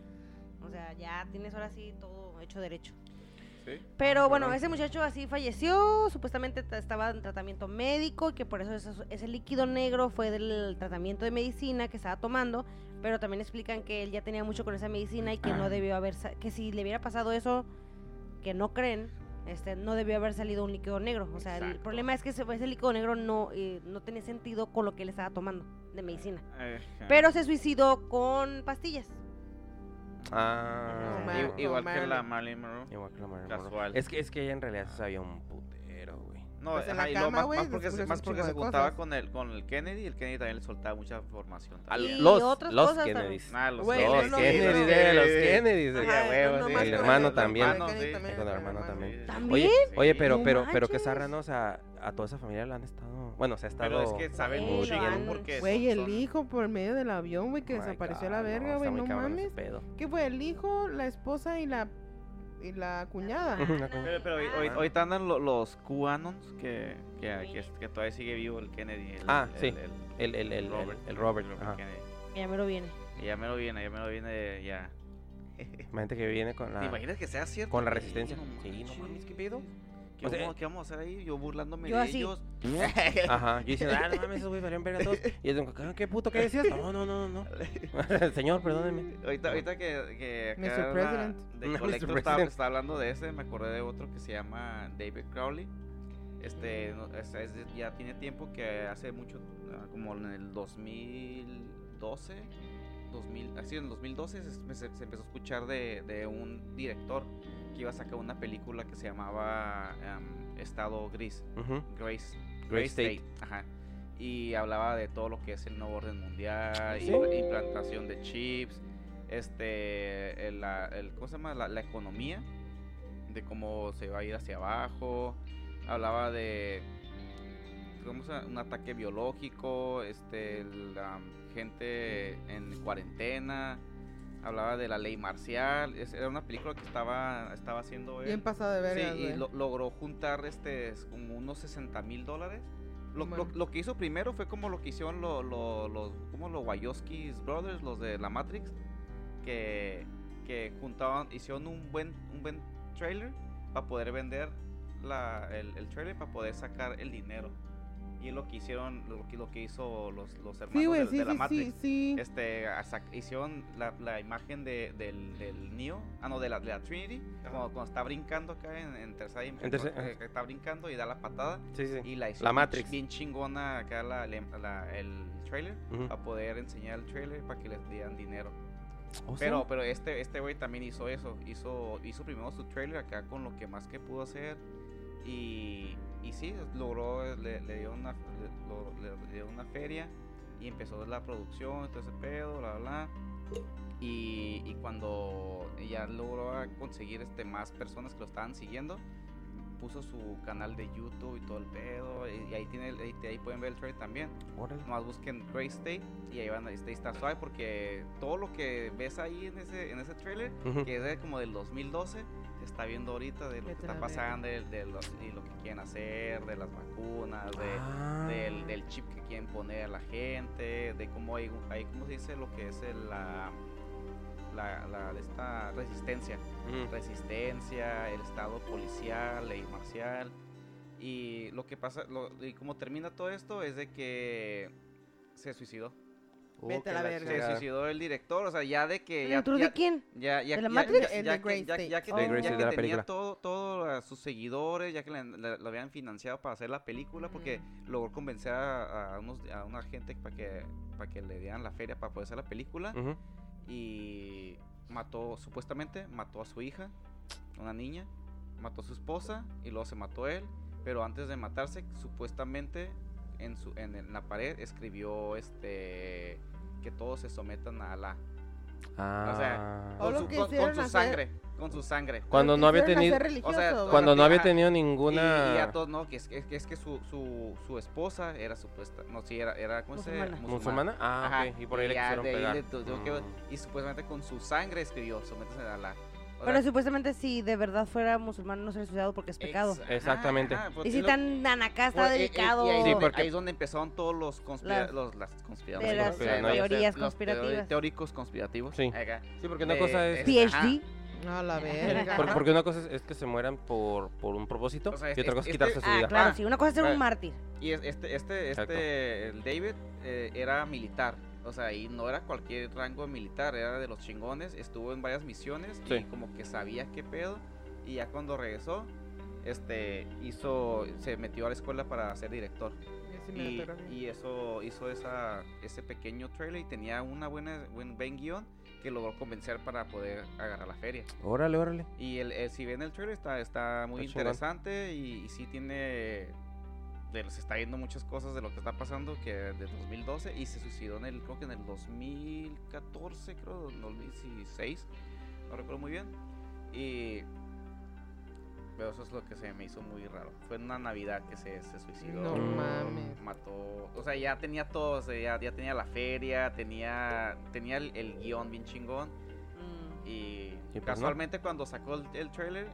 Speaker 1: O sea, ya tienes ahora sí todo hecho derecho.
Speaker 4: Sí.
Speaker 1: Pero bueno,
Speaker 3: Perdón.
Speaker 1: ese muchacho así falleció, supuestamente ta- estaba en tratamiento médico y que por eso esos- ese líquido negro fue del tratamiento de medicina que estaba tomando, pero también explican que él ya tenía mucho con esa medicina y que no debió haber, sa- que si le hubiera pasado eso, que no creen, este, no debió haber salido un líquido negro. O sea, el
Speaker 4: Exacto.
Speaker 1: problema es que ese, ese líquido negro no, eh, no tenía sentido con lo que él estaba tomando de medicina.
Speaker 4: Ajá.
Speaker 1: Pero se suicidó con pastillas.
Speaker 3: Ah,
Speaker 2: No
Speaker 4: I-
Speaker 2: mames.
Speaker 3: igual-
Speaker 4: igual que
Speaker 2: Marilyn.
Speaker 4: la Marilyn Monroe.
Speaker 3: igual que la Marilyn Monroe.
Speaker 4: Casual.
Speaker 3: Es que, es que ella en realidad se sabía un putero, güey.
Speaker 4: No,
Speaker 2: Pues en
Speaker 4: ajá,
Speaker 2: la
Speaker 4: y luego
Speaker 2: cama,
Speaker 4: más-
Speaker 2: güey,
Speaker 4: más, porque, se-
Speaker 2: descubres
Speaker 4: más
Speaker 2: un
Speaker 4: porque
Speaker 2: chingo
Speaker 4: se
Speaker 2: de
Speaker 4: juntaba
Speaker 2: cosas.
Speaker 4: con el, con el Kennedy y el Kennedy también le soltaba mucha información.
Speaker 3: A
Speaker 1: Y
Speaker 4: también.
Speaker 3: los
Speaker 1: otras
Speaker 3: los
Speaker 1: cosas
Speaker 3: Kennedys.
Speaker 4: Ah, los
Speaker 2: Güey,
Speaker 4: dos,
Speaker 3: los
Speaker 2: no, no,
Speaker 3: Kennedys,
Speaker 2: no, no,
Speaker 3: eh, los
Speaker 4: sí, sí.
Speaker 3: Kennedys. eh.
Speaker 4: Ajá, huevo,
Speaker 2: nomás
Speaker 4: sí.
Speaker 2: con
Speaker 3: El hermano
Speaker 2: el
Speaker 3: también.
Speaker 2: hermano,
Speaker 4: Sí,
Speaker 2: sí,
Speaker 4: con el
Speaker 3: hermano también.
Speaker 1: También.
Speaker 3: Oye,
Speaker 4: Sí.
Speaker 3: oye, pero,
Speaker 1: No
Speaker 3: pero, pero que
Speaker 1: manches.
Speaker 3: zarra, ¿no? O sea, a toda esa familia la han estado. Bueno, se ha estado.
Speaker 4: Pero es que saben
Speaker 1: Güey,
Speaker 4: mucho y
Speaker 1: lo
Speaker 4: es
Speaker 1: han-
Speaker 4: porque
Speaker 2: Güey,
Speaker 4: son-
Speaker 2: el
Speaker 4: son-
Speaker 2: hijo por medio del avión, güey, que
Speaker 3: Oh My
Speaker 2: desapareció a
Speaker 3: God,
Speaker 2: la verga,
Speaker 3: está
Speaker 2: güey,
Speaker 3: muy
Speaker 2: no,
Speaker 3: cabrón ese
Speaker 2: mames.
Speaker 3: pedo.
Speaker 2: ¿Qué fue? El hijo, la esposa y la y la cuñada.
Speaker 3: Ujú.
Speaker 4: Pero, pero hoy, hoy-
Speaker 3: Ah.
Speaker 4: ahorita andan lo- los QAnons que, que, que, que todavía sigue vivo el Kennedy. el-
Speaker 3: Ah,
Speaker 4: el-
Speaker 3: sí.
Speaker 4: el-
Speaker 3: El, el, el,
Speaker 4: Robert.
Speaker 3: el, el Robert.
Speaker 4: Robert
Speaker 3: ajá.
Speaker 4: Kennedy.
Speaker 1: Ya me lo viene.
Speaker 4: Y ya me lo viene, ya me lo viene, ya.
Speaker 3: Imagínate que viene con la.
Speaker 4: ¿Te imaginas que sea cierto?
Speaker 3: Ah. Con la
Speaker 4: güey?
Speaker 3: resistencia. Sí,
Speaker 4: Sí,
Speaker 3: no
Speaker 4: no
Speaker 3: mames,
Speaker 4: mames, eh,
Speaker 3: ¿qué
Speaker 4: ¿qué
Speaker 3: pedo?
Speaker 4: pedo?
Speaker 3: O
Speaker 4: ¿Qué,
Speaker 3: sea-
Speaker 4: vamos, qué vamos a hacer ahí? Yo burlándome
Speaker 1: Yo
Speaker 4: de
Speaker 1: así.
Speaker 4: ellos.
Speaker 3: Ajá. Yo diciendo, ah, no mames, esos güeyes valieron verga todos. Y es como, "Ah, ¿qué puto qué decías? No, no, no, no. no. Señor, perdóneme.
Speaker 4: Ahorita, ahorita que, que
Speaker 2: Mr.
Speaker 4: acá la-
Speaker 2: President.
Speaker 4: de
Speaker 3: Mr.
Speaker 4: Colector estaba,
Speaker 3: President.
Speaker 4: estaba hablando de ese, me acordé de otro que se llama David Crowley. Este, no- es- es de- ya tiene tiempo que hace mucho, ah, como en el 2012, 2000, así ah, en el 2012 se, se- se empezó a escuchar de, de un director que iba a sacar una película que se llamaba em, Estado Gris,
Speaker 3: Ujú.
Speaker 4: Grace,
Speaker 3: Grey
Speaker 4: Grey
Speaker 3: State.
Speaker 4: State. Ajá. Y hablaba de todo lo que es el nuevo orden mundial,
Speaker 3: Sí.
Speaker 4: impl- implantación de chips, este, el, la, el- ¿cómo se llama? La, la economía, de cómo se va a ir hacia abajo. Hablaba de ¿cómo se llama? un ataque biológico, este, la gente en cuarentena. Hablaba de la ley marcial. es- Era una película que estaba, estaba haciendo él.
Speaker 2: Bien pasado de verga,
Speaker 4: Sí, y lo- logró juntar este es como unos 60 mil dólares. Lo,
Speaker 2: No
Speaker 4: lo-
Speaker 2: mames.
Speaker 4: lo que hizo primero fue como lo que hicieron lo- lo- los, como los Wayowskis Brothers, los de la Matrix, que, que juntaban, hicieron un buen, un buen trailer para poder vender la, el, el trailer, para poder sacar el dinero. Y es lo que hicieron, lo que, lo que hizo los, los hermanos
Speaker 2: Sí,
Speaker 4: de,
Speaker 2: güey, sí,
Speaker 4: de la
Speaker 2: sí,
Speaker 4: Matrix
Speaker 2: sí, sí.
Speaker 4: este a sac- hicieron la, la imagen de, del, del Neo, ah no, de la, de la Trinity, cuando, cuando está brincando acá en, en tercera dimensión,
Speaker 3: En tercera-
Speaker 4: que- que está brincando y da la patada
Speaker 3: Sí, sí.
Speaker 4: y la hizo
Speaker 3: La
Speaker 4: bien
Speaker 3: Matrix.
Speaker 4: chi- bien chingona acá la, la- la- el trailer
Speaker 3: Ujú.
Speaker 4: para poder enseñar el trailer para que les dieran dinero.
Speaker 3: Oh, sí.
Speaker 4: Pero pero este este güey también hizo eso, hizo hizo primero su trailer acá con lo que más que pudo hacer y, y sí logró le, le dio una le, lo- le- le dio una feria y empezó la producción, todo ese pedo, bla, bla, bla. Y, y cuando ya logró a conseguir este, más personas que lo estaban siguiendo, puso su canal de YouTube y todo el pedo. Y, y ahí, tiene, el- ahí, ahí pueden ver el trailer también.
Speaker 3: Órale.
Speaker 4: Nomás busquen Grey State y ahí van a ahí está suave porque todo lo que ves ahí en ese, en ese trailer,
Speaker 3: Ujú.
Speaker 4: que es de como del 2012, se está viendo ahorita de lo que
Speaker 2: Vete a
Speaker 4: está
Speaker 2: la
Speaker 4: pasando de, de lo, y lo que quieren hacer, de las vacunas, de,
Speaker 3: Ah.
Speaker 4: del, del chip que quieren poner a la gente, de cómo hay, hay cómo se dice lo que es el, la, la, la- de esta resistencia,
Speaker 3: Ujú.
Speaker 4: resistencia, el estado policial, ley marcial y lo que pasa lo- y cómo termina todo esto es de que se suicidó.
Speaker 3: Oh,
Speaker 2: Vete a
Speaker 3: que
Speaker 2: la verga.
Speaker 4: Se
Speaker 3: chingada.
Speaker 4: suicidó el director, o sea, ya de que...
Speaker 1: ¿El
Speaker 4: ya-
Speaker 1: director
Speaker 4: ya-
Speaker 1: de quién?
Speaker 4: Ya, ya,
Speaker 1: ¿De la
Speaker 4: ya-
Speaker 1: Matrix?
Speaker 4: ya-
Speaker 2: El
Speaker 4: ya
Speaker 2: de
Speaker 4: que-
Speaker 2: Grey
Speaker 4: ya-
Speaker 2: State.
Speaker 4: ya que,
Speaker 1: Oh.
Speaker 4: ten-
Speaker 1: De Grey
Speaker 4: ya
Speaker 3: State
Speaker 4: que
Speaker 3: de la
Speaker 4: tenía
Speaker 3: película.
Speaker 4: todos sus seguidores, ya que la, la- la habían financiado para hacer la
Speaker 1: Mm.
Speaker 4: película, porque logró convencer a, a unos, a una gente para que, para que le dieran la feria para poder hacer la película.
Speaker 3: Ujú.
Speaker 4: Y mató, supuestamente, mató a su hija, una niña, mató a su esposa y luego se mató él. Pero antes de matarse, supuestamente, en, su, en, en la pared escribió este que todos se sometan a Alá.
Speaker 3: Ah.
Speaker 2: O
Speaker 4: Con
Speaker 2: lo
Speaker 4: su,
Speaker 2: que
Speaker 4: con- con
Speaker 2: hicieron
Speaker 4: su
Speaker 2: hacer-
Speaker 4: sangre, con su sangre.
Speaker 3: cuando no había
Speaker 2: Quisieron
Speaker 3: tenido
Speaker 2: hacer religioso.
Speaker 4: cuando-
Speaker 3: cuando no había
Speaker 4: Ajá.
Speaker 3: tenido
Speaker 4: Y- Y, a
Speaker 3: ninguna
Speaker 4: todos, no, que es que, es que, es que su, su, su esposa era supuesta, no, sí, era, era ¿cómo se
Speaker 1: Musulmana.
Speaker 3: musulmana. Ah,
Speaker 4: Ajá,
Speaker 3: ok. Y por ahí le
Speaker 4: ya
Speaker 3: quisieron
Speaker 4: de ahí
Speaker 3: pegar.
Speaker 4: le tu- tuvo que-
Speaker 3: Mm.
Speaker 4: y supuestamente con su sangre escribió, sométese a la... o
Speaker 1: Pero
Speaker 4: sea,
Speaker 1: supuestamente si de verdad fuera musulmán no sería suicidado porque es pecado.
Speaker 4: ex-
Speaker 3: Exactamente.
Speaker 4: pues,
Speaker 1: Y
Speaker 4: es
Speaker 1: si
Speaker 4: lo-
Speaker 1: tan nanacá está
Speaker 4: por- eh, eh,
Speaker 1: dedicado.
Speaker 4: Y ahí,
Speaker 3: Sí,
Speaker 4: donde-
Speaker 3: porque-
Speaker 4: ahí es donde empezaron todos los
Speaker 1: Las-
Speaker 4: conspirativos. Los, las conspiraciones,
Speaker 1: de
Speaker 3: las
Speaker 4: o sea, los-
Speaker 1: teorías
Speaker 4: los teori-
Speaker 1: conspirativas.
Speaker 4: Teóricos conspirativos.
Speaker 3: Sí.
Speaker 4: acá.
Speaker 3: Sí, porque una cosa
Speaker 4: Eh,
Speaker 3: es.
Speaker 4: sí, ajá.
Speaker 1: PhD.
Speaker 2: No, la
Speaker 1: verga.
Speaker 2: verga.
Speaker 3: Porque, porque una cosa es, es que se mueran por, por un propósito
Speaker 4: O sea,
Speaker 3: y otra
Speaker 4: es-
Speaker 3: cosa es
Speaker 4: es-
Speaker 3: quitarse su
Speaker 1: Ah,
Speaker 3: vida.
Speaker 1: claro,
Speaker 4: Ah,
Speaker 1: sí. Una cosa es ser
Speaker 4: vale.
Speaker 1: un mártir.
Speaker 4: Y es- este, este,
Speaker 3: Exacto.
Speaker 4: este, el David eh, era militar, o sea, y no era cualquier rango de militar, era de los chingones, estuvo en varias misiones y
Speaker 3: Sí.
Speaker 4: como que sabía qué pedo, y ya cuando regresó, este, hizo, se metió a la escuela para ser director. Y, y eso hizo esa, ese pequeño trailer y tenía una buena, buen, buen guión que logró convencer para poder agarrar la feria.
Speaker 3: Órale, órale.
Speaker 4: Y el, el- si ven el trailer está, está muy
Speaker 3: Está chingón.
Speaker 4: interesante y, y sí tiene... de- se está viendo muchas cosas de lo que está pasando que de 2012 y se suicidó en el, creo que en el 2014, creo, 2016, no recuerdo muy bien. Y... Pero eso es lo que se me hizo muy raro. Fue en una Navidad que se, se suicidó.
Speaker 2: No
Speaker 3: Mm.
Speaker 2: mames.
Speaker 4: Mató, o sea, ya tenía todo, o sea, ya, ya tenía la feria, tenía, tenía el, el guión bien chingón
Speaker 1: Mm,
Speaker 4: y
Speaker 3: pues no.
Speaker 4: casualmente cuando sacó el, el trailer,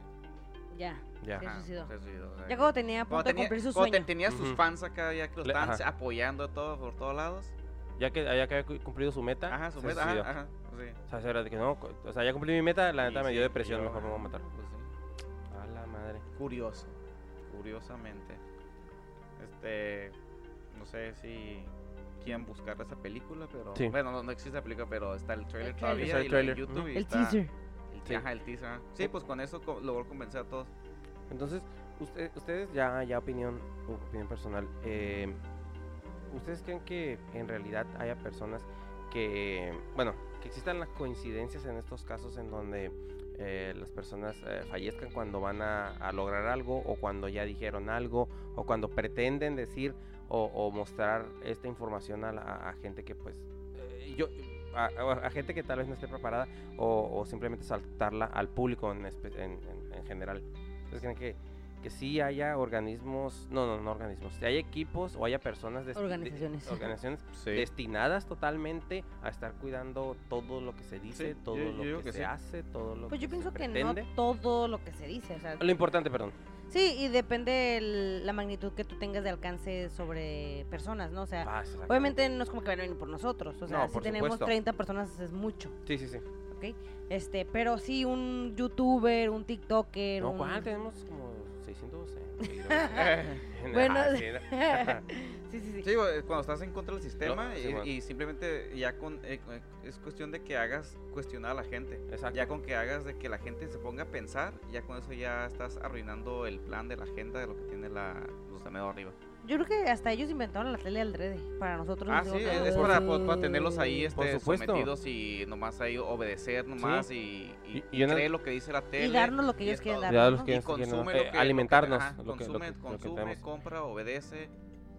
Speaker 1: ya.
Speaker 3: Ya.
Speaker 1: Sí.
Speaker 4: ajá,
Speaker 1: suicidó.
Speaker 4: se suicidó, o sea,
Speaker 1: Ya cuando tenía a punto
Speaker 4: cuando
Speaker 1: de
Speaker 4: tenía,
Speaker 1: cumplir su
Speaker 4: cuando te-
Speaker 1: sueño.
Speaker 4: tenía sus
Speaker 3: Ujú.
Speaker 4: fans acá ya que lo
Speaker 3: Le-
Speaker 4: estaban
Speaker 3: ajá.
Speaker 4: apoyando todo, por todos lados.
Speaker 3: Ya que, ya que había cu- cumplido su meta.
Speaker 4: Ajá, su
Speaker 3: Ah, se
Speaker 4: meta,
Speaker 3: suicidó.
Speaker 4: ajá, ajá, sí.
Speaker 3: O sea, era de que no. co- O sea, ya cumplí mi meta, la
Speaker 4: Y
Speaker 3: neta me
Speaker 4: sí,
Speaker 3: dio depresión,
Speaker 4: yo,
Speaker 3: mejor me voy a matar.
Speaker 4: pues sí.
Speaker 3: A la madre.
Speaker 4: Curioso, curiosamente. Este, no sé si quieren buscar esa película, pero
Speaker 3: Sí.
Speaker 4: bueno, no, no existe la película, pero está el trailer
Speaker 1: El
Speaker 4: todavía
Speaker 1: trailer.
Speaker 3: Está el
Speaker 4: y lo-
Speaker 3: trailer,
Speaker 4: en YouTube
Speaker 3: ujú.
Speaker 4: y
Speaker 1: El
Speaker 4: está-
Speaker 1: teaser.
Speaker 4: el-
Speaker 3: Sí.
Speaker 4: ajá, el teaser. ajá. Sí, pues con eso co- logró convencer a todos.
Speaker 3: Entonces, usted- ustedes ya, ya opinión, opinión personal. eh, ¿Ustedes creen que en realidad haya personas que, bueno, que existan las coincidencias en estos casos en donde eh, las personas eh, fallezcan cuando van a, a lograr algo o cuando ya dijeron algo o cuando pretenden decir o, o mostrar esta información a, la- a- a gente que pues eh, yo a, a- a gente que tal vez no esté preparada o, o simplemente saltarla al público en, espe- en- en- en general. ¿Ustedes creen que, que sí haya organismos, no, no, no organismos, que haya equipos o haya personas desti- de-
Speaker 1: Organizaciones.
Speaker 3: organizaciones
Speaker 4: Sí.
Speaker 3: destinadas totalmente a estar cuidando todo lo que se dice,
Speaker 4: Sí,
Speaker 3: todo
Speaker 4: yo- yo
Speaker 3: lo
Speaker 4: digo
Speaker 3: que,
Speaker 4: que
Speaker 3: se
Speaker 4: sí.
Speaker 3: hace, todo lo
Speaker 1: Pues
Speaker 3: que
Speaker 1: yo pienso
Speaker 3: se
Speaker 1: que no
Speaker 3: pretende.
Speaker 1: todo lo que se dice. O sea,
Speaker 3: Lo importante, perdón.
Speaker 1: sí, y depende el- la magnitud que tú tengas de alcance sobre personas, ¿no? O sea,
Speaker 3: Ah, exactamente.
Speaker 1: obviamente no es como que van a venir por nosotros. O sea,
Speaker 3: No,
Speaker 1: si
Speaker 3: por
Speaker 1: tenemos
Speaker 3: supuesto.
Speaker 1: 30 personas es mucho,
Speaker 3: Sí, sí, sí.
Speaker 1: ¿ok? Este, pero sí, un youtuber, un tiktoker,
Speaker 3: No,
Speaker 1: un...
Speaker 3: ¿cuál? Tenemos como 612. seguidores.
Speaker 1: Bueno,
Speaker 3: Ah, sí, ¿no?
Speaker 1: Sí, sí, sí.
Speaker 4: Sí, o, eh, cuando estás en contra del sistema
Speaker 3: sí,
Speaker 4: y,
Speaker 3: bueno.
Speaker 4: y simplemente ya con eh, eh, es cuestión de que hagas cuestionar a la gente.
Speaker 3: Exacto.
Speaker 4: Ya con que hagas de que la gente se ponga a pensar, ya con eso ya estás arruinando el plan de la agenda de lo que tiene la los de medio arriba.
Speaker 1: Yo creo que hasta ellos inventaron la tele al revés para nosotros.
Speaker 4: Ah,
Speaker 1: nos
Speaker 4: sí,
Speaker 1: dio
Speaker 4: es,
Speaker 1: otra-
Speaker 4: es para, po- para tenerlos ahí
Speaker 3: Por
Speaker 4: este,
Speaker 3: supuesto.
Speaker 4: sometidos y nomás ahí obedecer nomás y, y,
Speaker 3: Y- y una-
Speaker 4: cree lo que dice la tele.
Speaker 1: Y darnos lo que
Speaker 4: y
Speaker 1: ellos
Speaker 4: es
Speaker 1: quieren
Speaker 4: todo.
Speaker 1: darnos.
Speaker 3: Ya los
Speaker 1: ¿no?
Speaker 3: que-
Speaker 4: Y
Speaker 3: nos quieren
Speaker 4: consume
Speaker 3: dar-
Speaker 4: lo
Speaker 3: eh,
Speaker 4: que-
Speaker 3: alimentarnos,
Speaker 4: lo que- ajá,
Speaker 3: lo que- lo
Speaker 4: consume,
Speaker 3: que- lo que
Speaker 4: consume,
Speaker 3: tenemos.
Speaker 4: compra, obedece.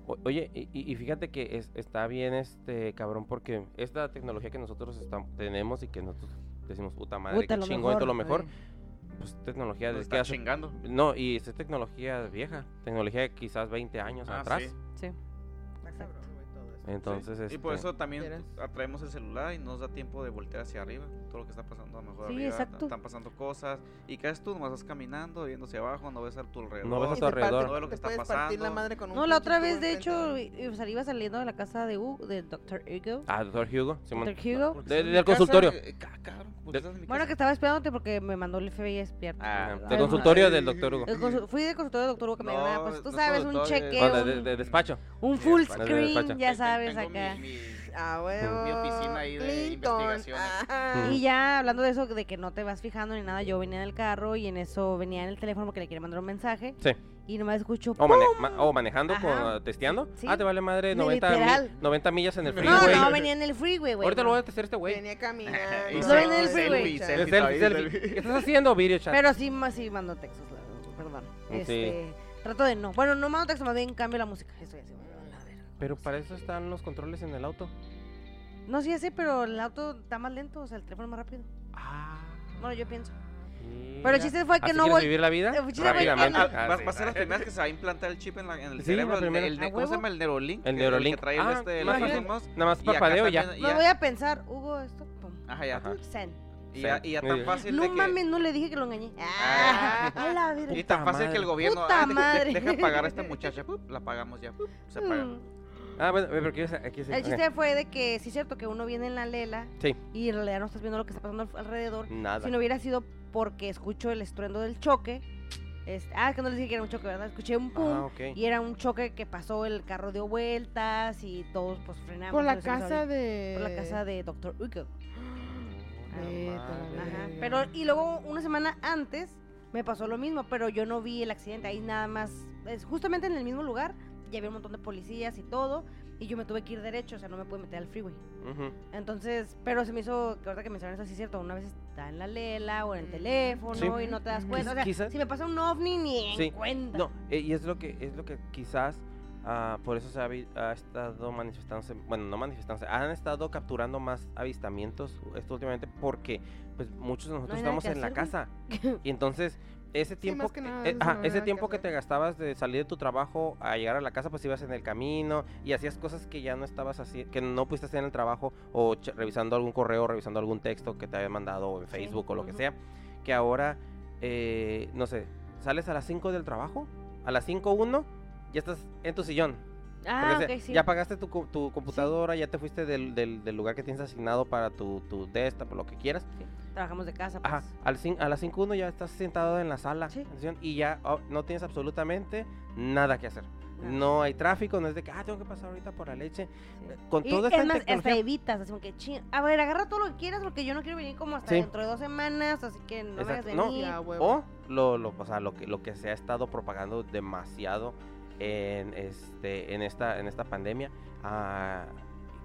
Speaker 3: O- Oye, y, y- y fíjate que es- está bien este cabrón porque esta tecnología que nosotros estam- tenemos y que nosotros decimos puta madre,
Speaker 1: Puta,
Speaker 3: qué
Speaker 1: lo
Speaker 3: chingón, todo lo
Speaker 1: mejor.
Speaker 3: mejor, pues tecnología
Speaker 4: Nos
Speaker 3: de
Speaker 4: está chingando.
Speaker 3: No, y es tecnología vieja, tecnología de quizás 20 años
Speaker 4: Ah,
Speaker 3: atrás.
Speaker 4: sí.
Speaker 1: Sí. Exacto.
Speaker 3: Entonces,
Speaker 4: Sí, Y por
Speaker 3: este,
Speaker 4: eso también
Speaker 2: Vieras.
Speaker 4: atraemos el celular y nos da tiempo de voltear hacia arriba. Todo lo que está pasando a lo mejor
Speaker 1: Sí,
Speaker 4: arriba. ta-
Speaker 1: exacto.
Speaker 4: Están pasando cosas. Y caes tú, nomás vas caminando, viendo hacia abajo, no ves a tu alrededor.
Speaker 3: ves a
Speaker 2: Y
Speaker 3: tu
Speaker 2: te
Speaker 3: alrededor.
Speaker 2: parte-
Speaker 4: Todo lo que
Speaker 2: te
Speaker 4: está
Speaker 2: puedes partir la
Speaker 4: pasando.
Speaker 2: madre con un
Speaker 1: No, la
Speaker 2: pinche
Speaker 1: otra
Speaker 2: tubo
Speaker 1: vez, de
Speaker 2: enfrente.
Speaker 1: hecho, i- i- o sea, iba saliendo de la casa de Hugo, de Dr. Hugo.
Speaker 3: Ah, doctor Hugo. Simón.
Speaker 1: Dr. Hugo.
Speaker 4: Porque
Speaker 3: De-
Speaker 4: estás en mi
Speaker 3: del
Speaker 4: casa,
Speaker 3: consultorio.
Speaker 4: eh, ca- cabrón, ¿por qué
Speaker 3: De-
Speaker 4: estás en mi
Speaker 1: Bueno, que
Speaker 4: casa?
Speaker 1: estaba esperándote porque me mandó el FBI despierto.
Speaker 4: Ah,
Speaker 3: Ajá.
Speaker 4: la
Speaker 3: Del
Speaker 1: madre.
Speaker 3: consultorio del doctor Hugo.
Speaker 1: El consu- Fui de consultorio del doctor Hugo que me
Speaker 4: No,
Speaker 1: dijo, ah, pues tú
Speaker 4: no
Speaker 1: sabes, un
Speaker 4: consultorio,
Speaker 1: cheque,
Speaker 3: No, de, de-
Speaker 1: un,
Speaker 3: de despacho.
Speaker 1: un full
Speaker 4: despacho.
Speaker 3: De
Speaker 1: screen,
Speaker 3: despacho.
Speaker 1: ya sabes,
Speaker 4: Tengo mi-
Speaker 1: acá.
Speaker 4: mi-
Speaker 2: Ah, huevo.
Speaker 4: Mi oficina ahí de
Speaker 2: Clinton.
Speaker 4: investigaciones.
Speaker 1: Ah.
Speaker 2: Ajá.
Speaker 1: Y ya hablando de eso, de que no te vas fijando ni nada, yo venía en el carro y en eso venía en el teléfono porque le quería mandar un mensaje
Speaker 3: Sí.
Speaker 1: y nomás escucho
Speaker 3: O,
Speaker 1: ¡pum!
Speaker 3: mane- ma- oh, o manejando,
Speaker 1: Ajá.
Speaker 3: con- testeando.
Speaker 1: Sí.
Speaker 3: Ah, te vale madre
Speaker 1: No,
Speaker 3: 90, mi-
Speaker 1: literal.
Speaker 3: 90 millas en el
Speaker 4: No,
Speaker 1: No,
Speaker 3: freeway.
Speaker 1: no, venía en el freeway, güey.
Speaker 3: Ahorita lo voy a testear este güey.
Speaker 2: Venía caminando.
Speaker 4: Y
Speaker 1: Lo
Speaker 4: selfie,
Speaker 1: ven en el freeway.
Speaker 4: selfie,
Speaker 2: Chan.
Speaker 4: selfie,
Speaker 3: Selfie,
Speaker 4: todavía,
Speaker 3: selfie. ¿Qué
Speaker 4: selfie.
Speaker 3: estás haciendo, video chat?
Speaker 1: Pero sí, ma- sí mando textos, la- perdón.
Speaker 3: Sí.
Speaker 1: Este, trato de no. Bueno, no mando textos, más bien cambio la música. Estoy así, bueno, a ver.
Speaker 3: Pero para eso están los controles en el auto.
Speaker 1: No, sí, ya sé, pero el auto está más lento, o sea, el teléfono más rápido.
Speaker 3: Ah.
Speaker 1: Bueno, yo pienso. Pero el chiste fue que
Speaker 3: ¿Así
Speaker 1: no
Speaker 3: Ah, quieres
Speaker 1: voy.
Speaker 3: vivir la vida?
Speaker 1: Eh, chiste, güey,
Speaker 3: Rápidamente.
Speaker 1: ah,
Speaker 4: Ah, va, va a ser
Speaker 3: Ah,
Speaker 4: las primeras que se va a implantar el chip en, la- en el
Speaker 3: Sí,
Speaker 4: cerebro.
Speaker 3: la
Speaker 4: el de-
Speaker 3: primera.
Speaker 4: el de-
Speaker 1: ¿A
Speaker 4: ¿Cómo se
Speaker 1: huevo?
Speaker 4: llama el Neurolink?
Speaker 3: El
Speaker 4: Que es
Speaker 3: Neurolink.
Speaker 4: Que trae
Speaker 3: Ah,
Speaker 4: el este, el
Speaker 3: más
Speaker 4: Elon
Speaker 3: bien.
Speaker 4: Musk.
Speaker 3: Nada más
Speaker 4: Y acá
Speaker 3: parpadeo y ya.
Speaker 4: también- y
Speaker 1: No
Speaker 4: ya-
Speaker 1: voy a pensar, Hugo, esto. Pum.
Speaker 4: Ajá, ya.
Speaker 3: Ajá.
Speaker 1: Zen.
Speaker 4: Y ya, y ya
Speaker 3: Muy
Speaker 4: tan
Speaker 3: bien.
Speaker 4: fácil
Speaker 1: No
Speaker 4: de que...
Speaker 1: mames, no le dije que lo engañé.
Speaker 4: Ah.
Speaker 1: Ah, a la verga.
Speaker 4: Y tan
Speaker 3: Puta
Speaker 4: fácil que el
Speaker 3: madre.
Speaker 4: gobierno...
Speaker 1: Puta
Speaker 4: "Ah, de- de-
Speaker 1: madre.
Speaker 4: Deja pagar a esta muchacha. pup, La pagamos ya. pup, Se paga.
Speaker 1: Mm.
Speaker 3: Ah, bueno, pero quiero sa- aquí sí,
Speaker 1: El
Speaker 3: ok.
Speaker 1: chiste fue de que sí es cierto que uno viene en la lela
Speaker 3: Sí.
Speaker 1: y en realidad no estás viendo lo que está pasando al- alrededor.
Speaker 3: Nada.
Speaker 1: Si no hubiera sido porque escucho el estruendo del choque. este- ah, que no les dije que era un choque, ¿verdad? Escuché un pum.
Speaker 3: Ah, ok.
Speaker 1: Y era un choque que pasó, el carro dio vueltas y todos pues frenamos.
Speaker 2: Por la
Speaker 1: nos íbamos a
Speaker 2: casa
Speaker 1: abrir.
Speaker 2: de.
Speaker 1: Por la casa de Dr. Ugo.
Speaker 2: Vete a la
Speaker 3: madre.
Speaker 1: Ajá.
Speaker 2: verga.
Speaker 1: Pero, y luego una semana antes me pasó lo mismo, pero yo no vi el accidente. Ahí nada más, es justamente en el mismo lugar, ya había un montón de policías y todo. Y yo me tuve que ir derecho, o sea, no me pude meter al freeway.
Speaker 3: Ujú.
Speaker 1: Entonces, pero se me hizo, que ahorita que mencionan eso, sí es cierto, una vez está en la lela o en el
Speaker 2: Mm.
Speaker 1: teléfono
Speaker 3: Sí.
Speaker 1: y no te das
Speaker 2: Ujú.
Speaker 1: cuenta. O sea,
Speaker 3: Quizás-
Speaker 1: si me pasa un ovni, ni en
Speaker 3: Sí.
Speaker 1: cuenta.
Speaker 3: No, eh, y es lo que es lo que quizás ah, por eso se ha, vi- ha estado manifestándose, bueno, no manifestándose, han estado capturando más avistamientos esto últimamente porque pues muchos de nosotros
Speaker 1: hay nada
Speaker 3: estamos
Speaker 1: que
Speaker 3: en la
Speaker 1: hacer, güey.
Speaker 3: casa. Y entonces ese tiempo
Speaker 2: más que
Speaker 3: que,
Speaker 2: nada,
Speaker 3: eh,
Speaker 2: eso
Speaker 3: ajá,
Speaker 2: no hay
Speaker 3: ese
Speaker 2: nada que
Speaker 3: tiempo que
Speaker 2: hacer.
Speaker 3: te gastabas de salir de tu trabajo a llegar a la casa, pues ibas en el camino y hacías cosas que ya no estabas así, que no pudiste hacer en el trabajo o che- revisando algún correo, revisando algún texto que te habían mandado o en
Speaker 1: Sí,
Speaker 3: Facebook o lo que
Speaker 1: ujú.
Speaker 3: sea, que ahora eh, no sé, sales a las 5 del trabajo, a las 5:1 ya estás en tu sillón.
Speaker 1: Ah,
Speaker 3: porque
Speaker 1: ok,
Speaker 3: se-
Speaker 1: sí.
Speaker 3: Ya apagaste tu, co- tu computadora, ya te fuiste del, del- del lugar que tienes asignado para tu, tu desktop, lo que quieras.
Speaker 1: Trabajamos de casa, pues.
Speaker 3: Ajá, al cin- a las 5.1 ya estás sentado en la sala
Speaker 1: Sí.
Speaker 3: en sesión, y ya oh, no tienes absolutamente nada que hacer.
Speaker 1: Nada.
Speaker 3: No hay tráfico, no es de que, ah, tengo que pasar ahorita por la leche.
Speaker 1: pues. Sí.
Speaker 3: Eh, Con
Speaker 1: Y
Speaker 3: toda
Speaker 1: es
Speaker 3: esta
Speaker 1: más, este hasta
Speaker 3: tecnología-
Speaker 1: evitas, así como que "Chin, A ver, agarra todo lo que quieras porque yo no quiero venir como hasta
Speaker 3: Sí.
Speaker 1: dentro de dos semanas, así que no me hagas
Speaker 3: Exacto, no.
Speaker 1: venir.
Speaker 2: Ya, huevo.
Speaker 3: O lo, lo, o sea, lo, que, lo que se ha estado propagando demasiado en, este, en, esta, en esta pandemia, ah,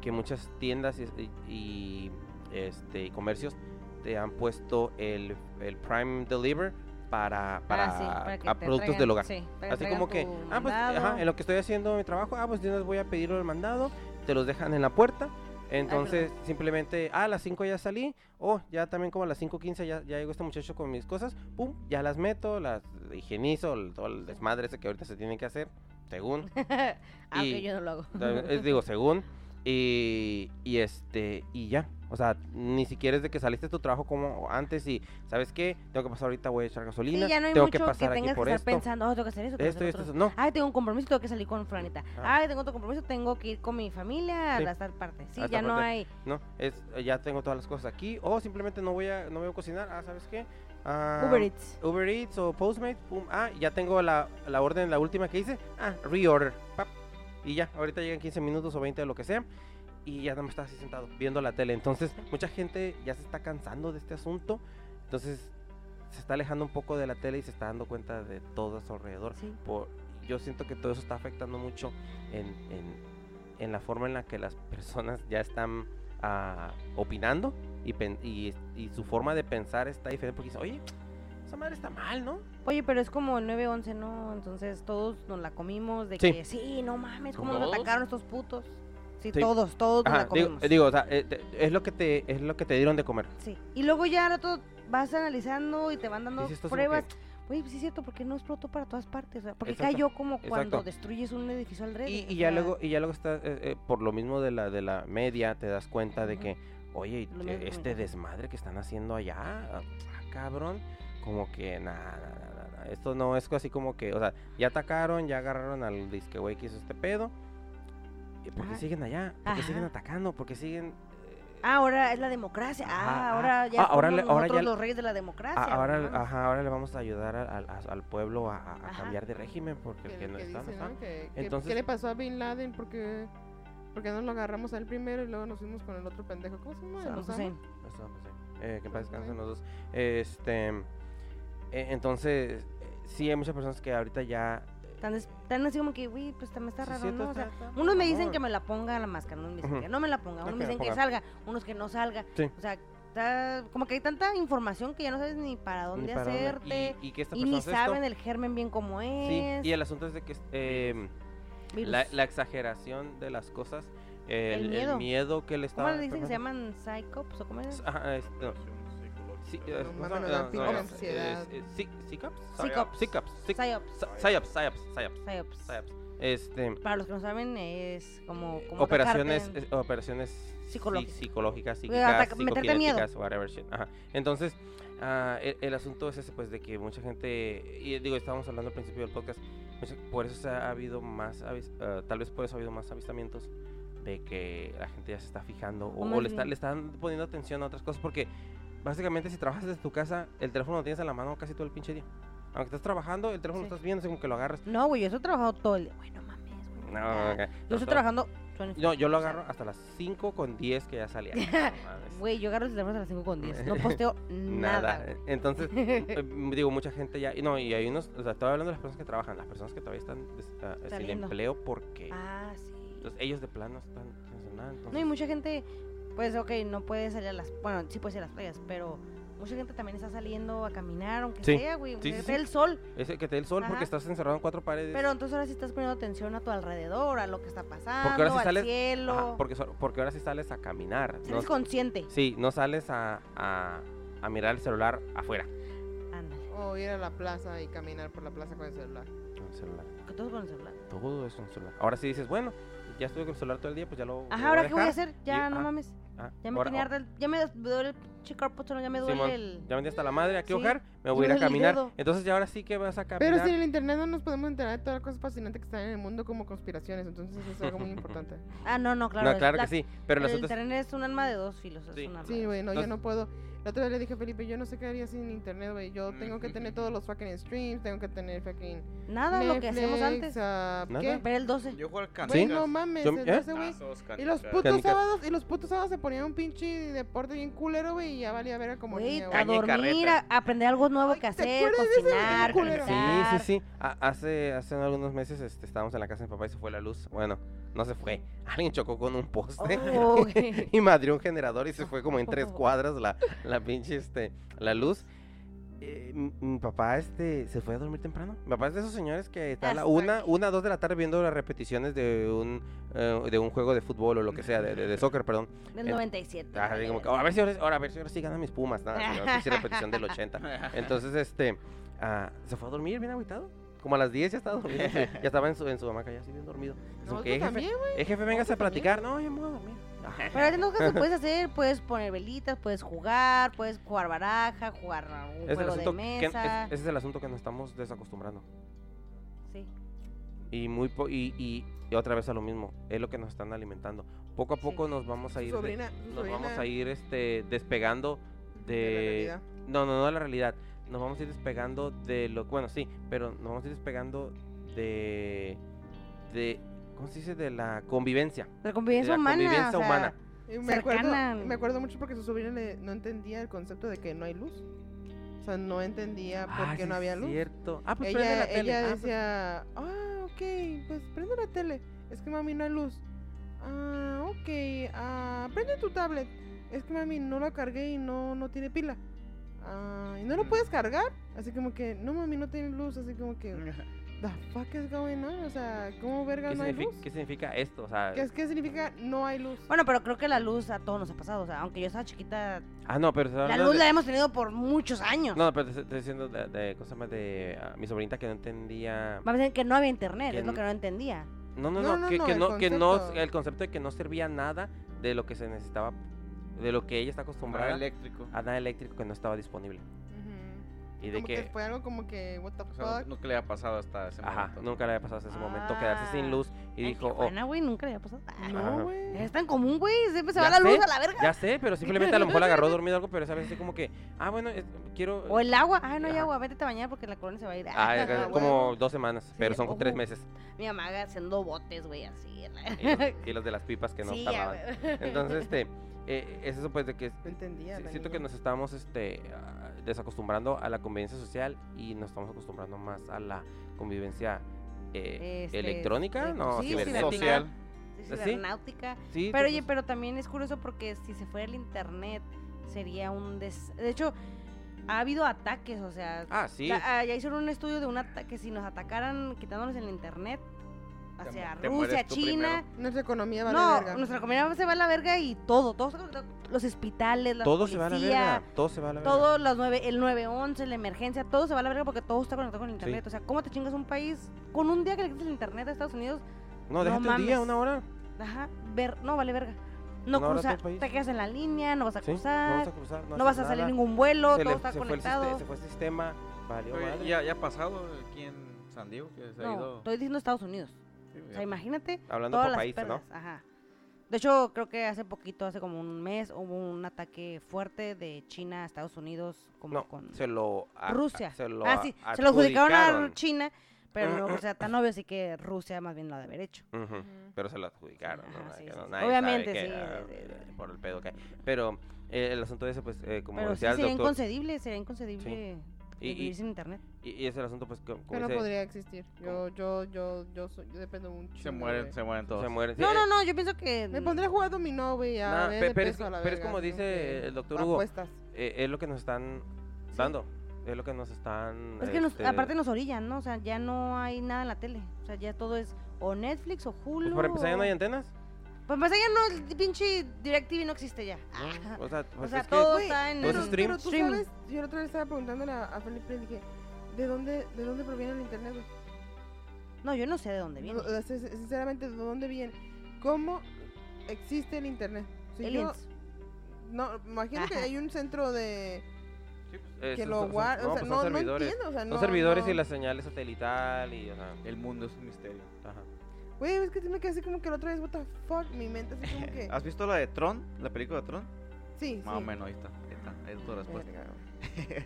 Speaker 3: que muchas tiendas y, y, este, y comercios te han puesto el, el Prime Deliver para, para,
Speaker 1: Ah, sí, que
Speaker 3: a
Speaker 1: te
Speaker 3: productos
Speaker 1: traigan-
Speaker 3: del hogar.
Speaker 1: sí, para
Speaker 3: Así
Speaker 1: traigan
Speaker 3: como que,
Speaker 1: tu
Speaker 3: ah, pues, ajá,
Speaker 1: mandado.
Speaker 3: en lo que estoy haciendo mi trabajo, ah, pues yo les voy a pedir el mandado, te los dejan en la puerta. Entonces, simplemente, ah, a las 5 ya salí, oh, ya también como a las 5.15 ya, ya llegó este muchacho con mis cosas, pum, ya las meto, las higienizo, el- todo el desmadre ese que ahorita se tiene que hacer, según,
Speaker 1: Ah, ok,
Speaker 3: y-
Speaker 1: yo no lo hago.
Speaker 3: es- digo, según, y, y este, y ya. O sea, ni siquiera es de que saliste de tu trabajo como antes y, ¿sabes qué? Tengo que pasar ahorita, voy a echar gasolina,
Speaker 1: Sí, ya no hay
Speaker 3: tengo
Speaker 1: mucho
Speaker 3: que pasar aquí
Speaker 1: tengas
Speaker 3: por
Speaker 1: que
Speaker 3: esto,
Speaker 1: estar pensando, oh, tengo que hacer eso, tengo que
Speaker 3: esto y
Speaker 1: hacer
Speaker 3: esto,
Speaker 1: otro.
Speaker 3: esto". no.
Speaker 1: Ay, tengo un compromiso, tengo que salir con Franita.
Speaker 3: Ah.
Speaker 1: Ay, tengo otro compromiso, tengo que ir con mi familia
Speaker 3: Sí.
Speaker 1: a tal parte. Sí,
Speaker 3: A
Speaker 1: ya
Speaker 3: esta
Speaker 1: no
Speaker 3: parte.
Speaker 1: hay.
Speaker 3: No, es eh, ya tengo todas las cosas aquí o simplemente no voy a no voy a cocinar, ah, ¿sabes qué? Ah,
Speaker 1: Uber Eats.
Speaker 3: Uber Eats o Postmates, pum, ah, ya tengo la, la orden, la última que hice, ah, reorder, pap, y ya, ahorita llegan 15 minutos o 20 o lo que sea, y ya no me estás así sentado viendo la tele. Entonces, mucha gente ya se está cansando de este asunto, entonces se está alejando un poco de la tele y se está dando cuenta de todo a su alrededor
Speaker 1: Sí.
Speaker 3: por- yo siento que todo eso está afectando mucho en, en- en la forma en la que las personas ya están ah, opinando y, pen- y- y su forma de pensar está diferente porque dice, oye, esa madre está mal, ¿no?
Speaker 1: Oye, pero es como el 9-11, ¿no? Entonces todos nos la comimos de
Speaker 3: Sí.
Speaker 1: que sí, no mames, ¿cómo nos
Speaker 4: ¿Todos?
Speaker 1: atacaron estos putos? Sí,
Speaker 3: Sí.
Speaker 1: todos, todos nos
Speaker 3: Ajá,
Speaker 1: la
Speaker 3: digo,
Speaker 1: comimos.
Speaker 3: digo, o sea, eh, te- es, lo que te, es lo que te dieron de comer.
Speaker 1: Sí. Y luego ya ahora todo vas analizando y te van dando
Speaker 3: Dices, "Esto es lo
Speaker 1: pruebas.
Speaker 3: que-".
Speaker 1: Oye, pues sí es cierto, porque no explotó para todas partes. O sea, porque
Speaker 3: Exacto,
Speaker 1: cayó como cuando
Speaker 3: exacto.
Speaker 1: destruyes un edificio al
Speaker 3: Y, y ya luego, y ya luego está, eh, eh, por lo mismo de la, de la media, te das cuenta de
Speaker 1: Ujú.
Speaker 3: que,
Speaker 1: Lo
Speaker 3: oye, eh,
Speaker 1: mismo que
Speaker 3: este
Speaker 1: comentabas.
Speaker 3: desmadre que están haciendo allá, ah, cabrón, como que nada, esto no es así como que, o sea, ya atacaron, ya agarraron al disque güey que hizo este pedo, ¿y ¿por qué
Speaker 1: Ajá.
Speaker 3: siguen allá? ¿Por qué siguen
Speaker 1: Ajá.
Speaker 3: atacando? ¿Por qué siguen...? eh,
Speaker 1: Ah, ahora es la democracia. Ah,
Speaker 3: Ajá,
Speaker 1: ahora
Speaker 3: ah,
Speaker 1: ya
Speaker 3: ahora
Speaker 1: somos
Speaker 3: le- ahora
Speaker 1: nosotros
Speaker 3: ya-
Speaker 1: los reyes de la democracia.
Speaker 3: a- ahora,
Speaker 1: no mames.
Speaker 3: ajá, ahora le vamos a ayudar al, al- a- al pueblo a, a- a
Speaker 1: Ajá.
Speaker 3: cambiar de régimen porque
Speaker 2: Que
Speaker 3: el que
Speaker 2: lo
Speaker 3: no
Speaker 2: que
Speaker 3: está, no
Speaker 2: dice,
Speaker 3: está.
Speaker 2: ¿no? Que- que-
Speaker 3: Entonces-
Speaker 2: ¿Qué le pasó a Bin Laden? Porque ¿Por qué no lo agarramos a él primero y luego nos fuimos con el otro pendejo? ¿Cómo se llama?
Speaker 1: Saddam
Speaker 2: ¿El Osama?
Speaker 1: Hussein.
Speaker 3: Saddam Hussein. Eh, que en paz
Speaker 2: Saddam
Speaker 3: descansen los dos. Este, eh, entonces, eh, sí hay muchas personas que ahorita ya...
Speaker 1: Tan, des- tan así como que, güey, pues también está
Speaker 3: Sí,
Speaker 1: raro,
Speaker 3: cierto,
Speaker 1: ¿no? O sea,
Speaker 3: está- está-
Speaker 1: unos me dicen
Speaker 3: Ajá.
Speaker 1: que me la ponga la máscara, unos me dicen
Speaker 3: Ah. Ujú.
Speaker 1: que no me la ponga,
Speaker 3: No,
Speaker 1: unos
Speaker 3: que
Speaker 1: me
Speaker 3: la
Speaker 1: dicen que
Speaker 3: ponga.
Speaker 1: salga, unos que no salga.
Speaker 3: Sí.
Speaker 1: O sea, está como que hay tanta información que ya no sabes ni para dónde
Speaker 3: ni para dónde.
Speaker 1: hacerte.
Speaker 3: Y, y que esta
Speaker 1: Y,
Speaker 3: persona
Speaker 1: ni
Speaker 3: hace esto.
Speaker 1: saben el germen bien cómo
Speaker 3: Sí,
Speaker 1: es.
Speaker 3: y el asunto es de que eh,
Speaker 1: virus.
Speaker 3: la, la exageración de las cosas, el, el
Speaker 1: miedo.
Speaker 3: miedo. que le
Speaker 1: ¿Cómo
Speaker 3: estaba...
Speaker 1: le dicen que se llaman psychops o cómo era?
Speaker 3: Ajá, es- no. Sí,
Speaker 4: Sí,
Speaker 3: es-
Speaker 2: No
Speaker 3: ¿cómo se
Speaker 2: mames,
Speaker 3: llama?
Speaker 2: nos
Speaker 3: No,
Speaker 2: dan
Speaker 3: no,
Speaker 2: pinche
Speaker 3: es-
Speaker 2: ansiedad.
Speaker 3: es- es- ¿sí- ¿Sicaps?
Speaker 1: Psychops.
Speaker 3: Sicaps. sic-
Speaker 1: Psyops.
Speaker 3: sa- Psyops, psyops, psyops,
Speaker 1: Psyops.
Speaker 3: psyops. Este...
Speaker 1: Para los que no saben, es como. como
Speaker 3: operaciones
Speaker 1: atacarte.
Speaker 3: eh, operaciones psi-
Speaker 1: Psicológicas.
Speaker 3: psicológicas
Speaker 1: ataca-
Speaker 3: psíquicas
Speaker 1: meterte miedo.
Speaker 3: psicoquinéticas whatever shit ajá. entonces ah, e- el, asunto es ese pues de que mucha gente y digo estábamos hablando al principio del podcast mucha- por eso se ha habido más avis- ah, tal vez por eso ha habido más avistamientos de que la gente ya se está fijando o,
Speaker 1: O
Speaker 3: o
Speaker 1: más
Speaker 3: le, está-
Speaker 1: bien-
Speaker 3: le están poniendo atención a otras cosas porque básicamente si trabajas desde tu casa el teléfono lo tienes en la mano casi todo el pinche día aunque estás trabajando el teléfono
Speaker 1: Sí.
Speaker 3: lo estás viendo es como que lo agarras
Speaker 1: No, güey, yo estoy trabajando todo el día. Bueno, mames, güey.
Speaker 3: no,
Speaker 1: ya. Ah,
Speaker 3: ok.
Speaker 1: Yo
Speaker 3: Pero
Speaker 1: estoy
Speaker 3: todo-
Speaker 1: trabajando.
Speaker 3: no, yo lo agarro hasta las 5 con 10 que ya salía. No mames.
Speaker 1: Güey, yo agarro el teléfono a las 5 con 10. No posteo nada. güey.
Speaker 3: Entonces, eh, digo, mucha gente ya. y No, y hay unos. O sea, estaba hablando de las personas que trabajan, las personas que todavía están des- ah, sin
Speaker 1: Saliendo.
Speaker 3: empleo porque.
Speaker 1: Ah, sí.
Speaker 3: Entonces, ellos de plano están sin nada. Entonces,
Speaker 1: No, y mucha gente, pues, ok, no puede salir a las. Bueno, sí puede salir a las playas, pero mucha gente también está saliendo a caminar, aunque
Speaker 3: Sí.
Speaker 1: sea, güey.
Speaker 3: Sí, sí,
Speaker 1: aunque
Speaker 3: sí.
Speaker 1: sea el sol.
Speaker 3: es el que te dé el sol
Speaker 1: Ajá.
Speaker 3: porque estás encerrado en cuatro paredes.
Speaker 1: Pero entonces ahora sí estás poniendo atención a tu alrededor, a lo que está pasando,
Speaker 3: Porque ahora sí
Speaker 1: al
Speaker 3: sales-
Speaker 1: cielo.
Speaker 3: Ajá, porque, so- porque ahora sí sales a caminar. No,
Speaker 1: Sales consciente.
Speaker 3: Sí, no sales a, a, a mirar el celular afuera.
Speaker 1: Ándale.
Speaker 2: O ir a la plaza y caminar por la plaza con el celular.
Speaker 3: El celular.
Speaker 1: Porque todo es con el celular.
Speaker 3: Todo es un celular. Ahora sí dices, bueno, ya estuve con el celular todo el día, pues ya lo. lo
Speaker 1: Ajá, ¿ahora qué voy a
Speaker 3: dejar.
Speaker 1: hacer? Ya,
Speaker 3: ah,
Speaker 1: no mames.
Speaker 3: Ah,
Speaker 1: Ya me
Speaker 3: ahora-
Speaker 1: tiene harta el- Ya me duele el pinche cuerpo, solo ya me duele
Speaker 3: Simón,
Speaker 1: el...
Speaker 3: Ya vendí hasta la madre, aquí
Speaker 1: Sí.
Speaker 3: ojar,
Speaker 1: Y me
Speaker 3: me voy a ir a
Speaker 1: duele el
Speaker 3: caminar.
Speaker 1: dedo.
Speaker 3: Entonces ya ahora sí que vas a caminar.
Speaker 2: Pero si en el internet no nos podemos enterar de todas las cosas fascinantes que están en el mundo como conspiraciones, entonces eso es algo muy importante.
Speaker 1: Ah, no, no, claro.
Speaker 3: no, claro
Speaker 1: la-
Speaker 3: que sí, pero el
Speaker 1: el
Speaker 3: asunto es-
Speaker 1: internet es un alma de dos filos. es
Speaker 3: Sí.
Speaker 1: un arma de
Speaker 2: Sí,
Speaker 1: dos
Speaker 2: güey, no, yo
Speaker 3: Entonces-
Speaker 2: no puedo. La otra vez le dije a Felipe, yo no sé qué haría sin internet, güey. Yo tengo que tener todos los fucking streams, tengo que tener fucking
Speaker 1: filos. Nada, lo que hacemos
Speaker 2: Netflix,
Speaker 1: antes.
Speaker 2: ah,
Speaker 3: Nada.
Speaker 2: ¿qué?
Speaker 1: Ver el 12.
Speaker 4: Yo juego al
Speaker 2: Güey,
Speaker 3: ¿Sí?
Speaker 2: no mames,
Speaker 3: Yo- ¿eh?
Speaker 2: entonces, güey. Y los putos
Speaker 3: Canicas.
Speaker 2: sábados, y los putos sábados se ponían un pinche deporte bien culero, güey, y ya valía ver como
Speaker 1: Güey,
Speaker 2: niña,
Speaker 1: a
Speaker 2: güey.
Speaker 4: Caña y
Speaker 1: dormir, a
Speaker 4: carreta.
Speaker 1: a aprender algo nuevo que
Speaker 2: Ay, ¿te
Speaker 1: hacer,
Speaker 2: acuerdas de ese
Speaker 1: cocinar,
Speaker 2: culero?
Speaker 3: Sí,
Speaker 1: conectar.
Speaker 3: sí, sí. A- hace, hace algunos meses este, estábamos en la casa de mi papá y se fue la luz. Bueno, no se fue. Alguien chocó con un poste.
Speaker 1: Oh, güey.
Speaker 3: y madrió un generador y se fue como en tres cuadras la, la pinche este, la luz. Eh, mi, mi papá este, se fue a dormir temprano. Mi papá es de esos señores que está a la
Speaker 1: Hasta
Speaker 3: una, una, dos de la tarde viendo las repeticiones de un, eh, de un juego de fútbol o lo que sea, de- de- de soccer, perdón.
Speaker 1: Del
Speaker 3: Eh,
Speaker 1: 97.
Speaker 3: Ah, así como que, ahora a ver si ahora, ahora a ver si ahora sí ganan mis pumas, nada, señor, pinche repetición del 80. Entonces, este, ah, se fue a dormir bien agüitado. Como a las 10 ya estaba dormido, sí, ya estaba en su, en su hamaca, ya así bien dormido. Es como
Speaker 2: Nosotros
Speaker 3: que, "Eh, jefe,
Speaker 2: también, güey.
Speaker 3: eh, jefe, véngase a
Speaker 2: también.
Speaker 3: platicar. No, yo me voy a dormir.
Speaker 1: Pero hay tantas cosas que puedes hacer, puedes poner velitas, puedes jugar, puedes jugar baraja, jugar un
Speaker 3: Es el
Speaker 1: juego de
Speaker 3: asunto que, es-
Speaker 1: mesa.
Speaker 3: ese es el asunto que nos estamos desacostumbrando.
Speaker 1: Sí.
Speaker 3: Y, muy po- y, y- y otra vez a lo mismo, es lo que nos están alimentando. Poco a
Speaker 1: Sí.
Speaker 3: poco nos vamos
Speaker 2: Su
Speaker 3: a ir, de-
Speaker 2: sobrina, su
Speaker 3: nos
Speaker 2: sobrina
Speaker 3: vamos a ir este, despegando de...
Speaker 2: de la realidad.
Speaker 3: No, no, no de la realidad. Nos vamos a ir despegando de lo. Bueno, sí, pero nos vamos a ir despegando de. de ¿Cómo se dice? De la convivencia.
Speaker 1: La
Speaker 2: Pues
Speaker 3: De
Speaker 1: convivencia
Speaker 3: la
Speaker 1: humana.
Speaker 3: convivencia
Speaker 1: o sea,
Speaker 3: humana.
Speaker 2: Y me, acuerdo,
Speaker 1: cercana.
Speaker 2: me acuerdo mucho porque su sobrina le- no entendía el concepto de que no hay luz. O sea, no entendía por
Speaker 3: Ah,
Speaker 2: qué
Speaker 3: sí
Speaker 2: no
Speaker 3: es
Speaker 2: había luz.
Speaker 3: cierto. Ah, pues prende
Speaker 2: ella
Speaker 3: la tele.
Speaker 2: ella
Speaker 3: Ah, pues-
Speaker 2: decía, ah, ok, pues prende la tele. Es que mami no hay luz. Ah, ok, ah, prende tu tablet. Es que mami no la cargué y no, no tiene pila. Ah, y no lo puedes cargar. Así como que, no mami, no tiene luz. Así como que, the fuck is going on? O sea, ¿cómo verga
Speaker 3: Mm. pues, ¿Qué,
Speaker 2: no hay
Speaker 3: significa,
Speaker 2: luz?
Speaker 3: qué significa esto? O sea,
Speaker 2: ¿Qué, es- qué significa no hay luz?
Speaker 1: Bueno, pero creo que la luz a todos nos ha pasado. O sea, aunque yo estaba chiquita,
Speaker 3: ah, no, pero. estaba
Speaker 1: la
Speaker 3: hablando
Speaker 1: luz
Speaker 3: de-
Speaker 1: la hemos tenido por muchos años.
Speaker 3: No, pero te te estoy diciendo de, de cosas más de ah, mi sobrinita que no entendía.
Speaker 1: Vamos a decir que no había internet,
Speaker 3: Que
Speaker 1: es lo
Speaker 3: n-
Speaker 1: que no entendía.
Speaker 3: No, no,
Speaker 2: No,
Speaker 3: no,
Speaker 2: no,
Speaker 3: que,
Speaker 2: no,
Speaker 3: que
Speaker 2: el
Speaker 3: no, que no,
Speaker 2: concepto.
Speaker 3: el concepto de que no servía nada de lo que se necesitaba, de lo que ella está acostumbrada
Speaker 4: eléctrico.
Speaker 3: a nada eléctrico que no estaba disponible.
Speaker 2: Ujú.
Speaker 3: Y de
Speaker 2: como que
Speaker 3: que,
Speaker 2: fue algo como que, what the
Speaker 4: O
Speaker 2: fuck.
Speaker 4: sea, nunca le ha pasado hasta ese
Speaker 3: ajá,
Speaker 4: momento.
Speaker 3: nunca le había pasado hasta ese momento quedarse
Speaker 1: Ah.
Speaker 3: sin luz y
Speaker 1: En
Speaker 3: dijo, oh,
Speaker 1: Tijuana, güey, nunca le había pasado. Ay,
Speaker 3: Ajá.
Speaker 2: no, güey.
Speaker 1: Es tan común, güey. Siempre se va la
Speaker 3: Ya
Speaker 1: luz
Speaker 3: sé.
Speaker 1: a la verga.
Speaker 3: ya sé, pero simplemente a lo mejor la agarró dormido algo, pero esa vez así como que, ah, bueno, es- quiero...
Speaker 1: O el agua. Ay, no hay
Speaker 3: Ajá.
Speaker 1: agua. Vete a bañar porque la colonia se va a ir.
Speaker 3: Ah, es-
Speaker 2: Ah,
Speaker 3: como
Speaker 2: bueno.
Speaker 3: dos semanas, pero son
Speaker 1: ojo.
Speaker 3: tres meses.
Speaker 1: Mi mamá haciendo botes, güey, así. en la-
Speaker 3: Y, y los de las pipas que no
Speaker 1: Sí, ya,
Speaker 3: tardaban.
Speaker 1: güey.
Speaker 3: Entonces, este, eh, es eso pues de que es-
Speaker 2: No entendía.
Speaker 3: Sí,
Speaker 2: la
Speaker 3: siento que
Speaker 2: niña.
Speaker 3: nos estamos este, ah, desacostumbrando a la convivencia social y nos estamos acostumbrando más a la convivencia eh,
Speaker 1: Este,
Speaker 3: electrónica,
Speaker 1: sí,
Speaker 3: no,
Speaker 1: sí,
Speaker 3: cibernética.
Speaker 1: cibernética.
Speaker 4: Social.
Speaker 1: Sí,
Speaker 3: pues, ¿Sí?
Speaker 1: cibernáutica.
Speaker 3: Sí, pues,
Speaker 1: Pero
Speaker 3: entonces,
Speaker 1: oye, pero también es curioso porque si se fuera el internet sería un des... De hecho, ha habido ataques, o sea...
Speaker 3: Ah, sí.
Speaker 1: la- ah, ya hicieron un estudio de un ata- que si nos atacaran quitándonos el internet hacia
Speaker 4: mu- te mueres
Speaker 1: Rusia,
Speaker 4: tú
Speaker 1: China...
Speaker 2: Nuestra economía vale
Speaker 1: No,
Speaker 2: verga.
Speaker 1: nuestra comunidad se va a la verga y todo, todos los hospitales, la
Speaker 3: todo se
Speaker 1: policía,
Speaker 3: va a la verga. Todo se va a la verga.
Speaker 1: todo los 9, el 911, la emergencia, todo se va a la verga porque todo está conectado con el internet.
Speaker 3: Sí.
Speaker 1: O sea, ¿cómo te chingas un país con un día que le quites el internet a Estados Unidos?
Speaker 3: no, déjate un día,
Speaker 1: mames.
Speaker 3: una hora.
Speaker 1: Ajá, ver, no vale verga. No
Speaker 3: No habrá
Speaker 1: cruza,
Speaker 3: otro país.
Speaker 1: te quedas en la línea, no vas a
Speaker 3: ¿sí? No
Speaker 1: cruzar,
Speaker 3: vas a cruzar.
Speaker 1: no,
Speaker 3: No,
Speaker 1: vas
Speaker 3: haces
Speaker 1: a salir
Speaker 3: nada.
Speaker 1: ningún vuelo,
Speaker 3: Se le-
Speaker 1: todo está
Speaker 3: se fue el siste-
Speaker 1: conectado.
Speaker 3: se fue el sistema. Valió
Speaker 4: Oye,
Speaker 3: madre.
Speaker 4: ya, ya ha pasado aquí en San Diego que se ha
Speaker 1: No, Pues
Speaker 4: ido.
Speaker 1: estoy diciendo Estados Unidos.
Speaker 4: Sí,
Speaker 1: O
Speaker 4: ya-
Speaker 1: sea, imagínate
Speaker 3: Hablando
Speaker 1: todas
Speaker 3: por
Speaker 1: las
Speaker 3: países, ¿no?
Speaker 1: pérdidas. Ajá. De hecho, creo que hace poquito, hace como un mes, hubo un ataque fuerte de China a Estados Unidos, como
Speaker 3: No,
Speaker 1: con
Speaker 3: se lo. a-
Speaker 1: Rusia.
Speaker 3: a- Se lo,
Speaker 1: ah, sí, se lo adjudicaron a
Speaker 3: adjudicaron.
Speaker 1: China, pero no, o sea, tan obvio sí que Rusia más bien lo ha de haber hecho.
Speaker 3: Ujú. pero se lo adjudicaron. ¿no?
Speaker 1: Ajá, Ah, sí,
Speaker 3: Que
Speaker 1: sí,
Speaker 3: no-
Speaker 1: sí.
Speaker 3: nadie sabe
Speaker 1: Obviamente,
Speaker 3: que,
Speaker 1: sí,
Speaker 3: ah,
Speaker 1: de- de- de-
Speaker 3: eh, Por el pedo que hay. Pero eh, el asunto ese, pues, eh, como
Speaker 1: Pero sí
Speaker 3: decía
Speaker 1: sería
Speaker 3: el doctor.
Speaker 1: inconcebible, sería inconcebible
Speaker 3: Y- y-
Speaker 1: vivir sin internet.
Speaker 3: Y, y es el asunto, pues, co- como,
Speaker 2: Yo no
Speaker 3: dice,
Speaker 2: podría existir. Yo, yo, yo, yo, soy- yo dependo un
Speaker 4: Se
Speaker 2: chingo,
Speaker 4: mueren,
Speaker 2: güey.
Speaker 4: se mueren todos.
Speaker 3: se mueren. sí,
Speaker 1: No,
Speaker 3: eh,
Speaker 1: no, no, yo pienso que...
Speaker 2: Me pondré a jugar dominó, güey. A
Speaker 3: nah,
Speaker 2: ver
Speaker 3: pe-
Speaker 2: de
Speaker 3: pero, es,
Speaker 2: peso a la
Speaker 3: pero es
Speaker 2: verga,
Speaker 3: como
Speaker 2: así
Speaker 3: dice
Speaker 2: que
Speaker 3: el doctor Hugo,
Speaker 2: Apuestas.
Speaker 3: eh, es lo que nos están dando. Es lo que nos están.
Speaker 1: Es que nos-
Speaker 3: este,
Speaker 1: aparte nos orillan, ¿no? O sea, ya no hay nada en la tele. O sea, ya todo es o Netflix o Hulu.
Speaker 3: Pues para empezar, ya no hay
Speaker 1: o-
Speaker 3: antenas.
Speaker 1: Pues para empezar, ya no, el pinche DirecTV no existe ya.
Speaker 3: ¿no? O sea,
Speaker 1: Ah, o
Speaker 3: pues
Speaker 1: sea,
Speaker 3: es que-
Speaker 1: todo
Speaker 2: Güey,
Speaker 1: está en...
Speaker 3: todo es
Speaker 2: Pero,
Speaker 3: stream.
Speaker 2: pero tú
Speaker 1: streaming.
Speaker 2: sabes, yo la otra vez estaba preguntándole a, a Felipe y dije, ¿de dónde, de dónde proviene el internet? güey?
Speaker 1: No, yo no sé de dónde viene.
Speaker 2: O sea, sin- Sinceramente, ¿de dónde viene? ¿Cómo existe el internet? Si yo-
Speaker 1: Aliens.
Speaker 2: no, imagino que
Speaker 1: Ajá.
Speaker 2: hay un centro de
Speaker 4: Sí, pues,
Speaker 3: eh,
Speaker 2: que
Speaker 3: son-
Speaker 2: lo
Speaker 3: son-
Speaker 2: guarda,
Speaker 3: no,
Speaker 2: o sea,
Speaker 3: pues
Speaker 2: no,
Speaker 3: son
Speaker 2: no
Speaker 3: servidores.
Speaker 2: entiendo, o sea, no.
Speaker 3: Son servidores
Speaker 2: no.
Speaker 3: y la señal satelital y, o sea.
Speaker 4: El mundo es un misterio.
Speaker 3: Ajá.
Speaker 2: Güey, es que tiene que hacer como que la otra vez, what the fuck, mi mente así como que.
Speaker 3: Ah,
Speaker 4: ¿Has visto la de Tron? ¿La película de Tron?
Speaker 2: Sí,
Speaker 4: Más o
Speaker 2: sí.
Speaker 4: menos, ahí está. Ahí está, ahí está tu respuesta.
Speaker 2: Verga, güey.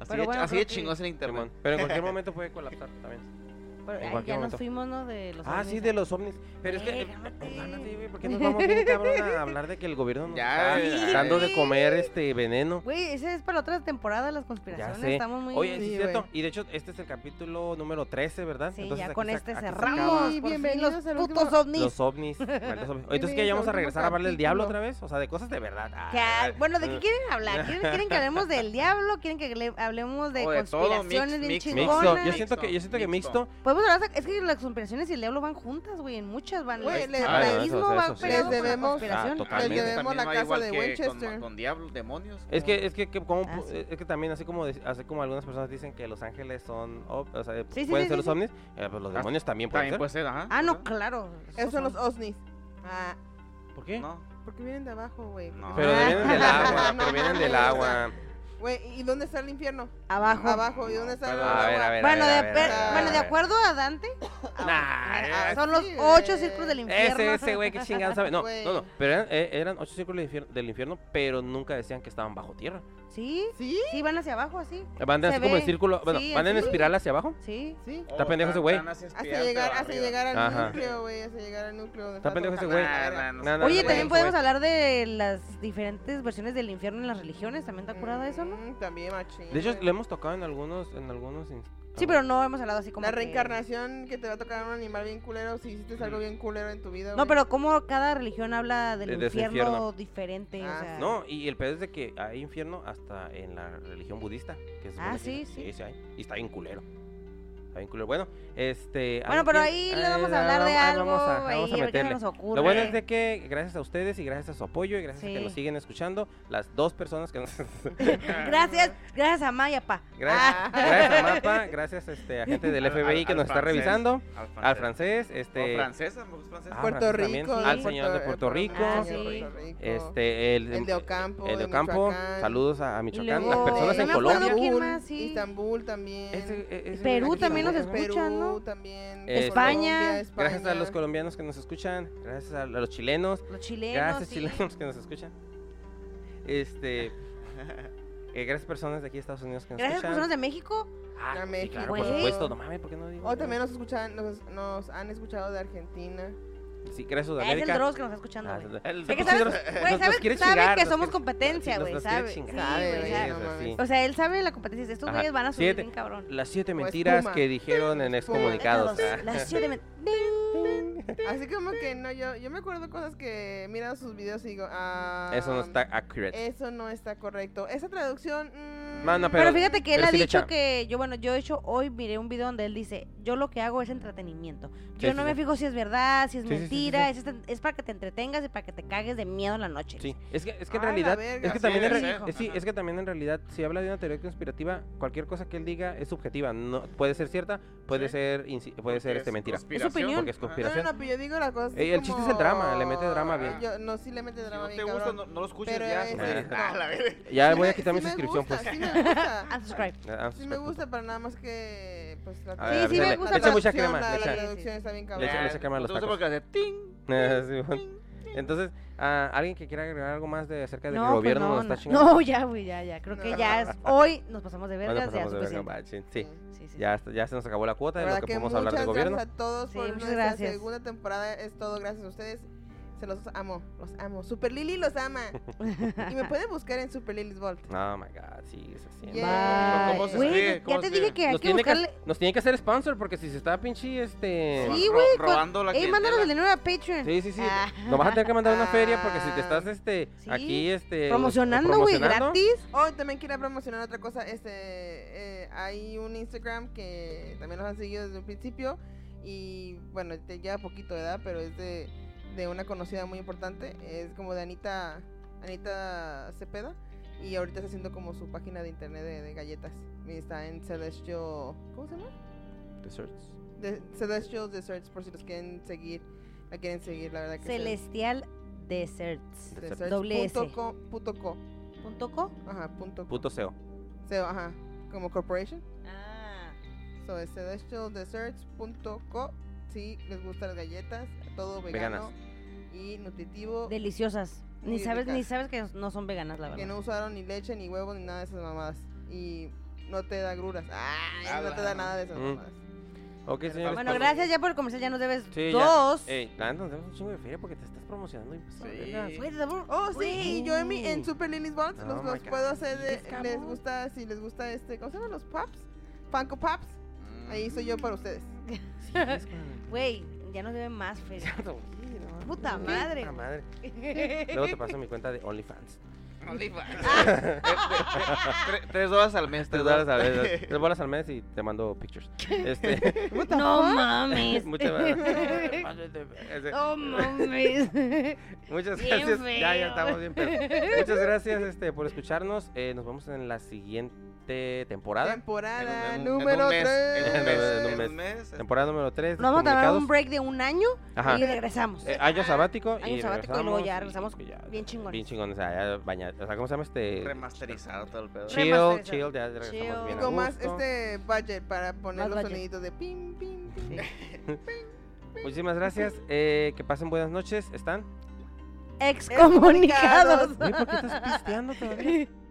Speaker 4: Así,
Speaker 1: Pero
Speaker 4: de,
Speaker 1: bueno,
Speaker 4: así
Speaker 1: creo
Speaker 4: de chingón es el
Speaker 3: Simón.
Speaker 4: internet.
Speaker 3: Pero en cualquier momento puede colapsar también.
Speaker 1: Pero, ay,
Speaker 3: cualquier
Speaker 1: ya
Speaker 3: momento.
Speaker 1: nos fuimos, ¿no? De los
Speaker 3: Ah, sí,
Speaker 1: ovnis.
Speaker 3: de los ovnis. Pero es que.
Speaker 1: Eh,
Speaker 3: eh,
Speaker 1: cálmate.
Speaker 3: cálmate, güey, ¿Por qué nos vamos bien, cabrón, a hablar de que el gobierno nos
Speaker 4: Ya,
Speaker 3: está
Speaker 4: eh,
Speaker 3: dando de
Speaker 1: güey.
Speaker 3: comer este veneno?
Speaker 1: Güey, esa es para otra temporada de las conspiraciones.
Speaker 3: sé.
Speaker 1: Estamos muy...
Speaker 3: Oye, sí,
Speaker 2: Sí,
Speaker 3: es cierto.
Speaker 2: güey.
Speaker 3: Y de hecho, este es el capítulo número 13, ¿verdad?
Speaker 1: Sí,
Speaker 3: Entonces,
Speaker 1: ya
Speaker 3: aquí
Speaker 1: con
Speaker 3: se-
Speaker 1: este
Speaker 3: aquí se
Speaker 1: cerramos.
Speaker 3: acaba
Speaker 2: Sí,
Speaker 1: por fin,
Speaker 2: bienvenidos
Speaker 1: los
Speaker 2: al
Speaker 1: putos
Speaker 2: última-
Speaker 1: ovnis.
Speaker 3: Los ovnis. malditos ovnis. Oye, Entonces, ¿qué? ¿Ya vamos a
Speaker 2: Bienvenidos al
Speaker 3: regresar a
Speaker 2: último
Speaker 3: hablar del diablo
Speaker 2: capítulo.
Speaker 3: otra vez? O sea, de cosas de verdad.
Speaker 1: Que
Speaker 3: Ah,
Speaker 1: ha- bueno, ¿de qué quieren hablar? ¿Quieren, quieren que hablemos del diablo? ¿Quieren que le- hablemos de
Speaker 4: O de todo,
Speaker 1: conspiraciones
Speaker 4: mix-
Speaker 1: bien
Speaker 4: mix-
Speaker 3: Mixto.
Speaker 1: chingonas?
Speaker 3: Yo siento que, yo siento que mixto.
Speaker 1: Podemos hablar, es que las conspiraciones y el diablo van juntas, güey, en muchas van.
Speaker 2: Güey,
Speaker 1: el
Speaker 2: le-
Speaker 1: satanismo
Speaker 3: Ah, eso,
Speaker 1: va
Speaker 3: eso, sí.
Speaker 1: pegado
Speaker 2: Les
Speaker 1: con la
Speaker 2: debemos-
Speaker 1: conspiración.
Speaker 3: Ah, totalmente.
Speaker 2: Les debemos la
Speaker 4: va
Speaker 2: casa
Speaker 4: igual
Speaker 2: de
Speaker 4: que con-
Speaker 2: Winchester.
Speaker 4: Con, diablos, demonios.
Speaker 3: Es
Speaker 4: con-
Speaker 3: que, es que, que como,
Speaker 1: Ah, sí.
Speaker 3: es que también así como, de- así como algunas personas dicen que los ángeles son, ov- o sea,
Speaker 1: Sí, sí,
Speaker 3: pueden
Speaker 1: sí,
Speaker 3: ser
Speaker 1: sí,
Speaker 3: los
Speaker 1: sí.
Speaker 3: ovnis, eh, pues los
Speaker 4: Ah,
Speaker 3: demonios también pueden
Speaker 4: También
Speaker 3: ser.
Speaker 4: puede ser, ajá.
Speaker 1: Ah, no,
Speaker 4: ¿verdad?
Speaker 1: claro.
Speaker 2: Esos son los OSNIs.
Speaker 1: Ah,
Speaker 3: ¿Por qué?
Speaker 4: No.
Speaker 2: Porque vienen de abajo, güey.
Speaker 4: No.
Speaker 3: Pero
Speaker 1: Ah.
Speaker 3: vienen del agua, pero
Speaker 2: No
Speaker 3: vienen del
Speaker 2: mames,
Speaker 3: agua.
Speaker 2: Güey, ¿y dónde está el infierno?
Speaker 1: abajo.
Speaker 2: Abajo, ¿y dónde está el
Speaker 4: pero-
Speaker 2: agua?
Speaker 3: A ver, a ver. a
Speaker 1: bueno,
Speaker 3: ver, a
Speaker 1: de,
Speaker 3: ver,
Speaker 1: per-
Speaker 3: a ver,
Speaker 1: bueno,
Speaker 3: a
Speaker 1: de
Speaker 3: ver.
Speaker 1: acuerdo a Dante,
Speaker 3: Nah,
Speaker 1: ah,
Speaker 3: eh,
Speaker 1: son los
Speaker 2: sí,
Speaker 1: ocho
Speaker 2: güey.
Speaker 1: círculos del infierno.
Speaker 3: ese, ese güey, que chingada sabe. No,
Speaker 2: Güey.
Speaker 3: no, no. Pero eran, eh, eran ocho círculos del infier- del infierno, pero nunca decían que estaban bajo tierra.
Speaker 1: Sí,
Speaker 2: ¿Sí?
Speaker 1: sí, van hacia abajo, así.
Speaker 3: Van
Speaker 1: Se
Speaker 3: así como en
Speaker 1: ve.
Speaker 3: círculo, bueno,
Speaker 1: Sí,
Speaker 3: van en
Speaker 1: así.
Speaker 3: espiral hacia abajo.
Speaker 1: Sí.
Speaker 2: ¿Sí?
Speaker 3: Está pendejo ese güey.
Speaker 2: Hasta llegar, hasta llegar al
Speaker 3: Oh, Ajá.
Speaker 2: núcleo, güey. Hasta llegar al núcleo. donde
Speaker 3: Está
Speaker 2: todo
Speaker 3: pendejo ese
Speaker 2: jalado,
Speaker 3: güey. Ah,
Speaker 2: la
Speaker 4: Nah,
Speaker 2: verga.
Speaker 4: nah,
Speaker 3: Nah, nah,
Speaker 1: Oye,
Speaker 3: nah,
Speaker 1: también
Speaker 3: nah,
Speaker 1: podemos
Speaker 3: güey.
Speaker 1: hablar de las diferentes versiones del infierno en las religiones. ¿También te acuerdas de eso, no?
Speaker 2: Mm, También, machín.
Speaker 3: De hecho,
Speaker 2: güey.
Speaker 3: lo hemos tocado en algunos, en algunos. ins-
Speaker 1: Sí, pero no hemos hablado así como.
Speaker 2: la
Speaker 1: que-
Speaker 2: reencarnación que te va a tocar un animal bien culero si hiciste algo bien culero en tu vida.
Speaker 1: No,
Speaker 2: güey.
Speaker 1: pero cómo cada religión habla del
Speaker 3: De- de su
Speaker 1: infierno,
Speaker 3: infierno.
Speaker 1: diferente.
Speaker 2: Ah,
Speaker 1: o sea,
Speaker 3: No, y el pedo es de que hay infierno hasta en la religión budista. Que se
Speaker 1: Ah,
Speaker 3: supone que-
Speaker 1: sí, sí.
Speaker 3: hay, y está bien culero. Está bien culero. Bueno, este.
Speaker 1: Bueno,
Speaker 3: ¿algo
Speaker 1: pero
Speaker 3: quieren?
Speaker 1: ahí
Speaker 3: Eh,
Speaker 1: le vamos a
Speaker 3: la-
Speaker 1: hablar de
Speaker 3: vamos- ahí
Speaker 1: algo.
Speaker 3: Vamos a,
Speaker 1: ahí,
Speaker 3: vamos a
Speaker 1: a ver qué se
Speaker 3: meterle.
Speaker 1: nos ocurre.
Speaker 3: Lo bueno es de que gracias a ustedes y gracias a su apoyo y gracias a que nos
Speaker 1: Sí.
Speaker 3: siguen escuchando, las dos personas que nos...
Speaker 1: Gracias, gracias a Maya, pa. Ah.
Speaker 3: gracias, gracias a Mapa, gracias este, a gente del
Speaker 4: Al-
Speaker 3: FBI que
Speaker 4: al-
Speaker 3: nos
Speaker 4: al
Speaker 3: está
Speaker 4: francés.
Speaker 3: revisando,
Speaker 4: Al francés. Oh,
Speaker 3: al francés, este...
Speaker 4: O francesa, me gusta francesa.
Speaker 3: Ah,
Speaker 2: Puerto
Speaker 3: francés también,
Speaker 2: Rico.
Speaker 3: al
Speaker 2: sí.
Speaker 3: señor de Puerto Rico,
Speaker 1: Ah,
Speaker 2: señor de
Speaker 1: sí.
Speaker 2: Puerto Rico.
Speaker 3: Este, el,
Speaker 2: el de Ocampo.
Speaker 3: el de
Speaker 2: de
Speaker 3: Ocampo,
Speaker 2: Michoacán,
Speaker 3: saludos a, a Michoacán,
Speaker 1: luego-
Speaker 3: las personas
Speaker 1: no
Speaker 3: en
Speaker 1: me acuerdo
Speaker 3: Colombia.
Speaker 1: quién
Speaker 2: Istambul,
Speaker 1: más, sí.
Speaker 2: Istambul también.
Speaker 3: Ese- e- ese-
Speaker 1: Perú
Speaker 3: aquí
Speaker 1: también nos
Speaker 3: ¿no?
Speaker 1: escucha.
Speaker 2: Perú
Speaker 1: escuchan, ¿no?
Speaker 2: también.
Speaker 3: Este,
Speaker 1: España.
Speaker 2: Colombia,
Speaker 3: Gracias a los
Speaker 2: España.
Speaker 3: colombianos que nos escuchan, gracias a a los chilenos,
Speaker 1: Los chilenos.
Speaker 3: Gracias,
Speaker 1: sí.
Speaker 3: chilenos que nos escuchan. Este. eh, gracias, personas de aquí de Estados Unidos que nos
Speaker 1: Gracias,
Speaker 3: escuchan.
Speaker 1: personas pues, de México.
Speaker 3: Ah,
Speaker 2: de
Speaker 3: sí,
Speaker 2: México.
Speaker 3: claro, por
Speaker 1: Güey.
Speaker 3: supuesto. No mames, ¿por qué no digo?
Speaker 2: O también nos escuchan, nos, nos han escuchado de Argentina.
Speaker 3: Sí, gracias,
Speaker 1: Ah, Es el
Speaker 3: Sudamérica.
Speaker 1: Dross que nos está escuchando,
Speaker 3: Ah,
Speaker 1: güey.
Speaker 3: el- el-
Speaker 1: Es que
Speaker 3: sí,
Speaker 1: sabes,
Speaker 3: nos-
Speaker 1: güey,
Speaker 3: nos- nos
Speaker 1: sabes-
Speaker 3: quiere
Speaker 1: sabe
Speaker 3: chingar,
Speaker 1: que
Speaker 3: nos
Speaker 1: somos
Speaker 3: quiere-
Speaker 1: competencia,
Speaker 3: nos-
Speaker 1: güey,
Speaker 3: nos quiere
Speaker 1: sabe.
Speaker 3: chingar.
Speaker 1: Sí,
Speaker 2: Sabe,
Speaker 1: güey,
Speaker 2: güey,
Speaker 1: sabe.
Speaker 2: no
Speaker 3: Sí,
Speaker 2: mames.
Speaker 3: sí.
Speaker 1: O sea, pues, él sabe la competencia. dice, Estos
Speaker 3: Ajá.
Speaker 1: güeyes van a subir
Speaker 3: Siete.
Speaker 1: bien cabrón.
Speaker 3: Las siete
Speaker 2: Como
Speaker 3: mentiras
Speaker 2: espuma.
Speaker 3: que dijeron en
Speaker 2: Espuma.
Speaker 3: excomunicados.
Speaker 1: Los- Las siete. men- Ding.
Speaker 2: Así como que no, yo, yo me acuerdo cosas que he mirado sus videos y digo, ah.
Speaker 3: Eso no está accurate.
Speaker 2: Eso no está correcto. Esa traducción. mm,
Speaker 3: No, no,
Speaker 1: Pero,
Speaker 3: Pero-
Speaker 1: fíjate que él
Speaker 3: pero
Speaker 1: ha
Speaker 3: sí le
Speaker 1: dicho
Speaker 3: echa.
Speaker 1: que yo, bueno, yo he hecho, hoy miré un video donde él dice, yo lo que hago es entretenimiento. Yo
Speaker 3: Sí,
Speaker 1: no
Speaker 3: sí,
Speaker 1: me
Speaker 3: sí.
Speaker 1: fijo si es verdad, si es
Speaker 3: Sí, sí, sí, sí,
Speaker 1: mentira, es este- Es, para que te entretengas y para que te cagues de miedo en la noche.
Speaker 3: Sí, es que, es que en
Speaker 2: A la
Speaker 3: realidad,
Speaker 2: verga,
Speaker 3: es que
Speaker 2: sí,
Speaker 3: también en
Speaker 1: sí,
Speaker 3: re-
Speaker 1: hijo.
Speaker 3: eh, sí,
Speaker 4: Ajá.
Speaker 3: es que también en realidad, si habla de una teoría conspirativa, cualquier cosa que él diga es subjetiva, no puede ser cierta, puede
Speaker 4: Sí.
Speaker 3: ser inci- puede ser este mentira,
Speaker 1: Es opinión.
Speaker 3: porque es
Speaker 4: Ajá.
Speaker 2: No, no,
Speaker 3: conspiración.
Speaker 2: no, pero yo digo la cosa. así
Speaker 3: Ey, el chiste es el drama, le mete drama bien.
Speaker 2: Yo- no, sí le mete
Speaker 4: Si
Speaker 2: drama
Speaker 4: no
Speaker 2: bien.
Speaker 4: te gusta,
Speaker 2: cabrón.
Speaker 4: no, no lo escuches
Speaker 2: Pero
Speaker 4: ya.
Speaker 2: es-
Speaker 4: güey.
Speaker 3: es-
Speaker 4: Ah, la verga.
Speaker 3: Ya
Speaker 2: Sí
Speaker 3: voy a
Speaker 2: me-
Speaker 3: quitar mi
Speaker 2: sí me
Speaker 3: suscripción,
Speaker 2: gusta,
Speaker 3: pues.
Speaker 2: Sí, me gusta.
Speaker 1: Unsubscribe.
Speaker 3: Ah,
Speaker 2: Sí me
Speaker 3: perfecto.
Speaker 2: gusta, pero nada más que pues la
Speaker 3: A ver,
Speaker 1: Sí, sí,
Speaker 3: a ver,
Speaker 1: me
Speaker 3: le-
Speaker 1: gusta,
Speaker 3: le echa
Speaker 1: pero-
Speaker 2: traducción,
Speaker 3: mucha crema.
Speaker 2: La,
Speaker 3: le
Speaker 2: la
Speaker 3: echa-
Speaker 2: traducción está bien
Speaker 3: le
Speaker 2: cabrón.
Speaker 3: echa-
Speaker 4: Ah,
Speaker 3: le echa crema a los
Speaker 4: no sé
Speaker 3: tacos.
Speaker 4: por qué hace ting.
Speaker 3: Ah, sí, bueno. Entonces, ah, ¿alguien que quiera agregar algo más de acerca de que
Speaker 1: No,
Speaker 3: el
Speaker 1: pues
Speaker 3: gobierno
Speaker 1: no,
Speaker 3: nos está
Speaker 1: no.
Speaker 3: chingando?
Speaker 1: No, ya, güey, ya, ya. Creo que
Speaker 2: No.
Speaker 1: ya es. Hoy nos pasamos de
Speaker 3: Bueno,
Speaker 1: vergas, ya
Speaker 3: pasamos de verga,
Speaker 1: suficiente.
Speaker 3: machín, Sí,
Speaker 1: Sí, sí, sí.
Speaker 3: ya, está- ya se nos acabó la cuota de lo
Speaker 2: verdad
Speaker 3: que podemos hablar del
Speaker 2: muchas
Speaker 3: gobierno.
Speaker 2: Gracias a todos
Speaker 1: Sí,
Speaker 2: por
Speaker 1: muchas
Speaker 2: nuestra
Speaker 1: gracias.
Speaker 2: segunda temporada. Es todo gracias a ustedes. Se los amo, los amo. Super Lili los ama. y me pueden buscar en Super Lily's Vault.
Speaker 3: No, my God, sí, es así.
Speaker 2: Yeah.
Speaker 1: Bye.
Speaker 2: ¿Cómo se
Speaker 1: Güey,
Speaker 4: escribe?
Speaker 1: ya
Speaker 4: ¿Cómo
Speaker 1: te
Speaker 4: se
Speaker 1: dije
Speaker 4: escribe?
Speaker 1: que hay
Speaker 3: Nos
Speaker 1: que
Speaker 3: tiene
Speaker 1: buscarle.
Speaker 3: que, nos tiene que hacer sponsor porque si se está pinche este...
Speaker 1: Sí,
Speaker 4: Ro-
Speaker 1: güey,
Speaker 4: Robando la
Speaker 1: Ey,
Speaker 4: clientela.
Speaker 1: mándanos el dinero a Patreon.
Speaker 3: Sí, sí, sí.
Speaker 1: Ah.
Speaker 3: Nos vas a tener que mandar una feria porque si te
Speaker 2: Ah.
Speaker 3: estás este
Speaker 1: Sí.
Speaker 3: aquí este
Speaker 1: Promocionando, güey,
Speaker 3: promocionando,
Speaker 1: gratis.
Speaker 2: Hoy Oh, también quería promocionar otra cosa. Este, eh, hay un Instagram que también nos han seguido desde un principio y bueno, te lleva poquito de edad, pero es de, de una conocida muy importante. Es como de Anita, Anita Cepeda y ahorita está haciendo como su página de internet de, de galletas. Y está en Celestial, ¿cómo se llama?
Speaker 3: Desserts.
Speaker 2: De, Celestial Desserts por si los quieren seguir, la quieren seguir, la verdad que sí.
Speaker 1: Celestial Desserts.
Speaker 3: Desserts.
Speaker 2: Desserts
Speaker 1: Doble
Speaker 2: punto
Speaker 1: S.
Speaker 2: co- punto co.
Speaker 1: ¿Punto co?
Speaker 2: Ajá, punto co.
Speaker 3: Puto E SEO.
Speaker 2: Ceo, ajá, como corporation.
Speaker 1: Ah.
Speaker 2: So este, es celestialdeserts.co si les gustan las galletas, todo vegano
Speaker 3: Veganas.
Speaker 2: y nutritivo.
Speaker 1: Deliciosas. Ni
Speaker 2: Muy
Speaker 1: sabes,
Speaker 2: ricas.
Speaker 1: ni sabes que no son veganas, la
Speaker 2: que
Speaker 1: verdad.
Speaker 2: no usaron ni leche, ni huevo, ni nada de esas mamadas. Y no te da gruras. Ay, no te da
Speaker 4: Ala.
Speaker 2: nada de esas
Speaker 3: Mm.
Speaker 2: mamadas.
Speaker 3: Ok,
Speaker 4: Pero
Speaker 3: señores.
Speaker 1: Bueno,
Speaker 3: pues-
Speaker 1: gracias ya por el comercial, ya nos debes
Speaker 3: Sí, ya.
Speaker 1: dos.
Speaker 3: Ey, la neta, nos debes un chingo de feria porque te estás promocionando y pues, pasas de
Speaker 4: Sí.
Speaker 3: vergas.
Speaker 1: Güey, te damos-
Speaker 2: Oh, sí,
Speaker 1: Güey.
Speaker 2: y yo en, mi, en Super Lily's Balls
Speaker 3: Oh
Speaker 2: los,
Speaker 3: my
Speaker 2: los
Speaker 3: God.
Speaker 2: puedo hacer de-
Speaker 1: Es cabrón.
Speaker 2: les gusta, si les gusta este, ¿cómo se llaman los pops? Funko Pops.
Speaker 4: Mm.
Speaker 2: Ahí soy yo para ustedes.
Speaker 3: Sí, es con-
Speaker 1: Güey, ya nos deben más, Fer.
Speaker 3: Cierto, sí, no mames.
Speaker 1: Puta
Speaker 3: Sí,
Speaker 1: madre.
Speaker 3: puta madre. Luego te paso mi cuenta de OnlyFans.
Speaker 4: Eh, tre- tre- Tres dólares al mes.
Speaker 3: Tres dólares al mes, tres bolas al mes y te mando pictures. Este,
Speaker 1: no mames.
Speaker 3: muchas gracias. Este,
Speaker 1: No mames.
Speaker 3: Muchas
Speaker 1: Oh, Bien
Speaker 3: gracias. Ya, ya
Speaker 1: feo.
Speaker 3: estamos bien. pedos. Muchas gracias este, por escucharnos. Eh, nos vemos en la siguiente temporada.
Speaker 2: Temporada
Speaker 4: En un- en un
Speaker 2: número
Speaker 4: mes,
Speaker 2: 3.
Speaker 4: En un
Speaker 3: En
Speaker 4: mes.
Speaker 3: un
Speaker 4: En un
Speaker 2: Este,
Speaker 4: mes.
Speaker 3: Temporada número 3.
Speaker 1: Nos vamos a tomar un break de un año
Speaker 3: Ajá.
Speaker 1: y regresamos.
Speaker 3: Eh, año sabático.
Speaker 1: Año
Speaker 3: y
Speaker 1: sabático y luego ya regresamos
Speaker 3: y- y ya,
Speaker 1: bien chingones.
Speaker 3: Bien chingones. O sea, ya baña- o sea, ¿cómo se llama este?
Speaker 4: Remasterizado todo el pedo.
Speaker 1: Re-
Speaker 3: Chill,
Speaker 1: Remasterizado.
Speaker 3: chill. Ya regresamos
Speaker 1: Chill.
Speaker 3: bien. a
Speaker 2: Con más
Speaker 3: gusto.
Speaker 2: este budget para poner
Speaker 1: Más
Speaker 2: los
Speaker 1: budget.
Speaker 2: soniditos de pim, pim, pim.
Speaker 3: Muchísimas gracias. eh, que pasen buenas noches. ¿Están?
Speaker 1: Excomunicados.
Speaker 3: Uy, ¿por qué estás pisteando todavía?